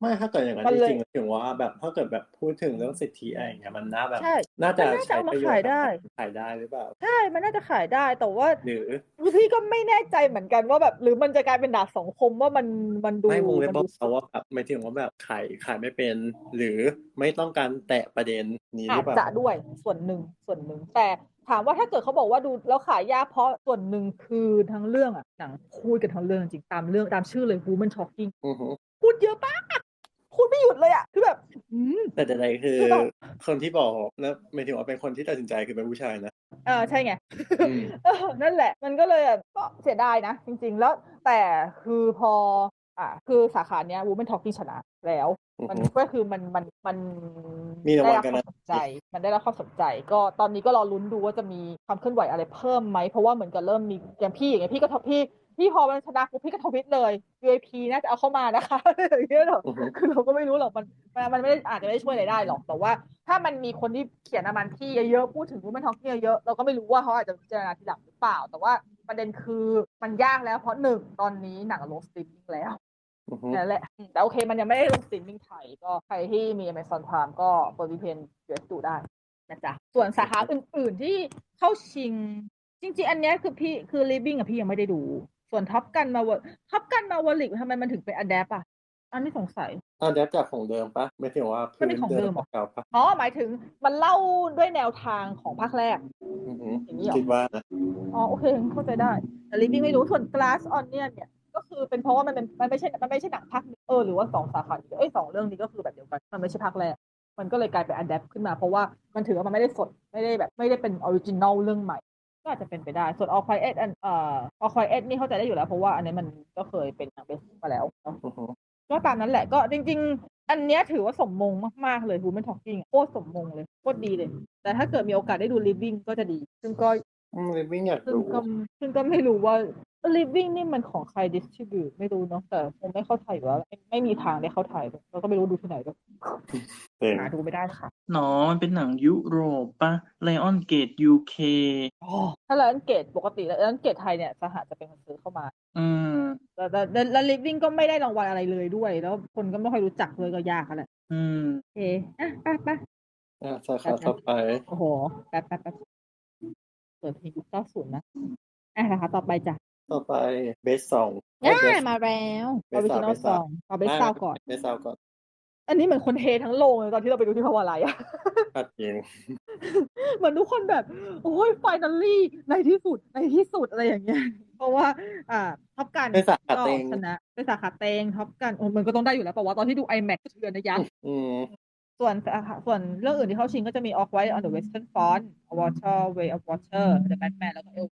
B: ไม่ถ้าเกิดอย่างนั้น
D: มัน
B: จ
D: เลย
B: ริงๆถึงว่าแบบถ้าเกิดแบบพูดถึงเรื่องสิทธิอะไรอย่างเงี้ยมันน่าแบบ
D: ใช่
B: น่าจะ
D: มันน่าจะเอามา
B: ใช้
D: ขา
B: ประโชน์
D: ยได้
B: ขายได้หรือเปล่า
D: ใช่ มันน่าจะขายได้ แต่ว่า
B: หรือ
D: พี่ก็ไม่แน่ใจเหมือนกันว่าแบบ หรือมันจะกลายเป็นดาบสองคมว่ามันมันดู
B: ไม่วงเล็บ
D: มัน
B: บอ
D: ดู
B: กเขาว่าแบบไม่ถึงว่าแบบขายขายไม่เป็น หรือไม่ต้องการแตะประเด็นนี้ห
D: อา
B: รื
D: จ
B: อเปล่า
D: จะด้วยส่วนหนึ่งส่วนหนึ่ง แต่ถามว่าถ้าเกิดเขาบอกว่าดูแล้วขายยากเพราะส่วนหนึ่งคือทั้งเรื่องอะหนังคุยกันทั้งเรื่องจริงตามเรื่องตามชื่อเลย woman talking
B: อือฮึ
D: พูดเยอะมากพูดไม่หยุดเลยอะคือแบบ อืม
B: แต่ใดๆคือ
D: คือแบบ
B: คนที่บอกนะไม่ถึงว่าเป็นคนที่ตัดสินใจคือเป็นผู้ชายนะ
D: อ่าใช่ไง
B: อืม
D: เออนั่นแหละ มันก็เลยอ่ะก็เสียดายนะ จริง ๆ แล้วแต่คือพอ อ่า คือสาขาเนี้ย Women Talking ชนะแล้ว มันก็คือมันมันมัน
B: มีรางวัล
D: ได้รับ
B: กัน
D: ค
B: นะ
D: วามสนใจ มันได้รับความสนใจ ก็ตอนนี้ก็รอลุ้นดูว่าจะมีความเคลื่อนไหวอะไรเพิ่มไหม เพราะว่าเหมือนกับเริ่มมีอย่างพี่อย่างเงี้ยพี่ก็ทวพี่พี่พอมันชนะปุ๊บพี่ก็ทวิตเลย VIP น่าจะเอาเข้ามานะคะ อย่างเงี้ยหรอ
B: อือฮึ
D: คือเราก็ไม่รู้หรอกมันมันมันไม่ได้อาจจะไม่ได้ช่วยอะไรได้หรอกแต่ว่า ถ้ามันมีคนที่เขียนอามันที่เยอะๆพูดถึง women talking เยอะๆเราก็ไม่รู้ว่าเขาอาจจะพิจารณาทีหลังหรือเปล่า แต่ว่าประเด็นคือมันยากแล้วเพราะหนึ่งตอนนี้หนังลงสตรีมมิ่งแล้ว
B: อือฮึ
D: นั่นแหละอืมแต่โอเคมันยังไม่ได้ลงสตรีมมิ่งไทยก็ใครที่มี Amazon Prime ก็เปิด VPN เดือดดูได้นะจ๊ะส่วนสาขาอื่นๆที่เข้าชิง จริงๆ อันเนี้ยคือพี่คือ living อะพี่ยังไม่ได้ดู ส่วนท็อปกันมาท็อปกันมาวอลิกทำไมมันถึงเป็น adapt อะอันนี้สงสัย
B: อ่าเดี๋ยวจากของเดิมปะไม่ถึงว่า
D: มันเป็นของเดิมเหรอ
B: เก่าปะ
D: อ๋อ หมายถึงมันเล่าด้วยแนวทางของภาคแรก
B: อือฮึ
D: อย่างนี้เหรอ
B: คิดว่านะ
D: อ๋อ โอเค เข้าใจได้ แต่ลิปปิ้งไม่รู้ส่วน Glass Onion เนี่ย ก็คือเป็นเพราะว่ามันเป็นมันไม่ใช่มันไม่ใช่หนังภาคหนึ่งเออหรือว่าสองสาขาเดียวเอ้ยสองเรื่องนี้ก็คือแบบเดียวกัน มันไม่ใช่ภาคแรก มันก็เลยกลายเป็นอัดแอปขึ้นมา เพราะว่ามันถือว่ามันไม่ได้สด ไม่ได้แบบไม่ได้เป็นออริจินอลเรื่องใหม่ ก็อาจจะเป็นไปได้ ส่วน All Quiet อันเอ่อ All Quiet นี่เข้าใจได้อยู่แล้ว เพราะว่าอันนี้มันก็เคยเป็นหนังเป็นมาแล้วเนอะ
B: อือฮึ
D: ก็ตามนั้นแหละก็จริง อันเนี้ยถือว่าสมมงมากๆเลยฮูแมนทอกกิ้งโคตรสมมงเลยโคตรดีเลย แต่ถ้าเกิดมีโอกาสได้ดู living ก็จะดี ซึ่งก็
B: เลยไม่อยาก
D: ซึ่ง
B: ดู
D: ก็ซึ่งก็ไม่รู้ว่า living นี่มันของใคร distribute ไม่รู้เนาะแต่คงไม่เข้าไทยอยู่แล้วไม่ไม่มีทางได้เข้าไทยเลยแล้วก็ไม่รู้ดูที่ไหนด้วย
B: เต็ม
D: หาดูไม่ได้ค่ะ
C: หนอมันเป็นหนังยุโรปปะไลออนเกตยูเค
D: ถ้าร้านเกตปกติแล้วร้านเกตไทยเนี่ยสหจะเป็นคนซื้อเข้ามา
C: อืม
D: แต่แต่แต่แล้วลิฟวิ่งก็ไม่ได้รางวัลอะไรเลยด้วย แล้วคนก็ไม่ค่อยรู้จักเลยก็ยากอะแหละ
C: อืม
D: โอเคอ่ะไป้าป้า
B: อ่ะสาขาต่อไป
D: โอ้โหแป๊บแป๊บแป๊บเปิดเพลงยุคเก้าศูนย์นะอ่ะนะคะ ต่อไปจ้ะ
B: ต่อไปเบสสองเอ้ย
D: ง่าย
B: Best
D: มาแล้วอ
B: เบ
D: อริ
B: ส
D: จิ
B: ซาวด์
D: นอล
B: เบส
D: ซ
B: ซา
D: อง
B: วด์
D: เอาเบสซาวก่อน
B: เบสสาวก่อน
D: อันนี้เหมือนคนเททั้งโลงเลยตอนที่เราไปดูที่พาวาไลอะ
B: อัดเอง
D: เหมือนทุกคนแบบ โอ้ยไฟนอลลี่ในที่สุดในที่สุดอะไรอย่างเงี้ย <laughs> เพราะว่า อ่าท็อปกัน
B: เป็นสาขา
D: ก็
B: เต็ง
D: ชนะเป็นสาขาเตงท็อปกันโอ้มันก็ต้องได้อยู่แล้วเปล่าวะตอนที่ดู iMac เทือนนะยักษ์
B: อืม
D: ส่วนสาขาส่วนเรื่องอื่นที่เข้าชิงก็จะมี All Quiet on the Western Front A Water Way of Water The Batman แล้วก็ Elf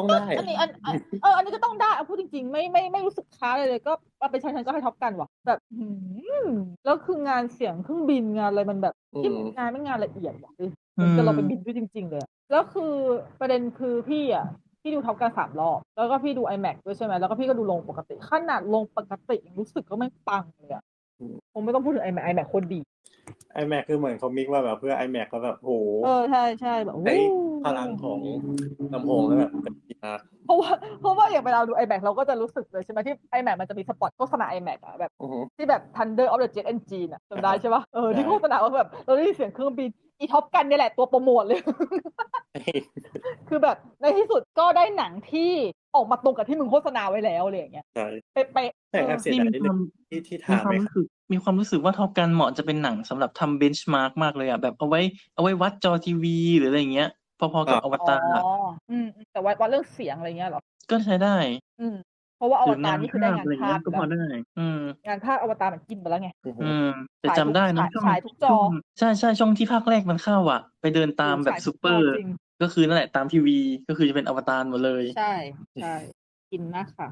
B: ต้อง
D: เอลอั
B: ได้
D: นนี้อันอันเอออันนี้ก็ต้องได้เอาพูดจริงๆ ไม่ไม่ไม่รู้สึกค้าเลยเลย ก็เอาไป็นชันๆก็ให้ท็อปกันว่ะแบบหืมแล้วคืองานเสียงเครื่องบินงานอะไรมันแบบ
B: อื
D: ที่
B: ม
D: งานไม่งานละเอียดว่ะคือ
C: อืม
D: จะเราไปบินด้วยจริง ๆ เลยอะแล้วคือประเด็นคือพี่อ่ะ พี่ดูท็อปการสามรอบ แล้วก็พี่ดู iMac ด้วยใช่ไหมแล้วก็พี่ก็ดูลงปกติ ขนาดลงปกติยังรู้สึกก็ไม่ปังเลยอ่ะผมไม่ต้องพูดถึง iMac iMac โคนดี
B: ไอแม็กคือเหมือนเขามิกว่าแบบเพื่อไอแม็กก็แบบโห
D: เออ ใช่ใช่แบบโอ้โห
B: ใช้พลังของลำโพงแล้วแบบเป็นกีฬา
D: เพราะว่าเพราะว่าอย่างเวลาดู iMac เราก็จะรู้สึกเลยใช่ไหมที่ iMac มันจะมีสปอตโฆษณา iMac อ่ะแบบ
B: อือหือ
D: ที่แบบ Thunder of the Jet Engine อ่ะจำได้ใช่ปะเออที่
B: ใช่
D: โฆษณาว่าแบบเราได้ยินเสียงเครื่องบินอีท็อปกันเนี่ยแหละตัวโปรโมทเลย <laughs> คือแบบในที่สุดก็ได้หนังที่ออกมาตรงกับที่มึงโฆษณาไว้แล้วอะไรอย่างเงี้ย
B: ใช่
D: เป๊ะ
B: แต่แอบเสียดายนิ
C: นี่มี
B: ด
C: ค
B: นึ
C: วาม
B: งที่ที่
C: มี
B: ถาม
C: ความ
B: ไป
C: รู้สึกมีความรู้สึกว่าท็อปกันเหมาะจะเป็นหนังสำหรับทำเบนช์มาร์กมากเลยอ่ะแบบเอาไว้เอาไว้วัดจอทีวีหรืออะไรอย่างเงี้ย พอๆกับอ
D: ๆ
C: ว
D: อ๋
C: ตารอะ
D: ออืมอืมแต่ว่าว่าเรื่องเสียงอะไรเงี้ยเหรอ
C: ก็ใช้ได้
D: อืมเพราะว่าอ
C: ห
D: ว
C: รืองา
D: ตาร
C: น
D: นี่คือได้
C: ภาพ
D: งาน
C: อะไรอย่าง
D: ภาพอยู่
C: เงี้ยก็พอ
D: แล้ว
C: ได้ อืม
D: งานภาพอวตารมันกินไปแล้วไง
B: อือหื
C: อื
B: อ
C: ม แต่
D: ฉาย
C: จำได้นะ
D: ทุก
C: ช่วง
D: ฉายทุกจอ
C: ช่วงใช่ใช่ช่วงที่ภาคแรกมันเข้าอ่ะ ไปเดินตามแบบ
D: ฉย
C: ซูเปอร์
D: จริง
C: ก็คือนั่นแหละตามทีวีก็คือจะเป็นอวตารหมดเลย
D: ใช่ใช่กินมากค่ะ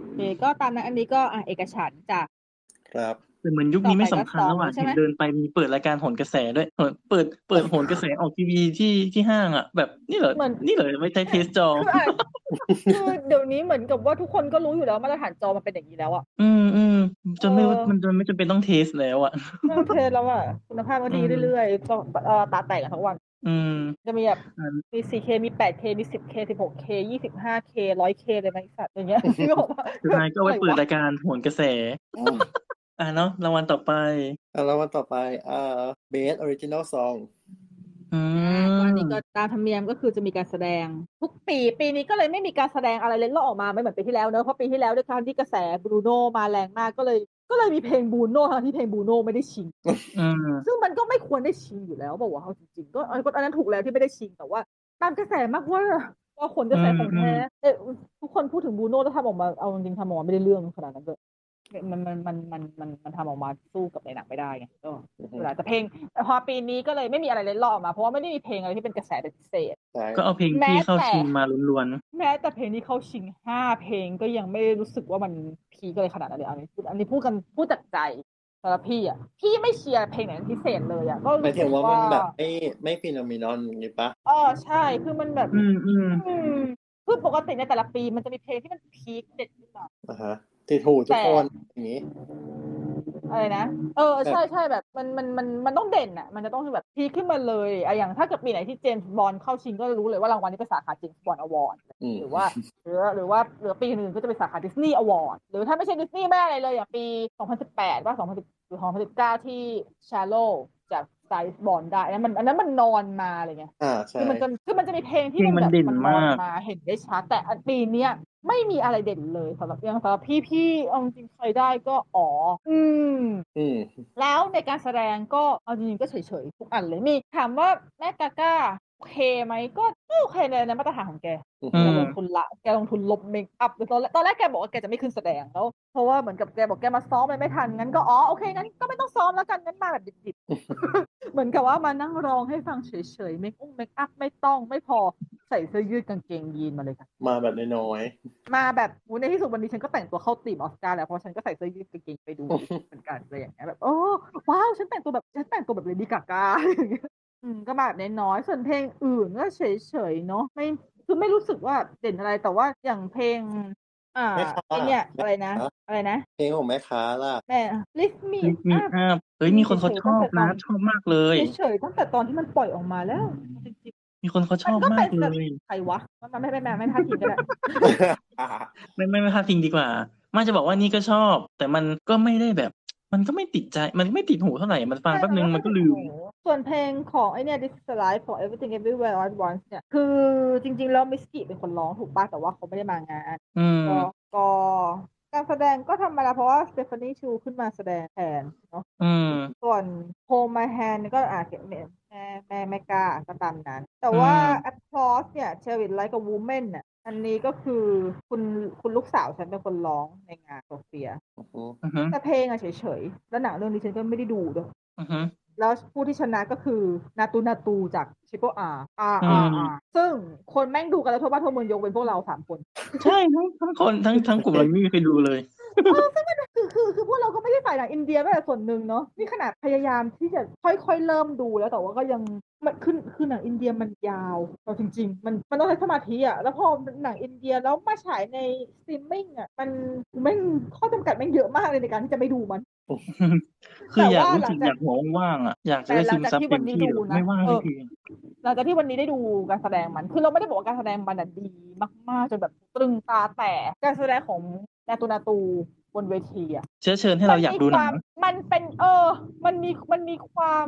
D: โอเคก็ตามนั้นอันนี้ก็อ่ะเอกฉันท์จ้ะ
B: ครับ
C: แต่เหมือนยุคนี้ไม่สำคัญ
D: ต่อไปก็
C: แล้วอ่ะ
D: ใช่ไหม
C: เห็นเดินไปมีเปิดรายการโหนกระแสด้วยเปิดเปิดเปิดโหนกระแสออกทีวีที่ที่ห้างอ่ะ แบบนี่เหรอนี่เหรอไม่ใช่เทสจอ
D: คืออ่ะคือเดี๋ยวนี้เหมือนกับว่าทุกคนก็รู้อยู่แล้วมาตรฐานจอมันเป็นอย่างนี้แล้วอะ
C: อืมอืมจนไม่
D: เออ
C: มันจนไม่จำเป็นต้องเทสแล้วอ่ะ
D: เรื่องเทรนแล้วอะคุณภาพก็ดีเรื่อยๆต้องเอ่อตาแตกกันทั้งวัน
C: อืม
D: จะมีแบบ
C: อืม
D: มี 4K มี 8K มี 10K 16K 25K 100K เลยไหมไอ้สัตว์อย่างเงี้ย นึกออกปะ
C: <laughs> สุดท้ายก็เอาไว้เปิดรายการโหนกระแส
B: อืม
C: อ่ะเนาะรางวัลต่อไป
B: อ่ะแล้ววันต่อไปอ่าเบสออริจินอลซอง
C: อืม
D: วันนี้ก็ตามธรรมเนียมก็คือจะมีการแสดง ทุกปีปีนี้ก็เลยไม่มีการแสดงอะไรเล่นลอดออกมาไม่เหมือนปีที่แล้วเนอะเพราะปีที่แล้วด้วยการที่กระแสบรูโน่มาแรงมากก็เลยก็เลยมีเพลงบรูโน่ทั้งที่เพลงบรูโน่ไม่ได้ชิง
C: อืม
D: ซึ่งมันก็ไม่ควรได้ชิงอยู่แล้วบอกว่าวะเอาจริงๆก็อันก็อันนั้นถูกแล้วที่ไม่ได้ชิงแต่ว่า ตามกระแสมากเว่าว่าคนกระแสของแท้เอยทุกคนพูดถึงบรูโน่แล้วทำออกมาเอาจริงๆทำออกมาไม่ได้เรื่องขนาดนั้นเลยมันมันมันมันมันมันทำออกมาสู้กับในหนังไม่ได้ไงก็
B: อือหื
D: เว
B: อ
D: ลาแต่เพลงแต่พอปีนี้ก็เลยไม่มีอะไรเล่นล่อออกมาเพราะว่าไม่ได้มีเพลงอะไรที่เป็นกระแสเป็นพิเศษ
B: ใช่
C: ก็เอาเพลงที่เข้าชิงมาล้วน
D: แม้แต่เพลงที่เข้าชิงห้าเพลงก็ยังไม่ได้รู้สึกว่ามันพีกเลยขนาดนั้นเลยอันนี้พูดอันนี้พูดกันพูดจากใจสำหรับพี่อ่ะพี่ไม่เชียร์เพลงไหนเป็นพิเศษเลยอ่ะก็
B: หมาย
D: รู้
B: ถึ
D: สึ
B: ง
D: ก
B: ว่ามั
D: ว่า
B: นแบบไม่ไม่ฟีนอมินอนอย่างนี้ปะ
D: เออใช่คือมันแบบ
C: ๆ อืมอืม
D: อืมคือปกติในแต่ละปีมันจะมีเพลงที่มันพีคเด็ดขึ้นมา
B: อ่าฮะติดหูทุกคนอย่างนี้
D: อะไรนะเออใช่ใช่แบบมันมันมันมันต้องเด่นอ่ะ มันจะต้องแบบพีคขึ้นมาเลยอะอย่างถ้าเกิดปีไหนที่เจมส์บอลเข้าชิงก็จะรู้เลยว่ารางวัลนี้เป็นสาขาเจมส์บอลอวอร์ด
B: อืม
D: หรือว่าหรือหรือว่าหรือปีอื่นๆก็จะเป็นสาขาดิสนีย์อวอร์ดหรือถ้าไม่ใช่ดิสนีย์ไม่อะไรเลยอย่างปี 2018 ว่า 2010หรือ2019 ที่ชาโลจากสไตล์บอลได้อันนั้นมันอันนั้นมันนอนมาอะไรเงี้ย
B: อ่าใช่
D: คือมันจะคือมันจะมีเพลงที่
C: เพลงมัน
D: แบบ
C: เด่นมาก
D: ออมาเห็นได้ชัดแต่อันปีเนี้ยไม่มีอะไรเด่นเลยสำหรับยังสำหรับพี่พี่เอาจริงๆใครได้ก็อ๋ออืม
B: อืม
D: แล้วในการแสดงก็เอาจริงๆก็เฉยๆทุกอันเลยมีถามว่าแม่กาก้าโอเคไหมก็โอเคในในมาตรฐานของแก
B: อืม
C: อื
D: แก
C: ม
D: ลงทุนละ แกลงทุนลบเมคอัพตอนแรกตอนแรกแกบอกว่าแกจะไม่ขึ้นแสดงแล้ว เพราะว่าเหมือนกับแกบอกแกมาซ้อมมันไม่ทัน งั้นก็อ๋อโอเคงั้นก็ไม่ต้องซ้อมแล้วกันงั้นมาแบบดิบ <laughs> ๆ เหมือนกับว่ามานั่งร้องให้ฟังเฉยๆเมคอุ้งเมคอัพไม่ต้องไม่พอ เฉ ใส่เสื้อยืดกางเกงยีนมาเลยค่ะ
B: มาแบบน้อย
D: มาแบบอุ๊ยในที่สุดวันนี้ฉันก็แต่งตัวเข้าตีมออสการ์แล้วเพราะฉันก็ใส่เสื้อยืดกางเกงไปดูเหมือนกันอะไรอย่างเงี้ยแบบโอ้ว้าวฉันแต่งตัวแบบฉันแต่งตัวแบบเลดี้กากาอะไรอย่างเงี้ยอืมก็มาแบบน้อยๆส่วนเพลงอื่นก็เฉยๆเนาะไม่คือไม่รู้สึกว่าเด่นอะไรแต่ว่าอย่างเพลง อ่าไอเนี่ยอะไรนะอะไรนะ
B: ๆเพลงของแม่ค้า <laughs> ล่ะ
D: แม่ลิฟมี
C: มีอาพเฮ้ยมีคนเขาชอบนะชอบมากเลย
D: เฉยๆตั้งแต่ตอนที่มันปล่อยออกมาแล้ว
C: มีคนเขาชอบมากเลย
D: ใครวะมันไม่ไม่ไม่ไม่พลาดทีก็ได้
C: ไม่ไม่ไม่พลาดทิ้งดีกว่ามาจะบอกว่านี่ก็ชอบ แต่มันก็ไม่ได้แบบ มันก็ไม่ติดใจมันไม่ติดหูเท่าไหร่มันฟังแป๊บนึงมันก็ลืม
D: ส่วนเพลงของไอเนี่ย This is the Life for Everything Everywhere at Once เนี่ย คือจริง ๆ แล้วมิสกี้เป็นคนร้องถูกป่ะแต่ว่าเขาไม่ได้มางาน
C: อืม
D: ก็ก็การแสดงก็ทำมาแล้วเพราะว่าสเตฟานีชูขึ้นมาแสดงแทนเนาะ
C: อืม
D: ส่วนโ m มาแฮนก็อาจจะแม่แม่ไม่กล้าก็ตามนั้น แต่ว่า
C: อืม
D: Applause เนี่ย c h e r i t Like a Woman น่ะอันนี้ก็คือคุณคุณลูกสาวฉันเป็นคนร้องในงานโซเฟีย
C: อือฮึ
D: แต่เพลงอะเฉยๆ แล้วหนังเรื่องนี้ฉันก็ไม่ได้ดูด้วย
C: อือฮึ
D: แล้วผู้ที่ชนะก็คือ นาตูนาตูจากชิโกอาอา
C: อื
D: อาม ซึ่งคนแม่งดูกันแล้วทั่วบ้านทั่วเมืองยกเป็นพวกเราสามคน
C: ใช่ทั้งทั้งคนทั้งทั้งกลุ่มเราไม่มีใครดูเลย <laughs>
D: คือคือคือพวกเราก็ไม่ได้ใส่หนังอินเดียแม้แต่ส่วนหนึ่งเนาะนี่ขนาดพยายามที่จะค่อยๆเริ่มดูแล้วแต่ว่าก็ยังมันคือคือหนังอินเดียมันยาวเราจริง ๆ มันมันต้องใช้สมาธิอะแล้วพอหนังอินเดียแล้วมาฉายในสตรีมมิ่งอะมันแม่งข้อจำกัดแม่งเยอะมากเลยในการที่จะไปดูมัน
C: คืออยาก
D: แต่ว่า
C: รู้สึก
D: หลังจาก
C: อยากหัวว่างๆอ่ะอยากจะได้
D: แต่หลังจาก
C: ซึมซับ
D: ที่วั
C: เต็
D: น
C: ม
D: นี้
C: ที่
D: ดู
C: เลย
D: นะ
C: ไม่ว่าง
D: เอ
C: สั
D: อ
C: กที
D: หลังจากที่วันนี้ได้ดูการแสดงมัน คือเราไม่ได้บอกว่าการแสดงมันน่ะดีมากๆจนแบบตรึงตาแต่การแสดงของนาตูนาตูบนเวทีอะ
C: เชื้อเชิญให้เราอยากดูหนัง
D: มันมีความมันเป็นเออ มันมี มันมีความ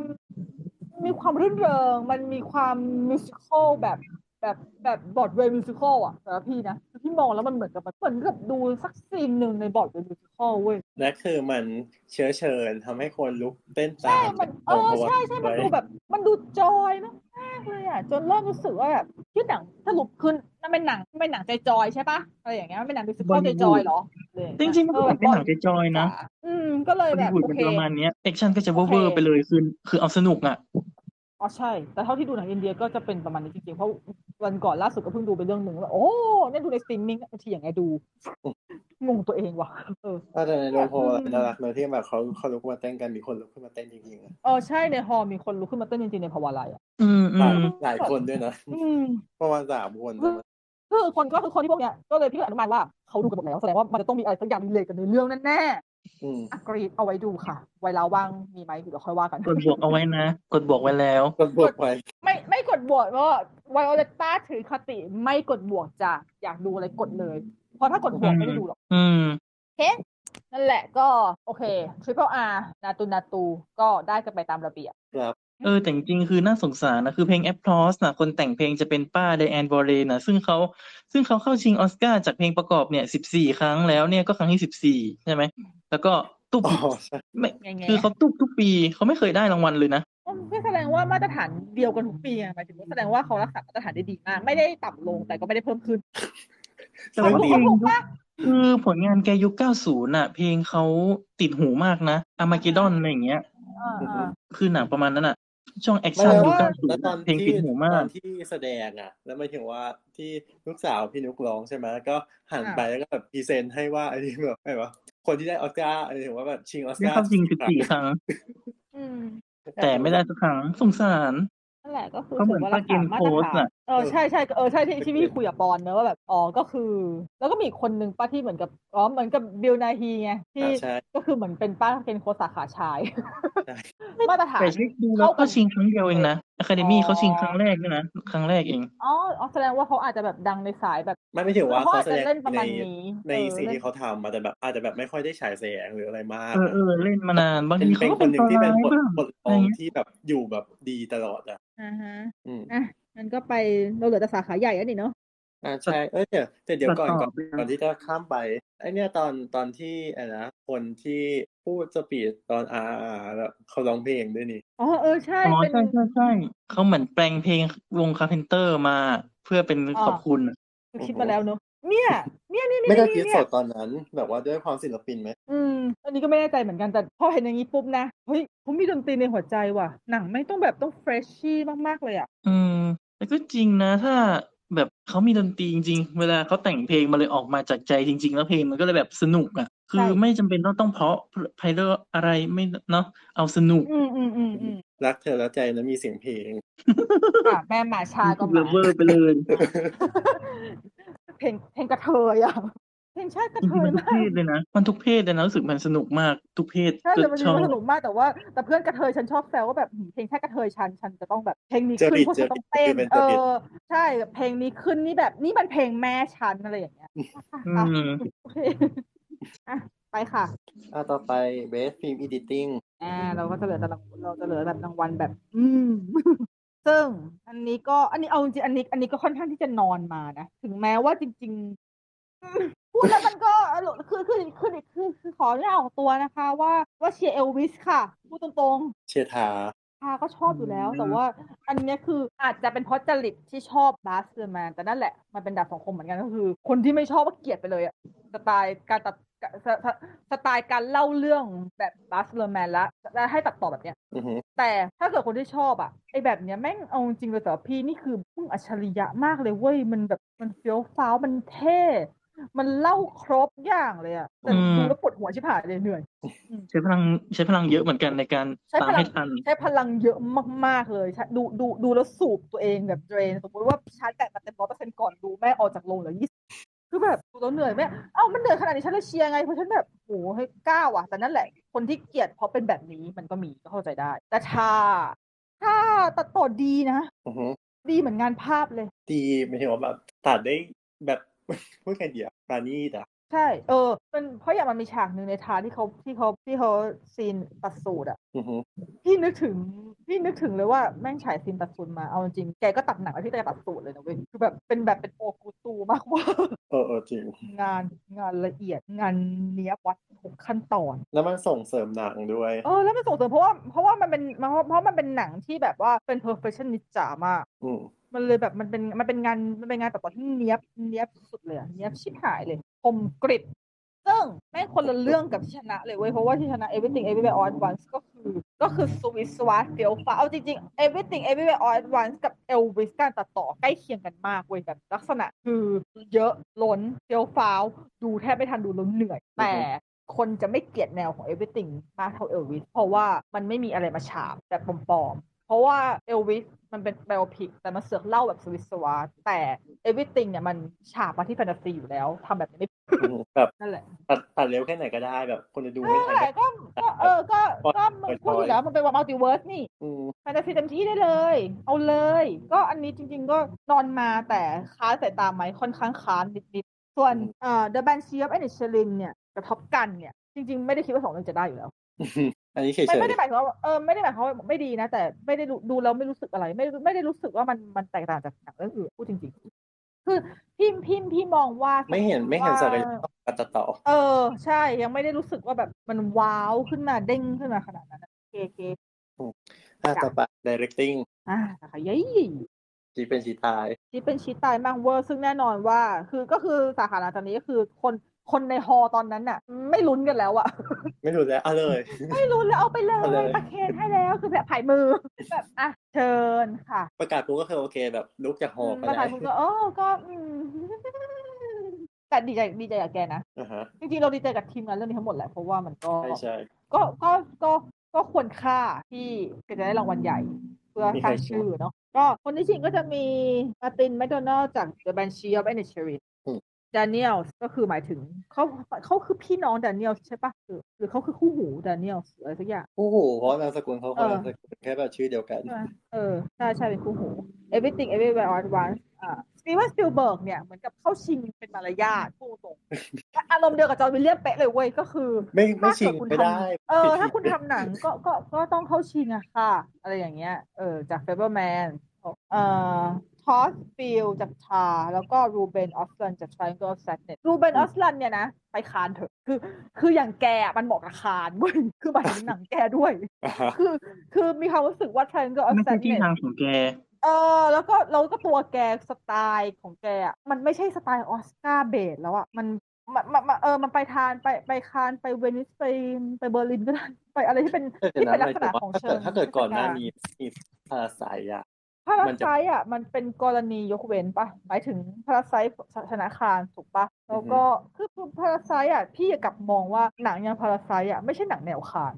D: มีความรื่นเริง มันมีความมิวสิควลแบบ แบบแบบบอดเวย์มิวสิควลอ่ะสำหรับพี่นะคือพี่มองแล้วมันเหมือนกับมันเหมือนกับดูสักซีนหนึ่งในบอดเวย์มิวสิควลเว้ย
B: และคือมันเชื้อเชิญทำให้คนลุกเต้นตา
D: ใช่
B: ม
D: มัน เออ ใช่ใช่มันดูแบบ มันดูจอยมากมากๆเลยอ่ะ จนเริ่มรู้สึกว่าแบบที่หนังสรุปขึ้นมันเป็นหนังมันเป็นหนังใจจอยใช่ปะอะไรอย่างเงี้ย มันเป็นหนังมิวสิควลใจจอยเหรออะไอย่า
C: จ
D: เย
C: ริงๆมันก็แบบเป็นหนัง
D: ออ
C: จอยๆนะ
D: อืม ก็เลย
C: มัน
D: แบบ
C: พูด
D: โอ
C: เป็น
D: เค
C: ประมาณเนี้ยแอคชั่นก็จะเวอร์ๆไปเลยคือคือเอาสนุกอ่ะ
D: อ๋อใช่ แต่เท่าที่ดูหนังอินเดียก็จะเป็นประมาณนี้จริงๆ เพราะวันก่อนล่าสุดก็เพิ่งดูไปเรื่องหนึ่งว่าโอ้เนี่ยดูในสตรีมมิ่งบางทีอย่างไงดู งงตัวเองว่ะ เออ
B: ถ้าแต่ในโรงโพลน่ารักเนอะที่แบบเขาเขาลุกมาเต้นกันมีคนลุกขึ้นมาเต้นจริงๆอะ
D: เออใช่ในฮอลมีคนลุกขึ้นมาเต้นจริงๆในภาวะไรอ่ะ
C: อืมอื
B: หลาย
C: ม
B: หลายคนด้วยนะ
D: อืม
B: ประมาณสามคน
D: อืม คือคนก็คือคนที่พวกเนี้ยก็เลยพี่ก็อนุมานว่าเขาดูกันหมดแล้วแสดงว่ามันจะต้องมีอะไรสักอย่างรีเลทกันในเรื่องแน่
B: อืม
D: ๆอักรีดเอาไว้ดูค่ะ ไว้ลาว่างมีไหมเดี๋ยวค่อยว่ากัน
C: กดบวกเอาไว้นะ กดบวกไว้แล้ว
B: ก็บวกไป
D: ไม่ไม่กดบวกเพราะไวโอเลต้าถือคติไม่กดบวกจ้ะอยากดูอะไรกดเลย เพราะถ้ากดบวกไม่ได้ดูหรอก
C: อืม
D: นั่นแหละก็โอเค Triple R นาตูนาตูก็ได้กันไปตามระเบียบ
C: เออแต่จริงๆคือน่าสงสารนะ คือเพลง Applause นะคนแต่งเพลงจะเป็นป้าไดแอนวอร์เรนะซึ่งเขาซึ่งเขาเข้าชิงออสการ์จากเพลงประกอบเนี่ย 14 ครั้งแล้วเนี่ยก็ครั้งที่ 14 ใช่ไหม แล้วก็ตุ๊บ <laughs>
B: อ๋อใช่
C: ไม่
D: ไงไง
C: คือเขาตุ๊บทุกปีเขาไม่เคยได้รางวัลเลยนะ
D: ก็แสดงว่ามาตรฐานเดียวกันทุกปีอะหมายถึงว่าแสดงว่าเขารักษามาตรฐานได้ดีมาก ไม่ได้ต่ำลงแต่ก็ไม่ได้เพิ่มขึ้น
C: แต่ว่า
B: เรื่อง
D: ถูก
B: ดี
D: ถูกปะ
C: คือผลงานแกยุค 90 น่ะ เพลงเขาติดหูมากนะอามาเกดอนอะไรอย่างเงี้ย
D: อ่าอ่า
C: คือหนังประมาณนั้นอ่ะ ช่วงแอค
B: ไม่
C: ชั่น
B: แล้ว
C: ยุค
B: แล้วตอน
C: 90 เพลง
B: ที่
C: ติดหู
B: ต
C: มา
B: อก นที่แสดงอ่ะ แล้วไม่ถึงว่าที่ลูกสาวพี่นุกร้องใช่ไหมแล้วก็หันไปแล้วก็แบบพรีเซนต์ให้ว่าไอ้นี่แบบไอ้วะคนที่ได้ออสการ์ไอ้ถึงว่าแบบชิงออส
C: ได้
B: การ์
C: เข้าชิง 14 ครั้ง
D: อืม
C: แต่ไม่ได้สักครั้งสงสาร
D: นั่นแหละก็คือ
C: ก็เหมือน
D: ถือว่ารักษามาตร
C: ป้าเกมโพสต์
D: ฐา
C: น่ะ
D: นเออใช่ใช่เออใช่ที่ที่พี่คุยกับปอนเนอะว่าแบบอ๋อก็คือ แล้วก็มีอีกคนนึงป้าที่เหมือนกับอ๋อเหมือนกับบิลนาฮีไงที่
B: อ่าใช่
D: ก็คือเหมือนเป็นป้าเป็นโคชสาขาชาย
B: ใช่
D: <laughs> มาตรฐาน
C: แต่เช็คดูแล้วเขาชิงครั้งเดียวเองนะอะคาเดมี่เขาชิงครั้งแรกด้วยนะ ครั้งแรกเอง
D: อ๋ออ๋อแสดงว่าเขาอาจจะแบบดังในสายแบบ
B: ไม่ไม่ถึงว่า
D: เขา
B: เขา
D: อาจ
B: แส
D: จะ
B: ดง
D: เล่นประ
B: ใน
D: มาณนี้
B: ใน
D: เออ
B: สิ่ง
D: เล่น
B: ที่เขาทำมาแต่แบบอาจจะแบบไม่ค่อยได้ฉายแสงหรืออะไรมาก
C: เออเออเล่นมานานบาง
B: เป็น
C: ที
B: เป็
C: เขา
B: น
C: ก็
B: คหนึ่งที่
C: เป็น นตัว
B: เป็น
C: ร้าย
B: บทบ
C: บ้าง
B: ทรอง
C: อะไรเงี้ย
B: ที่แบบอยู่แบบดีตลอดอ่ะ
D: อ่าฮะ
B: อืม
D: อ่ะมันก็ไปเราเหลือแต่สาขาใหญ่แล้วนี่เนาะ
B: อ่าใช่เอ้ยเดี๋ยวแต่เดี๋ยวก่อน
C: ตั
B: ก่อน
C: ดต่อ
B: ก่อนที่จะข้ามไปไอเนี่ยตอนตอนที่ไอ้นะคนที่พูดสปีดตอนอาแล้วเขาร้องเพลงด้วยนี่
D: อ๋อเออใช่
C: อ๋อ
D: เป็น
C: ใช่ใช่ใช่เขาเหมือนแปลงเพลงวงคาร์เพนเตอร์มาเพื่อเป็น
D: อ๋อ
C: ขอบคุณอะ
D: คิดมาแล้วเนาะเนี่ยเนี่ยเนี่ยเนี่ย
B: ไม่ได้คิ
D: เนี่ย
B: ดส
D: เนี่ย
B: ดตอนนั้น แบบว่าด้วยความศิลปินไหม
D: อืมอันนี้ก็ไม่แน่ใจเหมือนกันแต่พอเห็นอย่างนี้ปุ๊บนะเฮ้ยผมมีดนตรีในหัวใจว่ะหนังไม่ต้องแบบต้องเฟรชชี่มากๆเลยอ่ะ
C: อืมแต่ก็จริงนะ ถ้า แบบเขามีดนตรีจริงๆ เวลาเขาแต่งเพลงมันเลยออกมาจากใจจริง ๆ แล้วเพลงมันก็เลยแบบสนุกอ่ะ คือ
D: ใช่
C: ไม่จำเป็นต้องต้องเพราะไพเราะอะไรไม่เนาะเอาสนุก
D: อืมอืมอืมอืม
B: รักเธอแล้วใจนะมีเสียงเพลง
D: อ่ะแม่หมาชาก็ห
C: เล
D: มา
C: เวอร์ไปเลย
D: <laughs> เพลงเพลงกระเทยอ่ะเพลงชาติกระเทย
C: มันทุ
D: มา
C: กเพ
D: ก
C: ศเลยนะมันทุกเพศเลยนะรู้สึกมันสนุกมากทุกเพศ
D: ใช่แต่
C: ก็
D: มัน
C: ชอบ
D: สนุกมากแต่ว่า แต่เพื่อนกระเทยฉันชอบแซวว่าแบบหืมเพลงชาติกระเทยฉันฉันจะต้องแบบเพลงนี้ขึ้น
B: จริ
D: เพ
B: ต
D: ราะฉันต้องเต้
B: จริ
D: น
B: ตเป็น
D: เอ
B: จริต
D: อใช่แบบเพลงนี้ขึ้นนี่แบบนี่มันเพลงแม่ฉันอะไรอย่างเงี้ย
C: อื
D: <laughs> อ่ะ
C: ม
D: โอเคอ่ะไปค่ะ
B: อ่ะต่อไป best film editing
D: อ่าเราก็จะเหลือแต่ละเราจะเหลือแบบรางวัลแบบ อืม <laughs> ซึ่งอันนี้ก็อันนี้เอาจริงๆอันนี้ อันนี้ก็ค่อนข้างที่จะนอนมานะ ถึงแม้ว่าจริง ๆ <laughs> อืมพูดแล้วมันก็อารมณ์คือคือคือคือคือขออนุญาตออกตัวนะคะ ว่าว่าเชียร์เอลวิสค่ะ พูดตรงๆ
B: เชียร์ทา
D: ชาก็ชอบอยู่แล้ว
C: อืม
D: แต่ว่าอันเนี้ยคืออาจจะเป็นเพราะจริตที่ชอบบาสเซอร์แมนแต่นั่นแหละ มันเป็นดาบสองคมเหมือนกันก็คือ คนที่ไม่ชอบก็เกลียดไปเลยอะสไตล์การตัดสสสไตล์การเล่าเรื่องแบบบาสเซอร์แมนละแล้วให้ตัดต่อแบบเนี้ย
B: อือหือ
D: แต่ถ้าเกิดคนที่ชอบอะไอแบบเนี้ยแม่งเอาจริงเลยแต่พี่นี่คือพุ่งอัจฉริยะมากเลยเว้ยมันแบบมันเฟี้ยวฟ้าวมันเท่ มันเล่าครบอย่างเลยอะแต่ดูแล้วปวดหัวชิบหายเลยเหนื่อย
C: ใช้พลังใช้พลังเยอะเหมือนกันในการ
D: ใช้พลัง
C: ตามให้ทัน
D: ใช้พลังเยอะมาก ๆ เลยใช้ดูดูดูแล้วสูบตัวเองแบบเดรน สมมติว่าชาร์จแบตมาเต็มร้อยเปอร์เซ็นต์ก่อนดูแม่งออกจากโรงเหลือยี่สิบคือแบบดูแล้วเหนื่อยแม่งเอ้ามันเหนื่อยขนาดนี้ฉันเลยเชียร์ไง เพราะฉันแบบโอ้ให้ยกล้าว่ะ แต่นั่นแหละ คนที่เกลียดเพราะเป็นแบบนี้มันก็มีก็เข้าใจได้ แต่ชาถ้าตัดต่อดีนะ
B: อือหือ
D: ดีเหมือนงานภาพเลย
B: ดีไม่ใช่ว่าแบบตัดได้แบบ <laughs> พูดไงเดียวปราณีตอ่ะ
D: ใช่ เออ มันเพราะอย่างมันมีฉากหนึ่งในทาที่เขาที่เขาที่เขาซีนตัดสูตรอะ
B: อือหือ
D: พี่นึกถึงพี่นึกถึงเลยว่าแม่งฉายซีนตัดสูนมาเอาจริงๆแกก็ตัดหนังแล้วพี่แกตัดสูนเลยนะเว้ยคือแบบเป็นแบบเป็นโอกูตูมาก <laughs> ว่า
B: เออเออจริง
D: งานงานละเอียดงานเนี้ยบวัดทุกขั้นตอน
B: แล้วมันส่งเสริมหนังด้วย
D: เออ แล้วมันส่งเสริมเพราะว่าเพราะว่ามันเป็นเพราะเพราะมันเป็นหนังที่แบบว่าเป็น perfectionist จ๋ามาก
B: อืม
D: มันเลยแบบมันเป็นมันเป็นงานมันเป็นงานตัดต่อที่เนี้ยบเนี้ยบสุดเลยอะเนี้ยบชิบหายเลยคมกริบซึ่งแม่งคนละเรื่องกับที่ชนะเลยเว้ยเพราะว่าที่ชนะ everything everywhere all at once ก็คือก็คือสวิสวาเฟียวฟ้าเอาจริงๆ everything everywhere all at once กับ Elvis การตัดต่อใกล้เคียงกันมากเว้ยแบบลักษณะคือเยอะล้นเฟียวฟ้าวดูแทบไม่ทันดูแล้นเหนื่อย แต่คนจะไม่เกลียดแนวของ everything มากเท่า Elvis เพราะว่ามันไม่มีอะไรมาฉาบแต่ปลอมๆ เพราะว่าเอลวิสมันเป็นไบโอพิก แต่มันเสือกเล่าแบบสวิสสวาสแต่เอวิ h ิงเนี่ยมันฉาบมาที่แฟนตาซีอยู่แล้วทำแบบนี้ไม่
B: อือหือแบบ
D: นั่นแหละ
B: ตัดตัดเร็วแค่ไหนก็ได้แบบคนจะดูไม่
D: นั่
B: ทั
D: น
B: น
D: แหละก็ก็เออ ก็ก็มันพูดอยู่แล้วมันเป็นว่ามัลติเวิร์สนี่
B: อืม <laughs>
D: แฟนตาซีเต็มที่ได้เลย เอาเลย ก็อันนี้จริงๆก็นอนมาแต่ค้านสายตาไหมค่อนข้างค้านนิดๆ ส่วนเอ่อ The Banshee of Inisherin เนี่ยกับท็อปกันเนี่ย จริงๆ ไม่ได้คิดว่าสองเรื่องจะได้อยู่แล้ว
B: อันนี้เฉย
D: ไม่
B: ๆ
D: ไม่ได้หมายความว่าเออไม่ได้หมายความว่าไม่ดีนะ แต่ไม่ได้รู้ดูแล้วไม่รู้สึกอะไร ไม่รู้ไม่ได้รู้สึกว่ามันมันแตกต่างจากหนังเรื่องอื่นพูดจริงๆ คือพี่พี่พี่มองว่า
B: ไม่เห็นไม่เห็นศักยภาพการตัดต่อ
D: เออ ใช่ยังไม่ได้รู้สึกว่าแบบมันว้าวขึ้นมาเด้งขึ้นมาขนาดนั้นนะโอเคโอเค
B: อ่ะต่อไป directing
D: อ่านะคะเย้
B: จีเป็นจีตาย
D: ที่เป็นชีตตายมากเวอร์ซึ่งแน่นอนว่า คือก็คือสาขาหลังจากนี้ก็คือคนคนในฮอตอนนั้นน่ะ ไม่ลุ้นกันแล้วอะ
B: <laughs> ไม่รู้แล้วเอาเลย
D: <laughs> ไม่ลุ้นแล้วเอาไปเล
B: เอาเลย ย
D: ประเคนให้แล้วคือแบบผายมือ แบบอ่ะเชิญค่ะ
B: ประกาศปุ๊บก็คือโอเคแบบลุกจากหอไป
D: มา
B: ไหน
D: ถ่ายมือก็เออก็อืม <laughs> แต่ดีใจดีใจกับแกนะ
B: อ่าฮะ
D: จริงๆเราดีใจกับทีมงานเรื่องนี้ทั้งหมดแหละเพราะว่ามันก็
B: ใช่ใช่
D: ก็ก็ก็ก็ควรค่าที่จะได้รางวัลใหญ่ เพื่อสร้างชื่อเนาะก็คนที่ชิงก็จะมีมาตินแมคโดนัลจาก The Banshee of Inisherin
B: อืม
D: ดานิเอลก็คือหมายถึงเขาเขาคือพี่น้องดานิเอลใช่ปะหรือหรือเขาคือคู่หูดานิเอลอะไรสักอย่าง
B: โอ้โหเพราะนามสกุลเขาคน
D: เออ
B: นามสกุลแค่แบบชื่อเดียวกัน
D: ใช่ไหมเออ ใช่ใช่เป็นคู่หู Everything Everywhere All at Once อ่าสตีเวนสปิลเบิร์กเนี่ย เหมือนกับเข้าชิงเป็นมารยาทพูดตรง <laughs> ๆอารมณ์เดียวกับจอห์นวิลเลียมเป๊ะเลยเว้ยก็คือ
B: ไม่ไม่
D: ถ้าเกิ
B: ชิ
D: ด
B: ง
D: คุณ
B: ไม่
D: ทำ
B: ได้
D: เออ ถ้าคุณทำหนังก็ก็ก็ต้องเข้าชิงอะค่ะ อะไรอย่างเงี้ย เออ จากเฟเบอร์แมนเอ่อทอสฟิลจากทา แล้วก็รูเบนออสลันจาก Triangle of Sadness รูเบนออสลันเนี่ยนะ ไปคานเถอะ คือ คืออย่างแกอะมันเหมาะกับคานเว้ย <laughs> คือหมายถึงหนังแกด้วย
B: อ่าฮะ
D: คือ คือมีความรู้สึกว่า Triangle of
C: ไม่ใช่ที่
D: Sadness
C: ทางของแก
D: เออ แล้วก็เราก็ตัวแกสไตล์ของแกอะมันไม่ใช่สไตล์ออสการ์เบสแล้วอะมันมันมันมันเออมันไปทานไปไปคานไปเวนิสไปไปเบอร์ลินก็ได้ไปอะไรที่เป็น
B: แต่เดี๋ยว
D: ที่
B: นะ
D: เป็นลักษณะ
B: หมายถึงว่า
D: ของ
B: ถ้า
D: เชิง
B: เกิดถ้าเกิดก่อนหน้า
D: ราชการ
B: นี้มีภาษาอะ
D: พารา
A: มัน
D: ไซ
A: จะ
D: อ่ะมันเป็นกรณียกเว้นปะหมายถึงพาราไซธนาคารถูกปะแล้วก็คือพาราไซอ่ะพี่กลับมองว่าหนังอย่างพาราไซอ่ะไม่ใช่หนังแนวคาน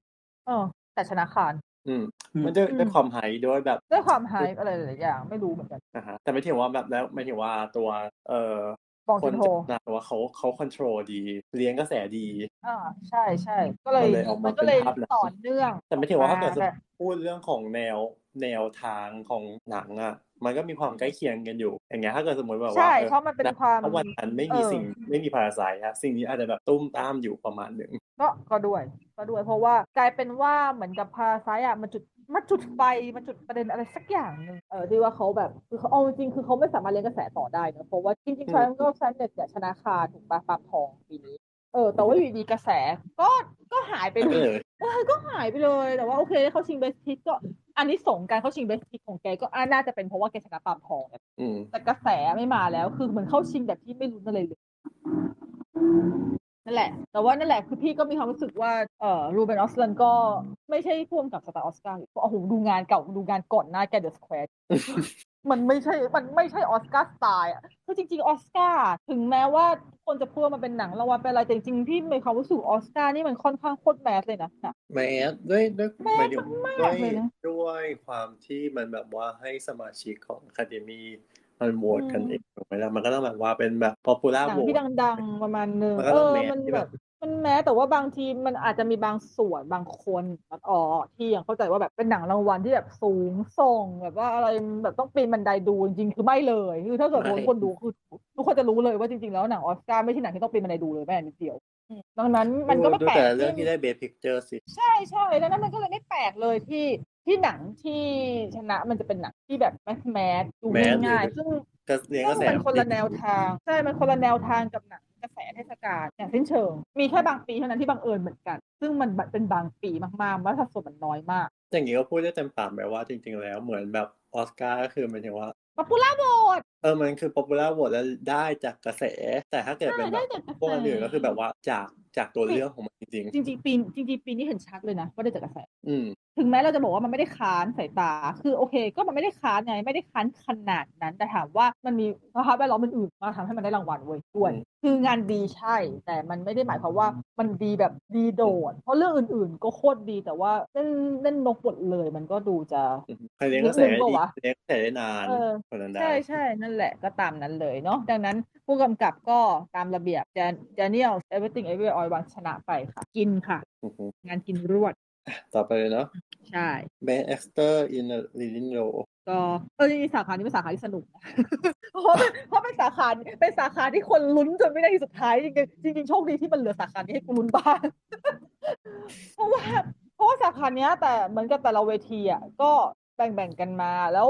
D: เออ แต่ชนะคาร
A: อืม
C: อืม
A: มันด้วย
D: อืม
A: ด้วยความไฮด้วยแบบ
D: ด้วยความไฮป์อะไรหลายๆอย่างไม่รู้เหมือนกัน
A: นะฮะแต่ไม่ถึงว่าแบบแล้วไม่ถึงว่าตัวเอ่อ
D: มอง
A: ค
D: จุ
A: น
D: นโท
A: จัดหนะว่าเขาเขาคอนโทรลดีเลี้ยงกระแสดี
D: อ่าใช่ใช่ก็เลย
A: มันเลยออกมา
D: มันก็เลย
A: เป็นภาพนั้น
D: ต่อเนื่อง
A: แต่ไม่ถึงว่าถ้าเกิด
D: มแบบ
A: พูดเรื่องของแนวแนวทางของหนังอ่ะ มันก็มีความใกล้เคียงกันอยู่ อย่างเงี้ยถ้าเกิดสมมติแบบว่า
D: ใช่
A: เออ
D: เพราะมันเป็นความ
A: ถ้าวันนั้นไม่มี
D: เออ
A: สิ่งไม่มีพาราไซครับสิ่งนี้อาจจะแบบตุ้มตามอยู่ประมาณหนึ่ง
D: ก็ก็ด้วยก็ด้วยเพราะว่ากลายเป็นว่าเหมือนกับพาราไซต์อ่ะมันจุดมันจุดไฟมันจุดประเด็นอะไรสักอย่างหนึ่งเออที่ว่าเขาแบบคือเขาเอาจริงๆคือเขาไม่สามารถเลี้ยงกระแสต่อได้เนอะเพราะว่าจริงๆ Triangle Sadness เนี่ยชนะคาถูกปะปามทองปีนี้เออแต่ว่าอยู่ดีกระแสก็ก็หายไปเล
A: เอย อ
D: เออก็หายไปเลยแต่ว่าโอเคเขาชิงเบสทิกก็อันนี้ส่งส์การเขาชิงเบสทิกของแกก็อ่าน่าจะเป็นเพราะว่าแกชนะปามทองเนี่ย
A: อืม
D: แต่กระแสไม่มาแล้ว คือเหมือนเข้าชิงแบบที่ไม่รู้อะไรเลย นั่นแหละ แต่ว่านั่นแหละ คือพี่ก็มีความรู้สึกว่า เอ่อ รูเบนออสลันก็ไม่ใช่พ่วงกับสตาร์ออสการ์โอ้โห ดูงานเก่า ดูงานก่อนหน้าแกเดอะสแควร์มันไม่ใช่ มันไม่ใช่ออสการ์สไตล์อะคือจริงๆ ออสการ์ ถึงแม้ว่าคนจะพูดว่ามันเป็นหนังรางวัลเป็นอะไร แต่จริงๆ พี่มีความรู้สึกออสการ์นี่มันค่อนข้างโคตรแมสเลยนะ
B: แมสด้วยด้วย
D: แมส
B: หมายถึงด้วย
D: เลยนะ
B: ด้วยความที่มันแบบว่าให้สมาชิกของอะคาเดมีมันโหวตกันเองถูกไหมล่ะมันก็ต้องแบบว่าเป็นแบบป๊อปปูล่า
D: หนั
B: โห
D: ง
B: วต
D: ที่ดังๆ ประมาณนึง
B: มัน
D: เอ
B: ก็ต้
D: อ
B: องแมส
D: มัน
B: ที่
D: แบ
B: แบบ บ
D: มันแม้แต่ว่าบางทีมันอาจจะมีบางส่วนบางคนมันอ๋อที่ยังเข้าใจว่าแบบเป็นหนังรางวัลที่แบบสูงส่ง แบบว่าอะไรแบบต้องปีนบันไดดูจริงๆคือไม่เลยคือถ้าเกิด
A: ไม่
D: คนดูคือทุกคนจะรู้เลยว่าจริงๆแล้วหนังออสการ์ไม่ใช่หนังที่ต้องปีนบันไดดูเลยแม้แต่นิดเดียวอืมดังนั้นมันก็ไม่
B: ดู
D: แปล
B: แต่
D: ก
B: เรื่องที่
D: ที่
B: ได้เบสพิกเจอร์สิ
D: ใช่ใช่ดังนั้นมันก็เลยไม่แปลกเลยที่ที่หนังที่ชนะมันจะเป็นหนังที่แบบแมสแมสดูง่ายๆซึ่ง
B: ก็เลี้ยงกระแส
D: ซึ่งมันคนละแนวทาง ใช่ มันคนละแนวทางกับหนังกระแสเทศกาลอย่างสิ้นเชิง มีแค่บางปีเท่านั้นที่บังเอิญเหมือนกัน ซึ่งมันเป็นบางปีมากๆว่าสัดส่วนมันน้อยมาก
B: อย่างนี้ก็พูดได้เต็มปากแบบว่าจริง ๆ แล้วเหมือนแบบออสการ์ก็คือหมายถึงว่า
D: ป๊อปปูล่าโหวต
B: เออมันคือป๊อปปูล่าโหวตแล้วได้จากกระแส แต่ถ้าเกิดเป็นแบ
D: ได้
B: บ
D: แต่กระแส
B: พวกอันอื่นก็คือแบบว่าจากจากตัวเรื่องของมันจริง
D: จริงๆปีจริงๆปีนี้เห็นชัดเลยนะว่าได้จากกระแส
B: ๆ อืม
D: ถึงแม้เราจะบอกว่ามันไม่ได้ค้านสายตา คือโอเค ก็มันไม่ได้ค้านไง ไม่ได้ค้านขนาดนั้น แต่ถามว่ามันมีสภาพแวดล้อมอื่นๆมาทำให้มันได้รางวัลเว้ยด้วย
B: อืม
D: คืองานดีใช่ แต่มันไม่ได้หมายความว่ามันดีแบบดีโดด เพราะเรื่องอื่นๆ ก็โคตรดี แต่ว่าเล่นเล่นนกบดเลย มันก็ดูจะ
B: ใครเลี้ยงกระแสได้ดี
D: เรื่องหนึ่งเปล่าวะ
B: เลี้ยงกระแสได้นาน
D: เออ
B: คนนั้นได้
D: ใช่ใช่นั่นแหละก็ตามนั้นเลยเนาะ ดังนั้นผู้กำกับก็ตามระเบียบจะจะเนียล everything everywhere all at once ชนะไปค่ะ กินค่ะ
B: อือฮึ
D: งานกินรวด
B: ต่อไปเลยเนาะ
D: ใช่
B: Best Actor in a Leading Role
D: ก็เออจริงๆสาขานี้เป็นสาขาที่สนุกนะ <laughs> เพราะเป็นเพราะเป็นสาขาเป็นสาขาที่คนลุ้นจนไม่ได้ที่สุดท้ายจริงๆจริงๆโชคดีที่มันเหลือสาขานี้ให้กูลุ้นบ้าง <laughs> เพราะว่าเพราะว่าสาขาเนี้ย แต่เหมือนกับแต่ละเวทีอ่ะก็แบ่งๆกันมาแล้ว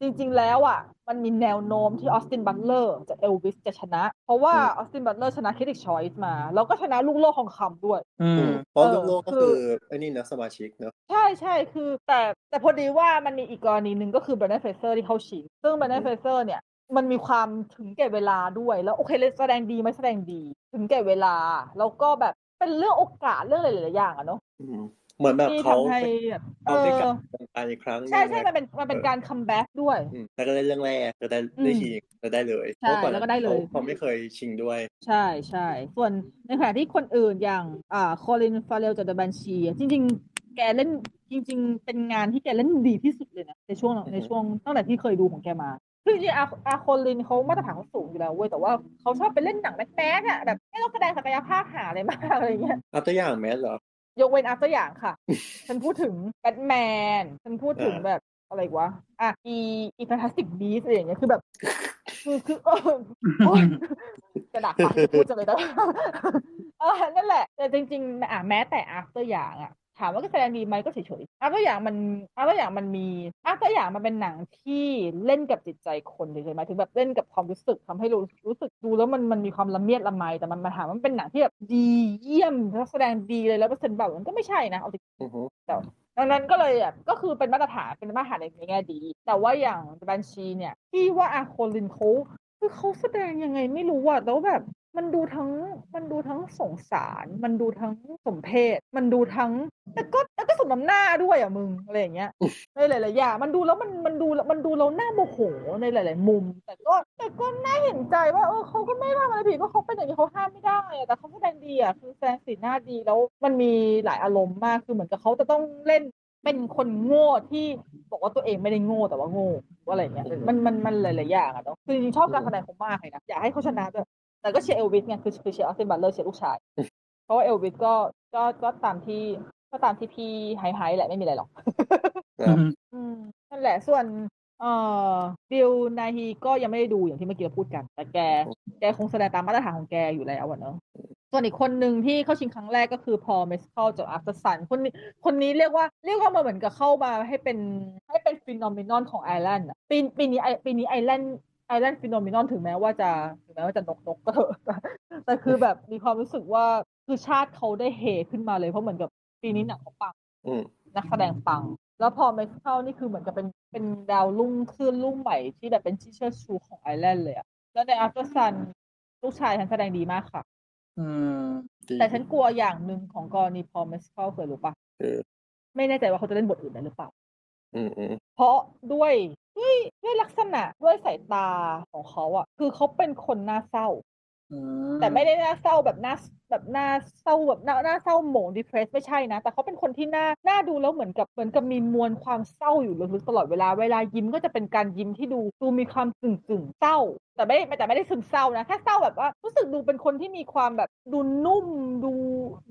D: จริง ๆ แล้วอ่ะ มันมีแนวโน้มที่ออสตินบัตเลอร์จากเอลวิสจะชนะ เพราะว่าออสตินบัตเลอร์ชนะคิดิกชอยส์มา แล้วก็ชนะลูกโลกของคำด้วย
C: อืม
B: เพราะ
D: เออ
B: ลูกโลกก็
D: คื
B: คือ อไอ้นี่เนอะสมาชิกเนอะ
D: ใช่ใช่คือแต่แต่พอดีว่ามันมีอีกกรณีหนึ่งก็คือ b r รน d ์เฟเซอร์ที่เข้าชิง ซึ่ง b r รน d ์เฟเซอร์เนี่ย มันมีความถึงแก่เวลาด้วย แล้วโอเคเลยแสดงดีไหม่แสดงดี ถึงแก่เวลา แล้วก็แบบเป็นเรื่องโอกาสเรื่องหลายๆอย่างอะเนาะ
B: อืมเหมือนแบบ
D: ที่
B: เขา
D: ทำให้แบบเอ
B: เขาได้กลับ
D: อ
B: วงการอีกครั้งหนึ
D: ใช่
B: ง
D: ใช่
B: นะ
D: มันเป็นมันเป็นการคัมแบ็กด้วย
B: อืมแล้วก็ได้เรื่องแรกก็ได้
D: อืม
B: ได้ชิงก็ได้เลย
D: ใช่
B: เพราะก่อน
D: แล้วก็ได้เลย
B: เขาไม่เคยชิงด้วย
D: ใช่ใช่ส่วนในขณะที่คนอื่นอย่างอ่าคอลินฟาเรลจากเดบัญชี จริง ๆ แกเล่นจริง ๆ เป็นงานที่แกเล่นดีที่สุดเลยนะ ในช่วงในช่วงตั้งแต่ที่เคยดูของแกมา คือจริงๆอาอาคอลินเขามาตรฐานเขาสูงอยู่แล้วเว้ยแต่ว่าเขาชอบไปเล่นหนังแมสแมสอะแบบไม่ต้องแสดงศักยภาพหาอะไรมากอะไรเงี้ย
B: เอาตัวอย่างแมสเหรอ
D: ยกเว้นอัพตัวอย่างค่ะ ฉันพูดถึงแบทแมน ฉันพูดถึง
B: อ่า
D: แบบอะไรอีกวะ อ่ะ อีอีแฟนตาสติกบีสอะไรอย่างเงี้ย คือแบบ คือคือเออโอ๊ยกระดาษปากจะพู <laughs> ดจังเลยแต่ว่าเออนั่นแหละ แต่จริงๆอ่ะแม้แต่อัพตัวอย่างอ่ะ ถามว่าก็แสดงดีไหมก็เฉยๆอัพตัวอย่างมันอัพตัวอย่างมันมีอัพตัวอย่างมันเป็นหนังที่เล่นกับจิตใจคนเฉยๆหมายถึงแบบเล่นกับความรู้สึกทำให้รู้รู้สึกดูแล้วมันมันมีความละเมียดละไมแต่มันมาถามว่ามันเป็นหนังที่แบบดีเยี่ยมแล้วแสดงดีเลยแล้วเปอร์เซ็นต์แบบมันก็ไม่ใช่นะเอาจริง
B: อือฮึ
D: ดังนั้นก็เลยแบบก็คือเป็นมาตรฐานเป็นมาตรฐานในแง่ดี แต่ว่าอย่างบัญชีเนี่ยที่ว่าอาโคลินเขาคือเขาแสดงยังไงไม่รู้อะแล้วแบบ มันดูทั้งมันดูทั้งสงสาร มันดูทั้งสมเพศ มันดูทั้งแต่ก็แต่ก็สมน้ำหน้าด้วยอ่ะมึงอะไรอย่างเงี้ยในหลายๆอย่างมันดูแล้วมันมันดูแล้วมันดูแล้วหน้าโมโหในหลาย ๆ มุม แต่ก็แต่ก็น่าเห็นใจว่าเออเขาก็ไม่ได้ทำอะไรผิดก็เขาเป็นอย่างนี้เขาห้ามไม่ได้อะแต่เขาแสดงดีอ่ะคือแสดงสีหน้าดีแล้วมันมีหลายอารมณ์มากคือเหมือนกับเขาจะต้องเล่นเป็นคนโง่ที่บอกว่าตัวเองไม่ได้โง่แต่ว่าโง่อะไรอย่างเงี้ยมันมันมันหลายๆอย่างอ่ะเนาะคือจริงๆชอบการแสดงเขามากเลยนะอยากให้เขาชนะด้วย แต่ก็เชียร์เอลวิสไงคือคือเชียร์ออสตินบัตเลอร์เชียร์ลูกชาย เพราะว่าเอลวิสก็ก็ก็ตามที่ก็ตามที่พี่ไฮไฮแหละไม่มีอะไรหรอก
A: ครับ
C: อืม
D: อืมนั่นแหละส่วนเอ่อบิลนาฮีก็ยังไม่ได้ดูอย่างที่เมื่อกี้เราพูดกัน แต่แก แกคงแสดงตามมาตรฐานของแกอยู่แล้วอะเนาะส่วนอีกคนหนึ่งที่เข้าชิงครั้งแรกก็คือพอเมสคอลจากอัฟเตอร์ซันคนนี้คนนี้เรียกว่าเรียกว่ามาเหมือนกับเข้ามาให้เป็นให้เป็นฟิน o m ม n นอนของไอร์แลนด์อะปีปีนี้ไอปีนี้ไอร์แลนด์ไอร์แลนด์ฟิน o m ม n นอนถึงแม้ว่าจะถึงแม้ว่าจะนกนกๆก็เถอะ <laughs> แต่แต่คือแบบมีความรู้สึกว่าคือชาติเขาได้เฮขึ้นมาเลยเพราะเหมือนกับปีนี้หนังเขาปัง
A: อืม
D: นักแสดงปัง แล้วพอเมคเข้านี่คือเหมือนกับเป็นเป็นดาวรุ่งคลื่นรุ่งใหม่ที่แบบเป็นที่เชิดชูของไอร์แลนด์เลยอะแล้วในอัลเตอร์ซันลูกชายฉันแสดงดีมากค่ะ
C: อืม
A: ดี
D: แต่ฉันกลัวอย่างหนึ่งของกรณีพอเมสเข้าเคยรู้ปะ
A: เออ
D: ไม่แน่ใจว่าเขาจะเล่นบทอื่นได้หรือเปล่า
A: อืมอืม
D: เพราะด้วยด้วยด้วยลักษณะด้วยสายตาของเขาอะคือเขาเป็นคนน่าเศร้า
C: อื
D: แต่ไม่ได้น่าเศร้าแบบน่าแบบน่าเศร้าแบบน่าน่าเศร้าหมอง depressed ไม่ใช่นะ แต่เขาเป็นคนที่น่าน่าดูแล้วเหมือนกับเหมือนกับมีมวลความเศร้าอยู่ลึกๆตลอดเวลาเวลายิ้มก็จะเป็นการยิ้มที่ดูดูมีความกึ่งกึ่งๆเศร้า แต่ไม่แต่ไม่ได้ซึมเศร้านะแค่เศร้าแบบว่ารู้สึกดูเป็นคนที่มีความแบบดูนุ่มดู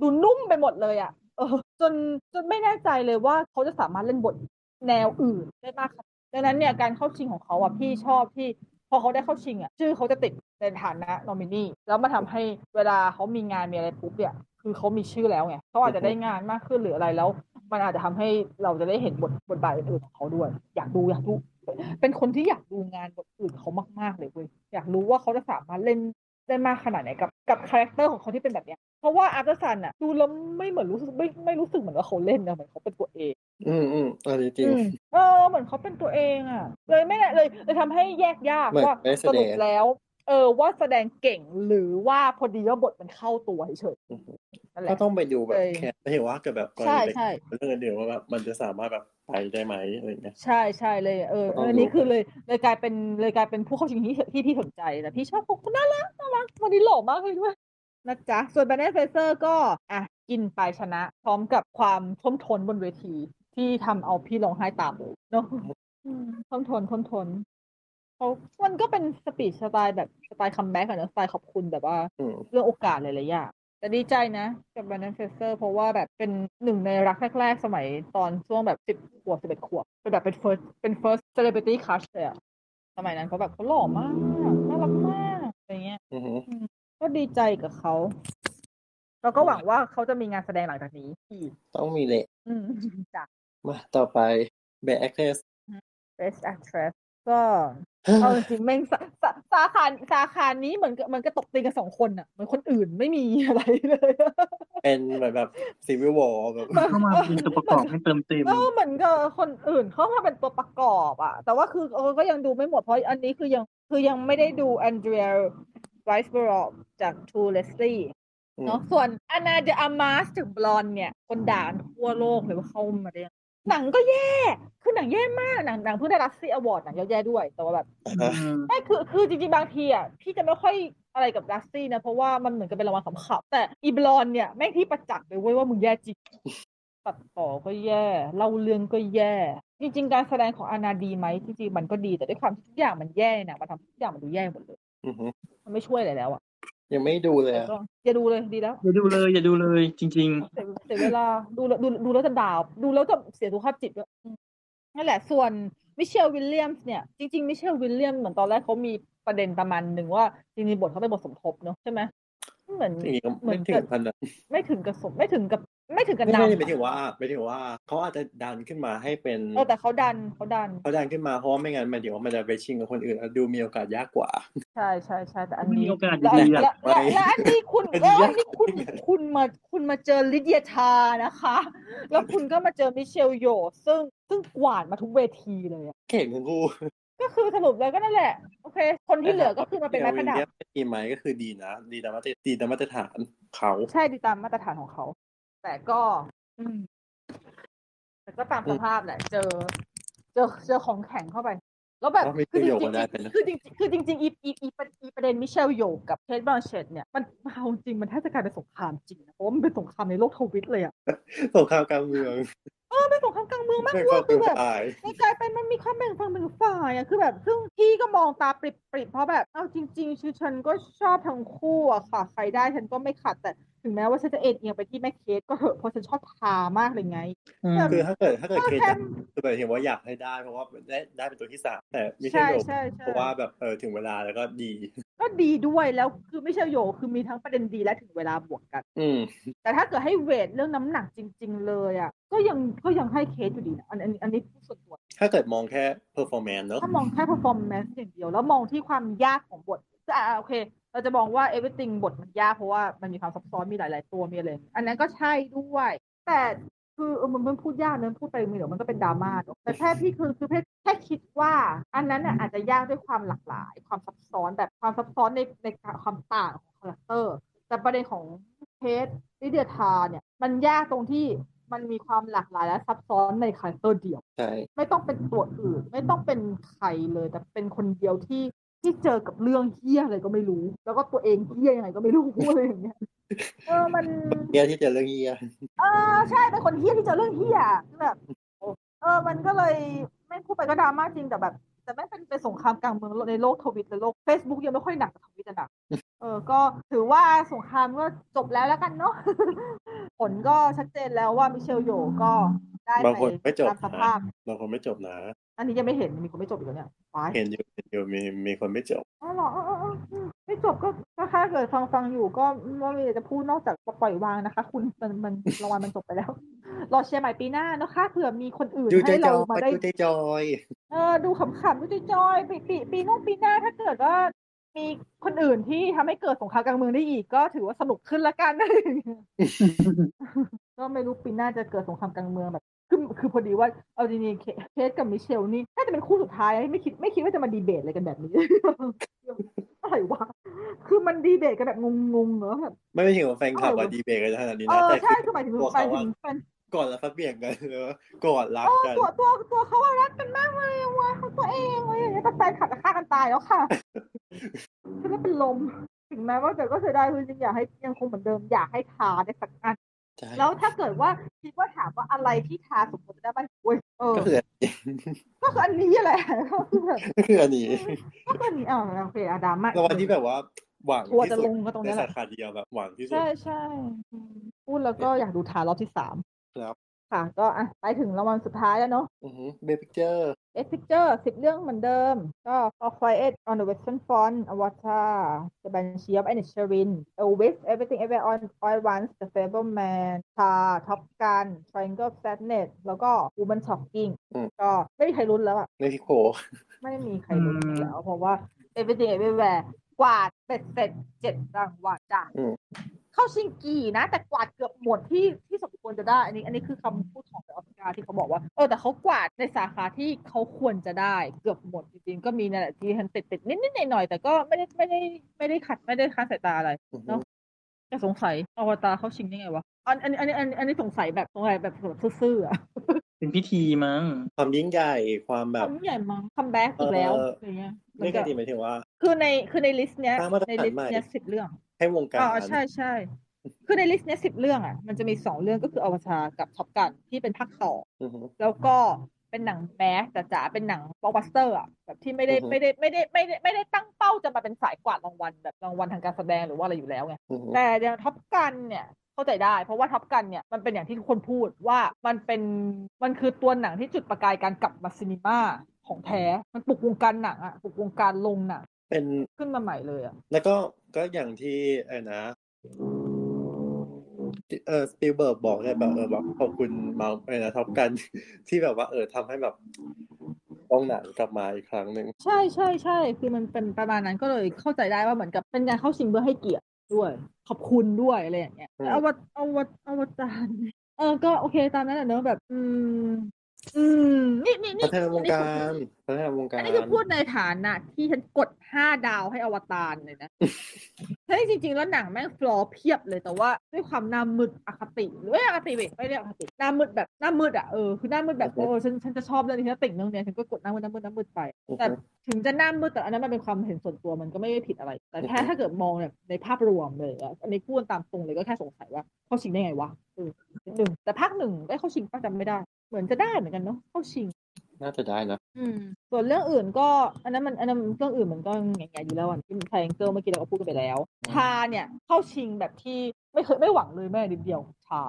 D: ดูนุ่มไปหมดเลยอะ่ะเออจนจนไม่แน่ใจเลยว่าเขาจะสามารถเล่นบทแนวอื่นได้มากขนาด ดังนั้นเนี่ยการเข้าชิงของเขาอ่ะพี่ชอบที่พอเขาได้เข้าชิงอ่ะชื่อเขาจะติดในฐานะนอมินีแล้วมาทำให้เวลาเขามีงานมีอะไรปุ๊บเนี่ยคือเขามีชื่อแล้วไงเขาอาจจะได้งานมากขึ้นหรืออะไรแล้ว มันอาจจะทำให้เราจะได้เห็นบทบทบาทอื่นๆของเขาด้วย อยากดูอยากดู เป็นคนที่อยากดูงานบทอื่นเขามากๆเลยเว้ยอยากรู้ว่าเขาจะสามารถเล่นได้มากขนาดไหนกับกับคาแรคเตอร์ของเขาที่เป็นแบบเนี้ยเพราะว่าอาร์ตสันอ่ะดูแล้วไม่เหมือนรู้สึกไม่ไม่รู้สึกเหมือนว่าเขาเล่นนะเหมือนเขาเป็นตัวเอง
A: อืมอืมอันนี้จริง
D: อื
A: <laughs>
D: มเออเหมือนเขาเป็นตัวเองอ่ะ เลยไม่แน่เลยเลยทำให้แยกยาก
A: เหมือน
D: ว่า
A: ไม่แสดง
D: สรุปแล้ว เออว่าแสดงเก่งหรือว่าพอดีว่าบทมันเข้าตัวเฉยๆนั่นแห
A: ก็
D: ละ
A: ต้องไปดูแบบ
D: เลย
A: แคสไม่เห็นว่าเกิดแบบกร
D: ใช่
A: ณีแบบ
D: ใช่
A: เรื่องอื่นๆว่าแบบมันจะสามารถแบบไปได้ไหมอะไรอย่างเงี้ย
D: ใช่ใช่เลยเออ
A: ก็ต้อง
D: อันนี้
A: ดู
D: คือเลยเลยกลายเป็นเลยกลายเป็นผู้เข้าชิงที่ที่พี่สนใจแต่พี่ชอบคนน่ารักน่ารักวันนี้หล่อมากเลยด้วยนะจ๊ะ ส่วนแบนเนสเฟเซอร์ก็อ่ะกินไปชนะ พร้อมกับความท่วมทนบนเวทีที่ทำเอาพี่ร้องไห้ตามเลยเนาะอืมท่วมทนท่วมทนเขามันก็เป็นสปีชสไตล์แบบสไตล์คัมแบ็กอะเนอะสไตล์ขอบคุณแบบว่า
A: อืม
D: เรื่องโอกาสหลายๆอย่างแต่ดีใจนะ กับบันนันเฟเซอร์ เพราะว่าแบบเป็นหนึ่งในรักแรก ๆ สมัยตอนช่วงแบบสิบขวบสิบเอ็ดขวบ เป็นแบบเป็น first เป็น first celebrity crush เลยอะสมัยนั้นเขาแบบเขาหล่อมากน่ารักมากอะไรเงี้ย
A: อือหือ
D: ก็ดีใจกับเขาแล้วก็หวังว่าเขาจะมีงานแสดงหลังจากนี้อีก
A: ต้องมีเละ
D: อืม <laughs> จาก
A: มาต่อไปแบกเทส
D: best actress ก็เอาจริงๆแม่งสาสาสาขาสาขานี้เหมือนกับมันก็ตกตีกันสองคนอะเหมือนคนอื่นไม่มีอะไรเลย
A: เป็นแบบแบบซีวิวอลแบบ <laughs>
C: เข้ามาเป็นตัวประกอบให้เติมเต็ม
D: เออเหมือนกับคนอื่นเข้ามาเป็นตัวประกอบอะแต่ว่าคือเออก็ยังดูไม่หมดเพราะอันนี้คือยังคือยังไม่ได้ดูแอนเดรียไรส์บรอจาก True Leslie
A: อืม
D: เนาะส่วนอนาเดอามาสถึงบลอนเนี่ย คนด่ากันทั่วโลกเลยว่าเข้ามาได้ยังหนังก็แย่ คือหนังแย่มากหนังหนังเพิ่งได้รับซีอวอร์ดหนังแย่ๆด้วย แต่ว่าแบบ
C: อืม
D: ไม่คือคือจริงๆ บางทีอ่ะพี่จะไม่ค่อยอะไรกับดัสซี่นะ เพราะว่ามันเหมือนกับเป็นรางวัลขำๆแต่อีบลอนเนี่ย แม่งที่ประจักษ์เลยเว้ยว่ามึงแย่จริง <laughs> ตัดต่อก็แย่ เล่าเรื่องก็แย่ จริง ๆ การแสดงของอานาดีไหมจริงๆ มันก็ดีแต่ด้วยความที่ทุกอย่างมันแย่เนี่ยมาทำให้ทุกอย่างมันดูแย่หมดเลย
A: อือหือ
D: มันไม่ช่วยอะไรแล้วอ่ะ
A: ยังไม่ดูเลย
D: แต่
A: อะ
D: ก็อย่าดูเลยดีแล้ว
C: อย่าดูเลยอย่าดูเลยจริง
D: เสียเสียเวลาดูแล้วดูดูแล้วจะด่าดูแล้วจะเสียสุขภาพจิตด้วยอืมนั่นแหละส่วนมิเชลวิลเลียมส์เนี่ยจริงๆมิเชลวิลเลียมส์เหมือนตอนแรกเขามีประเด็นประมาณหนึ่งว่าจริงๆบทเขาเป็นบทสมทบเนอะใช่ไหมเหมือน
A: จริงๆก็
D: เหมื
A: ไม่
D: อน
A: ถึ
D: กั
A: ง
D: บ
A: พันนะ
D: ไม่ถึงกับสมไม่ถึงกับไม่ถึงกับ
A: ไม่
D: นำ
A: ได้
D: อะ
A: ไม่ถึงว่าไม่ถึงว่าเขาอาจจะดันขึ้นมาให้เป็น
D: เออแต่เขาดันเขาดัน
A: เขาดันขึ้นมาเพราะว่าไม่งั้นมันเดี๋ยวมันจะไปชิงกับคนอื่นแล้วดูมีโอกาสยากกว่า <laughs>
D: ใช่ใช่ใช่แต่อัน
C: มี
D: นี้
C: โอกาส
D: และ
C: ดีๆอะ
D: และและและอันนี้คุณ
A: อัน
D: เออย
A: นี้าก
D: อันนี้คุณคุณมาคุณมาเจอลิเดียชานะคะ แล้วคุณก็มาเจอมิเชลโยซึ่งซึ่งกวาดมาทุกเวทีเลยอะ
A: เก่งทั้งคู่
D: ก็คือสรุปเลยก็นั่นแหละ โอเค คนที่เหลือก็คือมาเป็นนักประดับ
A: เยดีไหมก็คือดีนะดีตามมาตรดีตามมาตรฐานเขา
D: ใช่ดีตามมาตรฐานของเขา แต่ก็อืมแต่ก็ตามสภาพแหละ เจอ เจอเจอของแข็งเข้าไป แล้วแบบ
A: ก็ไม่
D: คื
A: คือ
D: จ
A: โยก
D: ริ
A: กั
D: ง
A: นได้เป็น
D: ๆคือจริงๆคือจริงๆอีอีอีประอีประเด็นมิเชลโยกับเคทบอนเชตเนี่ยมันเอาจริงมันแทบจะกลายเป็นสงครามจริงนะเพราะว่ามันเป็นสงครามในโลกทวิตเลยอ่ะ
A: สงครามกลางเมือง
D: เออเป็นสงครามกลางเมืองมาก
A: ไม่
D: เล
A: เข้ายถึ
D: คื
A: ง
D: อแบบ
A: ตาย
D: มันกลายเป็นมันมีความแบ่งฝั่งแบ่งฝ่ายอะคือแบบ ซึ่งพี่ก็มองตาปริบปริบๆเพราะแบบเอาจริงๆชื่อฉันก็ชอบทั้งคู่อะค่ะ ใครได้ฉันก็ไม่ขัดแต่ถึงแม้ว่าฉันจะเอ็นเอียงไปที่แม่เคสก็เถอะเพราะฉันชอบทามากเลยไง
C: อืม
D: แบบ
A: คือถ้าเกิดถ้าเกิด
D: ก็
A: เค
D: แค่
A: จะคือหมายถึงว่าอยากให้ได้เพราะว่าได้ได้เป็นตัวที่สามแต่ไม่ใช่
D: ใช่
A: โยก
D: ใช่ใช่
A: เพราะว่าแบบเออถึงเวลาแล้วก็ดี
D: ก็ดีด้วยแล้วคือไม่ใช่โยคือมีทั้งประเด็นดีและถึงเวลาบวกกัน
A: อืม
D: แต่ถ้าเกิดให้เวทเรื่องน้ำหนักจริง ๆ เลยอะก็ยังก็ยังให้เคสอยู่ดีนะอันอันอันนี้พูดส่วนตัว
A: ถ้าเกิดมองแค่ performance เนอะ
D: ถ้ามองแค่ performance อย่างเดียว แล้วมองที่ความยากของบทก็อ่าโอเค เราจะมองว่า everything บทมันยากเพราะว่ามันมีความซับซ้อนมีหลาย ๆ ตัวมีอะไรอย่างงี้อันนั้นก็ใช่ด้วย แต่คือเออมันมันพูดยากเนอะพูดไปเดี๋ยวมันก็เป็นดราม่าเนอะแต่แค่พี่คือคือแค่แค่คิดว่า อันนั้นน่ะอาจจะยากด้วยความหลากหลาย ความซับซ้อนแบบความซับซ้อนในในความต่างของคาแรคเตอร์ แต่ประเด็นของเคสลิเดียทาเนี่ยมันยากตรงที่มันมีความหลากหลายและซับซ้อนในคาแรคเตอร์เดียว
A: ใช่
D: ไม่ต้องเป็นตัวอื่น ไม่ต้องเป็นใครเลย แต่เป็นคนเดียวที่ที่เจอกับเรื่องเฮี้ยอะไรก็ไม่รู้ แล้วก็ตัวเองเฮี้ยยังไงก็ไม่รู้ <laughs> อะไรอย่างเงี้ย
A: <laughs>
D: เออมัน
A: เนี่ยที่เจอเรื่องเฮีย
D: เออใช่เป็นคนเฮี้ยที่เจอเรื่องเฮี้ยคือแบบเออมันก็เลยแม่งพูดไปก็ดราม่าจริงแต่แบบ แต่แม่งเป็นเป็นสงครามกลางเมืองในโลกทวิตและโลก Facebook ยังไม่ค่อยหนักแต่ทวิตจะหนักเออก็ถือว่าสงครามก็จบแล้วแล้วกันเนาะ <laughs> ผลก็ชัดเจนแล้วว่ามิเชลโยก็ได้
A: บางคน
D: ไป
A: ไม่จบ
D: ตามส
A: นะ
D: ภาพ
A: บางคนไม่จบนะ
D: อันนี้ยังไม่เห็น มีคนไม่จบอีกแล้วเนี่ยว้าย
A: เห็นอยู่เห็นอยู่มีมีคนไม่จบ
D: อ๋อเหรออ๋ออ๋ออ๋ออืมไม่จบก็ก็ถ้าเกิดฟังฟังอยู่ก็ไม่มีอะไรจะพูดนอกจากปล่อยวางนะคะ คุณมันมันรางวัลมันจบไปแล้ว รอเชียร์ใหม่ปีหน้านะคะเผื่อมีคนอื่น
A: ดูใจ
D: ให้
A: จ
D: เรา
A: อย
D: มาได้
A: ดูใจจอย
D: เออดูขำๆดูจอยๆปีปีปีนู้นปีหน้าถ้าเกิดว่า มีคนอื่นที่ทำให้เกิดสงครามกลางเมืองได้อีกก็ถือว่าสนุกขึ้นละกัน <laughs> ก็ไม่รู้ปีหน้าจะเกิดสงครามกลางเมืองแบบ คือคือพอดีว่าเอาจริงๆเคเคสกับมิเชลนี่น่าจะเป็นคู่สุดท้ายนะไม่คิดไม่คิดว่าจะมาดีเบตอะไรกันแบบนี้ <laughs> อะไรวะคือมันดีเบตกันแบบงงๆเนอะแบบ
A: ไม่ไม่ถึงว่าแฟนคลับ
D: เออ
A: อะดีเบตกันขนาดนี้
D: เอ
A: นะ
D: อ
A: แต่
D: ใช่คือหมายถึง
A: ตัว
D: ไป
A: เขา
D: ถึ
A: อะ
D: งแฟน
A: ก่อนแล้วฟัดเบี่ยงกันเลยว่าก่อนรัก
D: โอ้
A: กัน
D: ตัวตัวตัวเขาว่ารักกันมากเลยอะวะเขาตัวเองเลยอย่างเงี้ยแต่แฟนขับจะฆ่ากันตายแล้ว
A: <laughs>
D: ค่ะ ฉันไม่เป็นลม ถึงแม้ว่าแต่ก็เสียดายคือจริงอยากให้ยังคงเหมือนเดิมอยากให้ทาได้สักอัน
A: ใช่
D: แล้วถ้าเกิดว่าคิดว่าถามว่าอะไรที่ทาสมควรจะได้บ้างโอ้ยเออ
A: ก็คือ
D: ก็คืออันนี้แหละ <laughs> ก็คือแบบ
A: ก็คืออั
D: <laughs>
A: นนี้
D: ก็คืออันนี้อ่าโอเคอาดราม่าร
A: างวัลที่แบบว่าหวัง
D: ทัวร์
A: ที่
D: จะ
A: สุด
D: ลงก็ตรง
A: ใน
D: เนี้ยแห
A: สา
D: ละ
A: ขาเดียวแบบหวังที่สุด
D: ใช่ใช่อืมพูดแล้วก็อยากดูทารอบที่สาม
A: ครับ
D: ค่ะ ก็อ่ะไปถึงรางวัลสุดท้ายแล้วเนาะ
A: เบ b ิ p เจอร์
D: เอสพิกเจอร์สิบเรื่องเหมือนเดิม ก็ All Quiet on the Western Front Avatar The Banshee of Inisherin Elvis Everything Everywhere on All at Once The Fableman ชา Top Gun Triangle of Sadness แล้วก็ Woman Talking ก็ไม่มีใครรุ้นแล้วอะ
A: เมพิโค
D: ไม่มีใครรุ้นแล้ว เพราะว่า Everything Everywhere กวาดเป็ดเสร็จเจ็ดรางวัลจ้ะเข้าชิงกี่นะ แต่กวาดเกือบหมดที่ที่สมควรจะได้ อันนี้ อันนี้คือคำพูดของออสการ์ที่เขาบอกว่าเออแต่เขากวาดในสาขาที่เขาควรจะได้ เกือบหมดจริงๆ ก็มีนั่นแหละที่ติดติดๆนิดๆหน่อยๆแต่ก็ไม่ได้ไม่ได้ไม่ได้ขัดไม่ได้ค้านสายตาอะไร เนอะ แต่สงสัยอวตารเขาชิงได้ไงวะอันอันอันอันอันนี้สงสัยแบบสงสัยแบบซื่อๆอะ
C: เป็นพิธีมั้ง
A: ความยิ่งใหญ่ความแบบ
D: คำใหญ่มั้งคัมแบ็กอีกแล้ว
A: เอออ
D: อะไรเงี้ยเหมือ
A: ไม่
D: น
A: ก
D: กับ
A: ติหมายถึงว่า
D: คือในคือในลิสต์เนี้ย
A: สร้างมาตรฐาน
D: ในลิสต์
A: ใหม่
D: เนี้ยสิบเรื่อง
A: ให้วงการ
D: อ๋อใช่ใช่คือในลิสต์เนี้ยสิบเรื่องอ่ะ มันจะมีสองเรื่องก็คืออวตารกับท็อปกันที่เป็นภาคต่อ
A: อือฮึ
D: แล้วก็เป็นหนังแมสแต่จ๋าเป็นหนังบล็อกบัสเตอร์อ่ะแบบที่ไม่ได้
A: อือฮึ
D: ไม่ได้ไม่ได้ไม่ได้ไม่ได้ตั้งเป้าจะมาเป็นสายกวาดรางวัลแบบรางวัลทางการแสดงหรือว่าอะไรอยู่แล้วไง
A: อือฮึ
D: แต่อย่างท็อปกันเนี่ยเข้าใจได้ เพราะว่าท็อปกันเนี่ยมันเป็นอย่างที่ทุกคนพูดว่ามันเป็นมันคือตัวหนังที่จุดประกายการกลับมาซีนีมาของแท้ มันปลุกวงการหนังอ่ะปลุกวงการลงหนัง
A: เป็น
D: ขึ้นมาใหม่เลยอ่ะ
A: แล้วก็ก็อย่างที่ไอ้นะเออสปีเบิร์กบอกเนี่ยแบบเออแบบขอบคุณมาไอ้นะท็อปกัน <laughs> ที่แบบว่าเออทำให้แบบต้องหนังกลับมาอีกครั้งหนึ่ง
D: ใช่ใช่ใช่คือมันเป็นประมาณนั้นก็เลยเข้าใจได้ว่าเหมือนกับเป็นการเข้าชิงเพื่อให้เกียรติด้วย ขอบคุณด้วยอะไรอย่างเงี้ยแต่อวตอวตอวตารเออก็โอเคตามนั้นแหละเนอะแบบ อืม อืมนี่นี่นี่
A: พัฒนาวงการพัฒนาวงการ
D: อันนี้คือพูดในฐานะที่ฉันกดห้าดาวให้อวตารเลย
A: <laughs>
D: นะ เฮ้ยจริงๆ แล้วหนังแม่งฟลอเพียบเลยแต่ว่าด้วยความหน้ามืดอคติหรือไม่อคติเว้ยไม่เรียกอคติหน้ามืดแบบหน้ามืดอ่ะเออคือหน้ามืด
A: <laughs>
D: แบบโอ้ฉันฉันจะชอบเรื่องนี้ฉันจะติ่งเรื่องนี้ฉันก็กดหน้ามืดหน้ามืดหน้ามืดไป
A: โอเค
D: แต่ถึงจะหน้ามืดแต่อันนั้นมันเป็นความเห็นส่วนตัวมันก็ไม่ได้ผิดอะไร แต่แค่
A: อือฮึ
D: ถ้าเกิดมองแบบในภาพรวมเลยอะอันนี้พูดตามตรงเลยก็แค่สงสัยว่าเข้าชิงได้ไงวะเออนิดนึงแต่ภาคหนึ่งได้เข้าชิงป้าจำไม่ได้ เหมือนจะได้เหมือนกันเนาะเข้าชิง
A: น่าจะได้นะ
D: อืมส่วนเรื่องอื่นก็ อันนั้นมันอันนั้นเรื่องอื่นมันก็แง่ๆอยู่แล้วอ่ะที่ไทงเกิลเมื่อกี้เราก็พูดกันไปแล้ว ชาเนี่ยเข้าชิงแบบที่ไม่เคยไม่หวังเลยแม่นิดเดียว ชา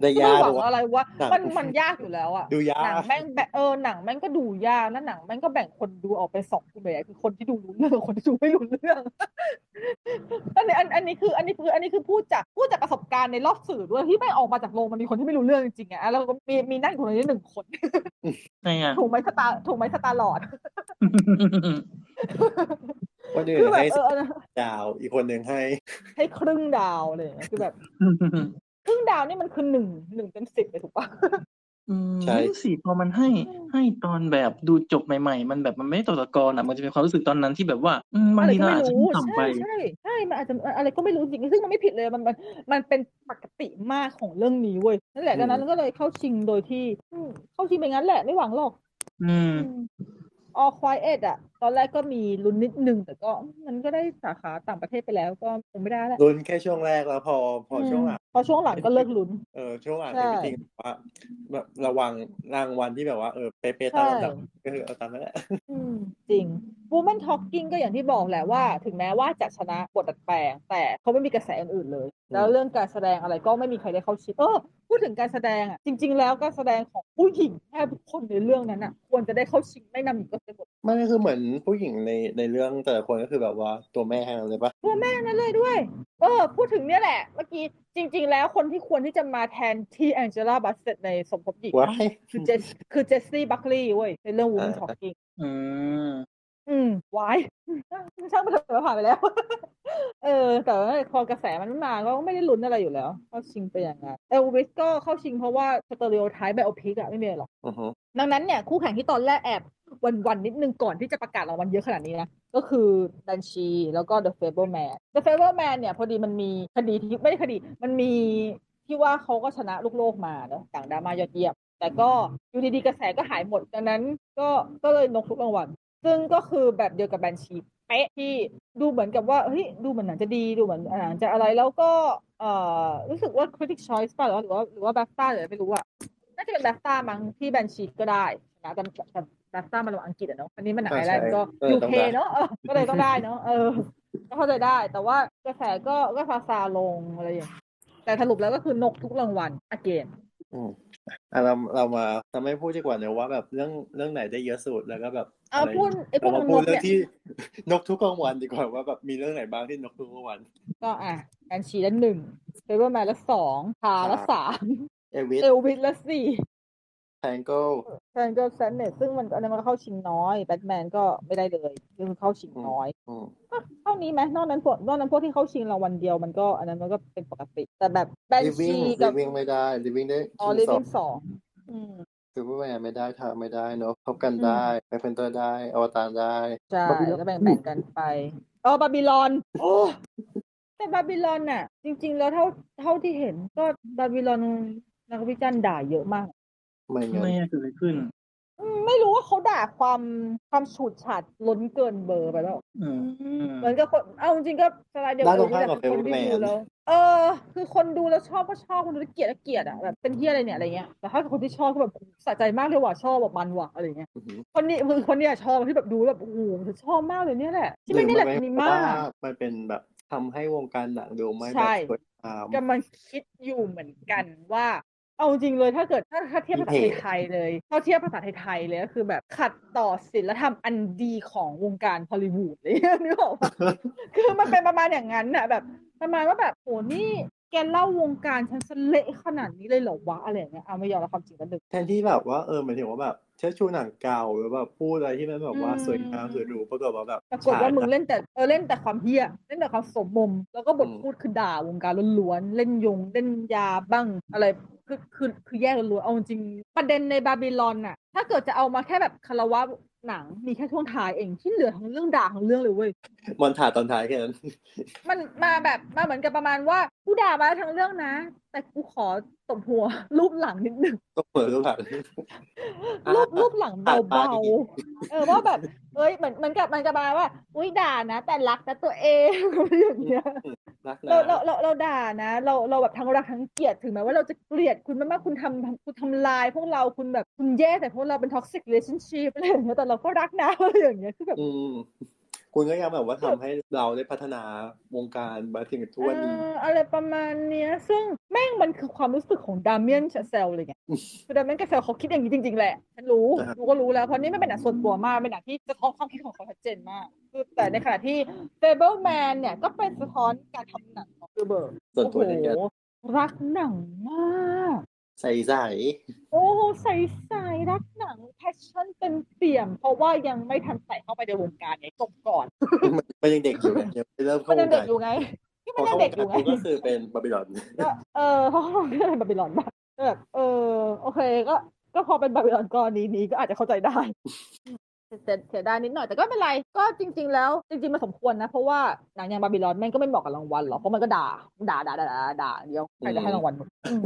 A: ได้
D: ไม่
A: ยา
D: หวั
A: ดู
D: ง
A: วะ
D: อะไรวะ
A: หนัง
D: มันมันยากอยู่แล้วอ่ะ
A: ดูยา
D: หนังแม่งแบบเออหนังแม่งก็ดูยากแล้วหนังแม่งก็แบ่งคนดูออกไปสองกลุ่มใหญ่ๆคือคนที่ดูรู้เรื่องกับคนที่ดูไม่รู้เรื่องอันนี้อันอันนี้คืออันนี้คืออันนี้คือพูดจากพูดจากประสบการณ์ในรอบสื่อด้วยที่ไม่งออกมาจากโรงมันมีคนที่ไม่รู้เรื่องจริงๆอ่ะแล้วก็มีมีนั่งอยู่ในนี้หนึ่งคน
C: ใช่
D: <laughs>
C: อ่ะ
D: ถูกไหมสตาร์ถูกไหมสตาร์หลอด
A: คนอื่น
D: คือแบบ
A: ให้
D: เออ
A: ดาว อีกคนหนึ่งให้
D: ให้ครึ่งดาวเลยนะคือแบบครึ่งดาวนี่มันคือหนึ่งหนึ่งเต็มสิบเลยถูกปะ
C: อืม
A: ใช่
C: นั่นสิพอมันให้ให้ตอนแบบดูจบใหม่ ๆ มันแบบมันไม่ได้ตกตะกอนอ่ะมันจะเป็นความรู้สึกตอนนั้นที่แบบว่าอืมบาง
D: อะไร
C: ที
D: ก็ไม่
C: เราอาจจะ
D: รู้
C: ต่ำไป
D: ใช่ใช่ใช่มันอาจจะอะไรก็ไม่รู้จริงซึ่งมันไม่ผิดเลยมันมันมันเป็นปกติมากของเรื่องนี้เว้ยนั่นแหละ
A: อืม
D: ดังนั้นก็เลยเข้าชิงโดยที่อืมเข้าชิงไปงั้นแหละไม่หวังหรอก
C: อืม
D: ออควายเอ็ดอะตอนแรกก็มีลุ้นนิดนึงแต่ก็มันก็ได้สาขาต่างประเทศไปแล้วก็คงไม่ได้แหละ
A: ลุ้นแค่ช่วงแรกแล้วพอพอช่วงหลัง
D: พอช่วงหลังก็เลิกลุ้น
A: เออช่วงหลัง
D: ใช่
A: เอวิทิงว่าแบบระวังรางวัลที่แบบว่าเออเป๊ะๆตามลำดับก็คือเอาตามนั้นแหละ
D: อืมจริง Woman Talking ก็อย่างที่บอกแหละว่า ถึงแม้ว่าจะชนะบทดัดแปลง แต่เขาไม่มีกระแสอื่นๆเลย แล้วเรื่องการแสดงอะไรก็ไม่มีใครได้เข้าชิงเออพูดถึงการแสดงอ่ะจริง ๆ แล้วการแสดงของผู้หญิงแทบทุกคนในเรื่องนั้นอ่ะ ควรจะได้เข้าชิงไม่นำหญิงก็จะหมด
A: ไม่ก็คือเหมือนผู้หญิงในในเรื่องแต่ละคนก็คือแบบว่าตัวแม่ทั้งนั้นเลยปะ
D: ตัวแม่นั้นเลยด้วย เออ พูดถึงเนี่ยแหละ เมื่อกี้จริง ๆ แล้วคนที่ควรที่จะมาแทนที่แองเจล่าบัสเซตในสมทบหญิง
A: ว้าย
D: คือเจสคือเจสซี่บัคลีย์เว้ยในเรื่อง Woman
A: อ่า
D: Talking
C: อืม
D: อืมวาย <laughs> ช่างมันเถอะมันผ่านไปแล้ว <laughs> เออ แต่ว่าพอกระแสมันไม่มาก็ไม่ได้ลุ้นอะไรอยู่แล้ว เข้าชิงไปอย่างนั้นเอลวิสก็เข้าชิงเพราะว่าสเตอริโอไทป์ไบโอพิกอะไม่มีอะไรหรอก
A: อือฮึ
D: ดังนั้นเนี่ย คู่แข่งที่ตอนแรกแอบวันวันๆนิดนึงก่อนที่จะประกาศรางวัลเยอะขนาดนี้นะ ก็คือดันชีแล้วก็ The Fableman The Fableman เนี่ย พอดีมันมีคดีที่ไม่ได้คดี มันมีที่ว่าเขาก็ชนะลูกโลกมาเนอะต่างดามายอดเยี่ยม แต่ก็อยู่ดีๆกระแสก็หายหมดดังนั้นก็ก็เลยนกทุกรางวัล ซึ่งก็คือแบบเดียวกับแบนชีเป๊ะที่ดูเหมือนกับว่าเฮ้ยดูเหมือนหนังจะดีดูเหมือนหนังจะอะไรแล้วก็เอ่อรู้สึกว่า Critic Choice ป่ะหรือว่าหรือว่า BAFTA หรืออะไรไม่รู้อะน่าจะเป็น BAFTA มั้งที่แบนชีก็ได้นะแต่แต่ BAFTA มันลงอังกฤษอะเนาะอันนี้มันหนังไอร์แลนด์ก็ UK เนาะเอ <laughs> อก็เลยต้องได้เนาะเออก็เข้าใจได้แต่ว่ากระแสก็ก็ซาซาลงอะไรอย่างเงี้ยแต่สรุปแล้วก็คือนกทุกรางวัลอเกน
A: อ่ะเราเรามาทำให้พูดดีกว่าเนอะว่าแบบเรื่องเรื่องไหนได้เยอะสุดแล้วก็แบบ
D: เอา
A: อะไร
D: พูดไอ้พว
A: เรามา
D: กมัน
A: พู
D: น
A: ด
D: ก
A: เรื่อ
D: เนี่
A: ง
D: ย
A: ที่ นกทุกกลางวันดีกว่าว่าแบบมีเรื่องไหนบ้างที่นกทุกกลางวัน
D: ก็อ่ะแอนชีละหนึ่งเฟเบอร์แมนละสองทาละสาม
A: เอวิส
D: เอลวิสละสี่
A: แทงเกิล
D: แฟนก็แซนเนตซึ่งมันอันนั้นมันเข้าชิงน้อยแบทแมนก็ไม่ได้เลยคือเข้าชิงน้อย
A: อืม
D: เท่านี้ไหมนอกนั้นพวกนอกนั้นพวกที่เข้าชิงรางวัลเดียวมันก็อันนั้นมันก็เป็นปกติ แต่แบบแบน
A: ลิวิ่ง
D: ชี
A: ลิ
D: กับ
A: วิ่งไม่ได้ลิวิ่งได้
D: ออ
A: ชิ
D: ลิ
A: งสอง
D: วินสองอืม
A: ซูเปอร์แมนไม่ได้ทางไม่ได้เนอะพบกัน
D: อืม
A: ได้แบ็คแพนเตอร์ได้ อวตารได้
D: ใช่
A: บาบิลอน
D: ก็แบ่งแบ่งๆกันไปเออบาบิลอนโอ้แต่บาบิลอนน่ะ จริง ๆ แล้วเท่าเท่าที่เห็นก็บาบิลอนนักวิจารณ์ด่าเยอะมาก
A: ไม่งั้น
C: ไม่น่าเกิดอะไรขึ้น
D: อืมไม่รู้ว่าเขาด่าความความฉูดฉาดล้นเกินเบอร์ไปแล้ว
C: อืมอืม
D: เหมือนกับคนเอาจริงๆก็สไลด์เดียว
A: ได้ตร
D: กั
A: งข้ามกับเฟ
D: ค
A: เวอน ร์
D: ที่
A: แม
D: ดู
A: น
D: แล้ว เออ คือคนดูแล้วชอบก็ชอบคนดูแล้วเกลียดก็เกลียดอ่ะแบบเป็นเฮียอะไรเนี่ยอะไรเงี้ยแต่ถ้าคนที่ชอบก็แบบสะใจมากเลยว่ะชอบแบบมันว่ะอะไรเงี้ย
A: อือหือ
D: คนนี้คือคนเนี้ยชอบที่แบบดูแล้วแบบโอ้โหชอบมากเลยเนี่ยแหละที่ไม่ได้แหละ
A: หรือ
D: นี
A: เพราะ
D: มา
A: ว่าก มันเป็นแบบทำให้วงการหนังดูไม่
D: ใช่
A: แบบสวยงาม
D: กำลังคิดอยู่เหมือนกันว่า เอาจริงเลยถ้าเกิดถ้าถ้าเทียบภาษา
A: มีเพจ
D: ไทยๆเลยถ้าเทียบภาษาไทยๆเลยก็คือแบบขัดต่อศิลธรรมอันดีของวงการฮอลลีวูดเลย <laughs> นึกออกปะคือมันเป็นประมาณอย่างนั้นน่ะแบบประมาณว่าแบบโหนี่แกเล่าวงการฉันสเละขนาดนี้เลยเหรอวะอะไรอย่างเงี้ยเอาไม่ยอมรับความจริงกันหนึ่ง
A: แทนที่แบบว่าเออหมายถึงว่าแบบเชิดชูหนังเก่าหรือแบบพูดอะไรที่มันแบบว่า
D: อืม
A: สวยงามสวยหรูปรากฏว่าแบบ
D: ปรากฏว่ามึงเล่นแต่เออเล่นแต่ความเฮี้ยเล่นแต่ความสมมม แล้วก็บทพูดคือด่าวงการล้วนๆเล่นยงเล่นยาบ้างอะไร คือคือคือแย่ล้วนๆเอาจริงๆประเด็นในบาบิลอนน่ะ ถ้าเกิดจะเอามาแค่แบบคารวะหนังมีแค่ช่วงท้ายเองที่เหลือทั้งเรื่องด่าทั้งเรื่องเลยเว้ย
B: มอนถ่ายตอนท้ายแค่นั้น
D: มันมาแบบมาเหมือนกับประมาณว่ากูด่ามาทั้งเรื่องนะ แต่กูขอตบหัว <laughs> รูปหลังนิดนึง
B: ก็เปิดก็ผ่าน
D: รูปรูปหลัง
B: อ่ะ
D: เบา
B: อ่ะ
D: ๆ เออว่าแบบ เอ้ยเหมือนเหมือนกับมันกับมาว่า อุ้ยด่านะ แต่รักนะตัวเอง <laughs> อะไรอย่างเงี้ย
B: รักนะ
D: เราเราเราเราด่านะ เราเราแบบทั้งรักทั้งเกลียดถึงแม้ว่าเราจะเกลียดคุณมากๆคุณทำคุณทำลาย พวกเราคุณแบบคุณแย่แต่พวกเราเป็นท็อกซิกเ t i o n s h i p อะไรอย่างเงี้ยแต่เราก็รักนะ <laughs> อะไรอย่างเงี้ยคือแบบ
B: อืมคุณก็ยังแบบว่าทำให้เราได้พัฒนาวงการมาถึงทุกวันนี้
D: เอ่ออะไรประมาณเนี้ย ซึ่งแม่งมันคือความรู้สึกของดามิเอนชาเซล
B: <laughs>
D: เลยไงคือดามิเอนชาเซลเขาคิดอย่างนี้จริงๆแหละ ฉันรู้
B: อ่าฮะ
D: รู้ก็รู้แล้ว เพราะนี่ไม่เป็นหนังส่วนตัวมาก เป็นหนังที่สะท้อนความคิดของเขาชัดเจนมาก คือแต่ในขณะที่เฟเบิลแมนเนี่ย ก็เป็นสะท้อนการทำหนังของคือเบิร์ก
B: ส่วนตัวเช่นกัน
D: โอ้โหรักหนังมาก
B: ใส่ใส่
D: โอ้โหใสๆรักหนังแพชชั่นเต็มเปี่ยม เพราะว่ายังไม่ทันใส่เข้าไปในวงการไงจบก่อน
B: มันมันยังเด็กอยู่
D: <laughs>
B: ไงยังไม่เริ่ม
D: มั
B: เข้าน ว
D: ยัง
B: ง
D: เด็
B: กาก ร
D: อยู่ไงที่
B: พ
D: มัน
B: อ
D: ยั
B: เข้าง ว
D: เด็
B: ง
D: กอ
B: การ
D: ยู่ไง
B: ปุ๊บก็คือเป็นบาบิลอน
D: ก็เออเพราะว่าเรื่องอะไรบาบิลอนบ้างก็แบบเออโอเคก็ก็พอเป็นบาบิลอนกรณีนี้ก็อาจจะเข้าใจได้ เสียเสียดายนิดหน่อยแต่ก็ไม่เป็นไรก็จริง ๆ แล้วจริงๆมันสมควรนะ เพราะว่าหนังอย่างบาบิลอนแม่งก็ไม่เหมาะกับรางวัลหรอกเพราะมันก็ด่าด่าด่าด่าด่าด่าเดียวใครจะให้รางวัลมึงอืม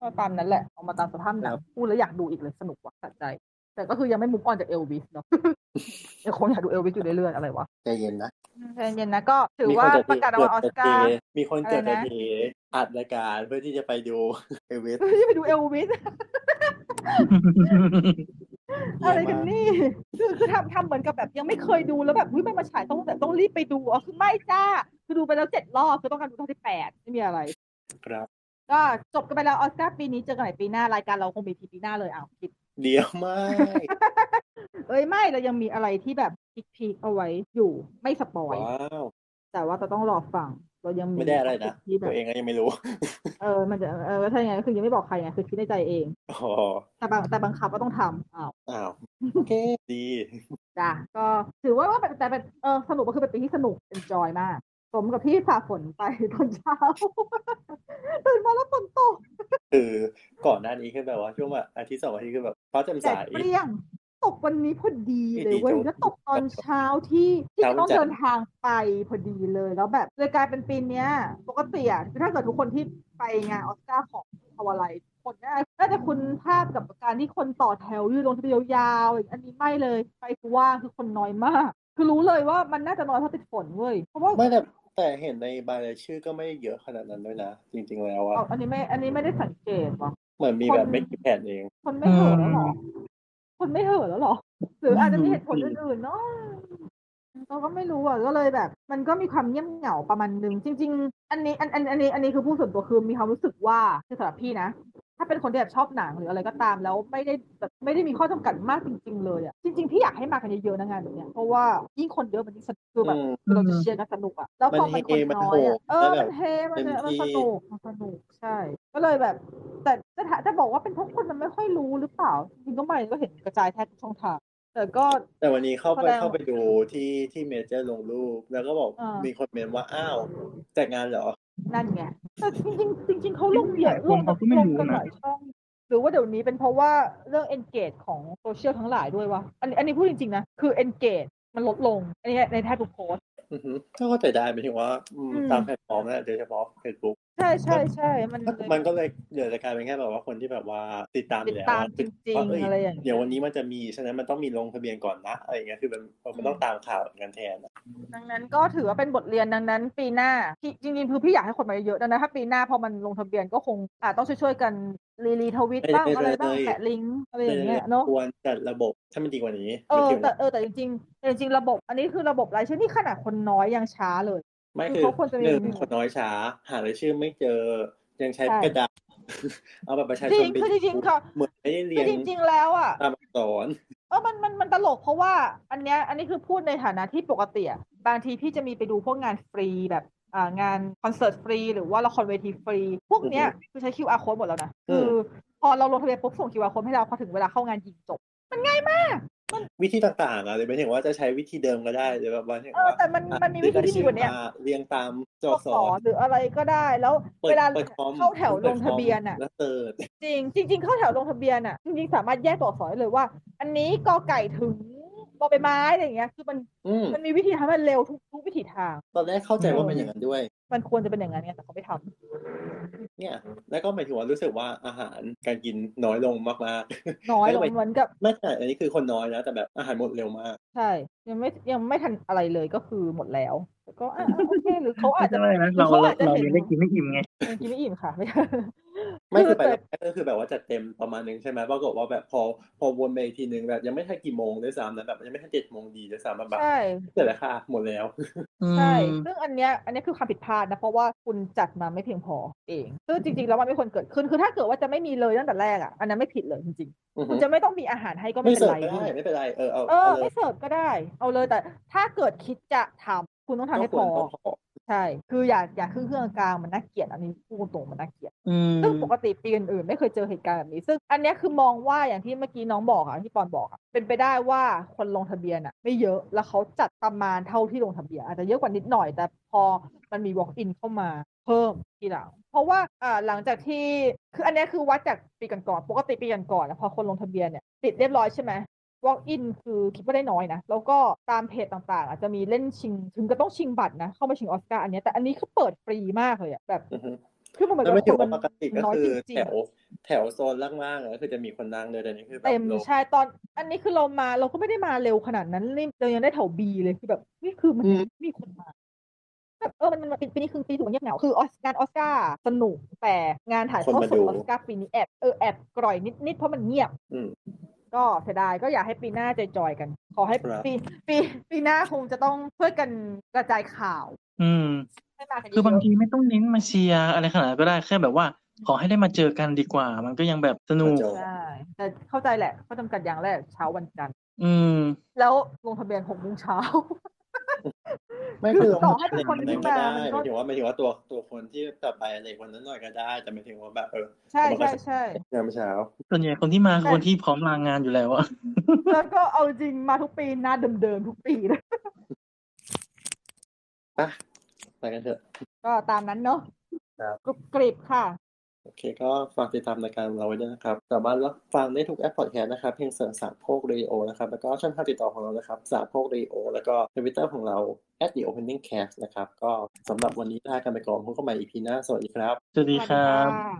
D: ก็ตามนั้นแหละเอามาตามสภาพหนัง
B: ครับ
D: พูดแล้วอยากดูอีกเลยสนุกว่ะสะใจ แต่ก็คือยังไม่มุกออนจากเอลวิสเนาะ <laughs> ยังคงอยากดูเอลวิสอยู่เรื่อยๆอะไรวะ
B: ใจเย็นนะ
D: ใจเย็นๆนะก็ถือว่าประกาศรางวัลออสการ์
B: มีคนเกิด
D: อะไร
B: จะ
D: นะ
B: เทอัดรายการเพื่อที่จะไปดูเอเวส
D: <laughs> ที่ไปดูเอลวิส <laughs> อะไรกันนี่คือคือทำทำเหมือนกับแบบยังไม่เคยดูแล้วแบบอุ้ยมันมาฉายต้องแบบต้องรีบไปดูอ๋อคือไม่จ้า คือดูไปแล้วเจ็ดรอบคือต้องการดูทั้งที่แปดไม่มีอะไร
B: ครับ
D: ก็จบกันไปแล้วออสการ์ปีนี้เจอกันใหม่ปีหน้ารายการเราคงมีทีปีหน้าเลยอ้าวคิด
B: เดี๋ยวไม่
D: เอ้ยไม่เรายังมีอะไรที่แบบพีคๆเอาไว้อยู่ไม่ส
B: <laughs>
D: ปอย
B: ว้าว
D: แต่ว่าเราต้องรอฟังเรายังมี
B: ไม่ได้อะไรนะ
D: ที่แบบ
B: ตัวเองก็ยังไม่รู้ <laughs>
D: เออมันจะเออก็ใช่ไงคือยังไม่บอกใครไงคือคิดในใจเอง
B: อ๋อ
D: แต่บางแต่บังคับว่าต้องทำอ้าว
B: อ้าวโอเคดี
D: จ้ะก็ถือว่าว่าเป็นแต่เป็นเออสนุกก็คือเป็นปีที่สนุก enjoy มาก สมกับที่ฝ่าฝนไป ตอนเช้า <laughs> ตื่นมาแล้วฝนตก
B: คือก่อนหน้านี้คือแบบว่าช่วงแบบอาทิตย์สองอาทิตย์คือแบบฟ้าแจ่ม
D: แด
B: ใส
D: ดเปรี้ยง ตกวันนี้พอดีเลยเว้ย
B: ดีๆ
D: แล้วตกตอนเช้าที่ที่
B: เช้า
D: จะต้อง
B: จัด
D: เดินทางไปพอดีเลยแล้วแบบเลยกลายเป็นปีเนี้ย ปกติอ่ะถ้าเกิดทุกคนที่ไปงานออสการ์ของทวาไลคนน่าน่าจะคุณภาพกับการที่คนต่อแถวยืนลงทะเบียนยาวๆอันนี้ไม่เลยไปว่างคือคนน้อยมาก คือรู้เลยว่ามันน่าจะน้อยเพราะติดฝนเว้ยเพราะว่า
B: ไม่แต่แต่เห็นในบายรายชื่อก็ไม่ได้เยอะขนาดนั้นด้วยนะ จริง ๆ แล้วอะ
D: อ๋ออันนี้ไม่ อันนี้ไม่ได้สังเกตว่ะ
B: เหมือนมี
D: คน
B: แบบไม่กี่แผ่นเอง
D: คนไม่เห่อะแล้วเหรอ คนไม่เห่อะแล้วเหรอ หรืออาจจะมีเหตุผลอื่นๆเนาะเราก็ไม่รู้อ่ะ ก็เลยแบบ มันก็มีความเงียบเหงาประมาณนึง จริง ๆ อันนี้อันอันอันนี้ อันนี้คือผู้ส่วนตัวคือมีความรู้สึกว่าคือสำหรับพี่นะ ถ้าเป็นคนที่แบบชอบหนังหรืออะไรก็ตามแล้วไม่ได้แบบไม่ได้มีข้อจำกัดมากจริง ๆ เลยอ่ะ จริง ๆ พี่อยากให้มากันเยอะๆนะงานแบบเนี้ย เพราะว่ายิ่งคนเยอะมันยิ่งสนุกคือแบบ
B: อืม
D: เราจะเชียร์กันสนุกอ่ะ แล้วพอ
B: มั
D: มัน นค
B: เฮ
D: น
B: มัน
D: น้อ
B: โห
D: ย
B: ด
D: อะเออ
B: แล้วแบ
D: มั
B: บ
D: นเฮมัน
B: เต็ม
D: จะมัน
B: ที่
D: สนุกมันสนุกใช่ ก็เลยแบบ แต่จะถาจะบอกว่าเป็นเพราะคนมันไม่ค่อยรู้หรือเปล่า จริงๆก็ไม่ก็เห็นกระจายแทบทุกช่องทาง แต่ก็
B: แต่วันนี้เข้าไป
D: แสดง
B: เข้าไปดูที่ที่เมเจอร์ลงรูป แล้วก็บอก
D: อ่ามี
B: มีคนเมนว่า อ้าวแต่งงานเหรอ
D: นั่นไงแต่จริงๆจริง ๆเขาลงเยอะ
C: หลายคน
D: ลง
C: เขาก็ไม่รู้
D: ลง
C: นะ
D: กัหลายช่องหรือว่าเดี๋ยวนี้เป็นเพราะว่าเรื่อง engage ของโซเชียลทั้งหลายด้วยวะอันนี้อันนี้พูดจริงๆนะ คือ engage มันลดลง อันนี้ในแทบทุกโพสต์
B: อือฮึก็เข้าใจได้หมายถึงว่าอืม
D: อืม
B: ตามแพลตฟอร์มนะโดยเฉพาะ Facebook
D: ใช่ใช่ใช่มันเลย
B: มันก็เลยเดี๋ยวจะกลายเป็นแค่แบบว่าคนที่แบบว่าติดตามอยู่แล้ว
D: ติดตาม
B: อะ
D: จริงๆ
B: ว่าเย
D: อะไรอย่างเงี้ย
B: เดี๋ยววันนี้มันจะมีฉะนั้นมันต้องมีลงทะเบียนก่อนนะอะไรอย่างเงี้ยคือมันมันต้องตามข่าวกันแทนอะ
D: ดังนั้นก็ถือว่าเป็นบทเรียนดังนั้น ปีหน้าพี่จริงๆคือพี่อยากให้คนมาเยอะๆดังนั้นถ้าปีหน้าพอมันลงทะเบียนก็คงอาจต้องช่วยๆกันรีรีทวิตบ้างอะไรบ้างแปะลิงก์อะไรอย่างเงี้ยเนาะ
B: ควรจัดระบบถ้ามันดีกว่านี้
D: เออ
B: ไม่ถึง
D: แต่เออแต่จริงๆแต่จริงๆระบบ อันนี้คือระบบรายชื่อนี่ขนาดคนน้อยยังช้าเลย
B: ไม่
D: คื
B: คือ อ
D: เขาควรจะมี
B: หนึ่งคนน้อยช้า หารายชื่อไม่เจอยังใช้
D: ใช่
B: กระดาษ เอาแบบประชา
D: จ
B: ช
D: ริ
B: น
D: ง
B: ไป
D: คือจริงๆค่ะ
B: เหมือนไม่ได้เรี
D: คื
B: ย
D: อน จริง ๆ แล้วอ่ะ
B: ตามอักษร
D: เออมันมัน มันตลกเพราะว่า อันเนี้ย อันนี้คือพูดในฐานะที่ปกติอะบางทีพี่จะมีไปดูพวกงานฟรีแบบ อ่า งานคอนเสิร์ตฟรี หรือว่าละครเวทีฟรี พวกเนี้ยคือใช้ QR code หมดแล้วนะ
B: อื
D: คื
B: ม
D: อ พอเราลงทะเบียนปุ๊บส่ง QR code ให้เราพอถึงเวลาเข้างานยิงจบ มันง่ายมาก
B: วิธีต่างๆอะเลยไม่ถึงว่าจะใช้วิธีเดิมก็ได้หรือแบบว่าอย่าง
D: เออแต่มันมันมีวิธีที่ดีกว่าเนี้ย
B: อ่ะเรียงตามจ
D: พ
B: อ
D: วก
B: ส
D: ส
B: อ
D: อนหรืออะไรก็ได้ แล้ว
B: ปิด
D: เวลา
B: ปิดคอม
D: เข้าแถวลงทะเบียนอ่ะ
B: แล้วเติร์ด
D: จริงจริง ๆ เข้าแถวลงทะเบียนอ่ะจริงๆสามารถแยกตัวอักษรได้เลยว่า อันนี้กอไก่ถึงบอใบไม้อะไรอย่างเงี้ยคือมัน
B: อืม
D: มันมีวิธีทำให้มันเร็วทุกทุกวิถีทาง
B: ตอนแรกเข้าใจว่าเป็นอย่างนั้นด้วย
D: มันควรจะเป็นอย่างนั้นไงแต่เขาไม่ท
B: เนี่ย แล้วก็หมายถึงว่ารู้สึกว่าอาหารการกินน้อยลงมาก
D: ำน้อยลงเหมือนกับ
B: ๆ <laughs> ไม่แต่อันนี้คือคนน้อยนะแต่แบบอาหารหมดเร็วมาก
D: ใช่ ยังไม่ยังไม่ทันอะไรเลยก็คือหมดแล้วแล้วก็อ่ะอ่ะโอเคหรือเขาอาจจะ
C: ไม่ได้นะเรา
D: เขา
C: เรา
D: อาจจะ
C: เรา
D: เห็น
C: ยังได้กินไม่อิ่มไง
D: ยังกินไม่อิ่มค่ะไม่
B: ไม่คือไป
D: แต่
B: รอบแรกก็คือแบบว่าจัดเต็มประมาณนึงใช่ไหมปรากฏว่าแบบพอพอวนไปอีกทีนึงแบบยังไม่ทันกี่โมงด้วยซ้ำนะแบบยังไม่ทันเจ็ดโมงดีด้วยซ้ำแบบแบบ
D: ใช่
B: เสร็จแล้วค่ะหมดแล้ว <laughs>
D: ใช่ซึ่งอันเนี้ยอันเนี้ยคือความผิดพลาดนะเพราะว่าคุณจัดมาไม่เพียงพอเองซึ่งจริงๆแล้วมันไม่ควรเกิดขึ้นคือถ้าเกิดว่าจะไม่มีเลยตั้งแต่แรกอ่ะอันนั้นไม่ผิดเลยจริงๆคุณจะไม่ต้องมีอาหารให้ก็ไม่
B: ไม่
D: เป็
B: เสิ
D: น
B: ร์ฟ
D: ไร
B: ก็ได้ไม่เป็นไรเออเอา
D: เออ
B: เอาเล
D: ไม่
B: ย
D: เสิร์ฟก็ได้ เอาเลยแต่ถ้าเกิดคิดจะทำคุณต้องทำให้พอ
B: ต้องขอ
D: ใช่ คืออย่าอย่าขึ้นเครื่องกลางมันน่าเกลียดอันนี้พูดตรงๆมันน่าเกลียด
C: อืม
D: ซึ่งปกติปีอื่นๆไม่เคยเจอเหตุการณ์แบบนี้ ซึ่งอันเนี้ยคือมองว่าอย่างที่เมื่อกี้น้องบอกอะที่ปอนบอกอะเป็นไปได้ว่าคนลงทะเบียนอะไม่เยอะแล้วเขาจัดประมาณเท่าที่ลงทะเบียน อาจจะเยอะกว่านิดหน่อย แต่พอมันมี walk in เข้ามาเพิ่มทีหลังเพราะว่าอ่าหลังจากที่คืออันเนี้ยคือวัดจากปีก่อนๆปกติปีก่อนๆอะพอคนลงทะเบียนเนี่ยติดเรียบร้อยใช่ไหม walk in คือคิดว่าได้น้อยนะ แล้วก็ตามเพจต่างๆ อาจจะมีเล่นชิง ถึงก็ต้องชิงบัตรนะเข้ามาชิงออสการ์อันเนี้ยแต่อันนี้คือเปิดฟรีมากเลยอะแบบ
B: อือฮึ
D: คือมันเหมือน
B: แล้
D: กับ
B: วไม่
D: ค
B: ถึ
D: น
B: ง
D: มั
B: ว่าน ปกติก็
D: น้อย
B: คื
D: จ
B: อ
D: ริ
B: แถ
D: งๆ
B: วแถวโซนล่างๆอะก็คือจะมีคนนั่งเลยแต่นี่คือแบบ
D: เต็ม
B: โลง
D: ใช่ตอนอันนี้คือเรามาเราก็ไม่ได้มาเร็วขนาดนั้นนี่เรายังได้แถวบีเลยคือแบบนี่คือมัน
B: อืม
D: มีคนมาแบบเออมันมันปีปีนี้คือปีถูกเงียบเหงาคือออสงานออสการ์สนุกแต่งานถ่ายทอดสดออสการ์ปีนี้แอบเออแอบกร่อยนิดนิดเพราะมันเงียบ
B: อืม
D: ก็เสียดายก็อยากให้ปีหน้าจอยๆกัน ขอให้
B: ครับ
D: ปีปีปีหน้าคงจะต้องช่วยกันกระจายข่าว
C: อืม
D: ให้มากันเย
C: คือบาง
D: อะ
C: ทีไม่ต้องเน้นมาเชียร์อะไรขนาดนั้นก็ได้แค่แบบว่า ขอให้ได้มาเจอกันดีกว่า มันก็ยังแบบสนุก
B: จบ
D: ๆใช่แต่เข้าใจแหละข้อจำกัดอย่างแรกเช้าวันจันทร์
C: อืม
D: แล้วลงทะเบียนหกโมงเช้า
B: ไม่คือ
D: ต่อให้เป็นคนที่
B: ไม่ได้
D: มา
B: ห
D: มันก็
B: มายถึงว่าหมายถึงว่าตัวตัวคนที่จะไปอะไรคนนั้นหน่อยก็ได้ แต่หมายถึงว่าแบบเออ
D: ใช่ใช่ใช่
B: ยามเช้า
C: ส่วนใหญ่คนที่มาคือ
D: แต่
C: คนที่พร้อมลางานอยู่แล้วอะ
D: แล้วก็เอาจริงมาทุกปีหน้าเดิมๆทุกปีเลย
B: ปะไปกันเถอะ
D: ก็ตามนั้นเนาะ
B: ครับ
D: กรุบกริบค่ะ
B: โอเคก็ฝากติดตามรายการเราไว้ด้วยนะครับ สามารถรับฟังได้ทุกแอปพอดแคสต์นะครับ เพียงเสิร์ชสามโคกเรดิโอนะครับ แล้วก็ช่องทางติดต่อของเรานะครับสามโคกเรดิโอแล้วก็ทวิตเตอร์ของเรา at the opening cast นะครับ ก็สำหรับวันนี้ลากันไปก่อนพบกันใหม่ EP หน้า สวัสดีครับ
C: สวัสดีครั
D: ส
C: บ
D: วัสดีค่ะ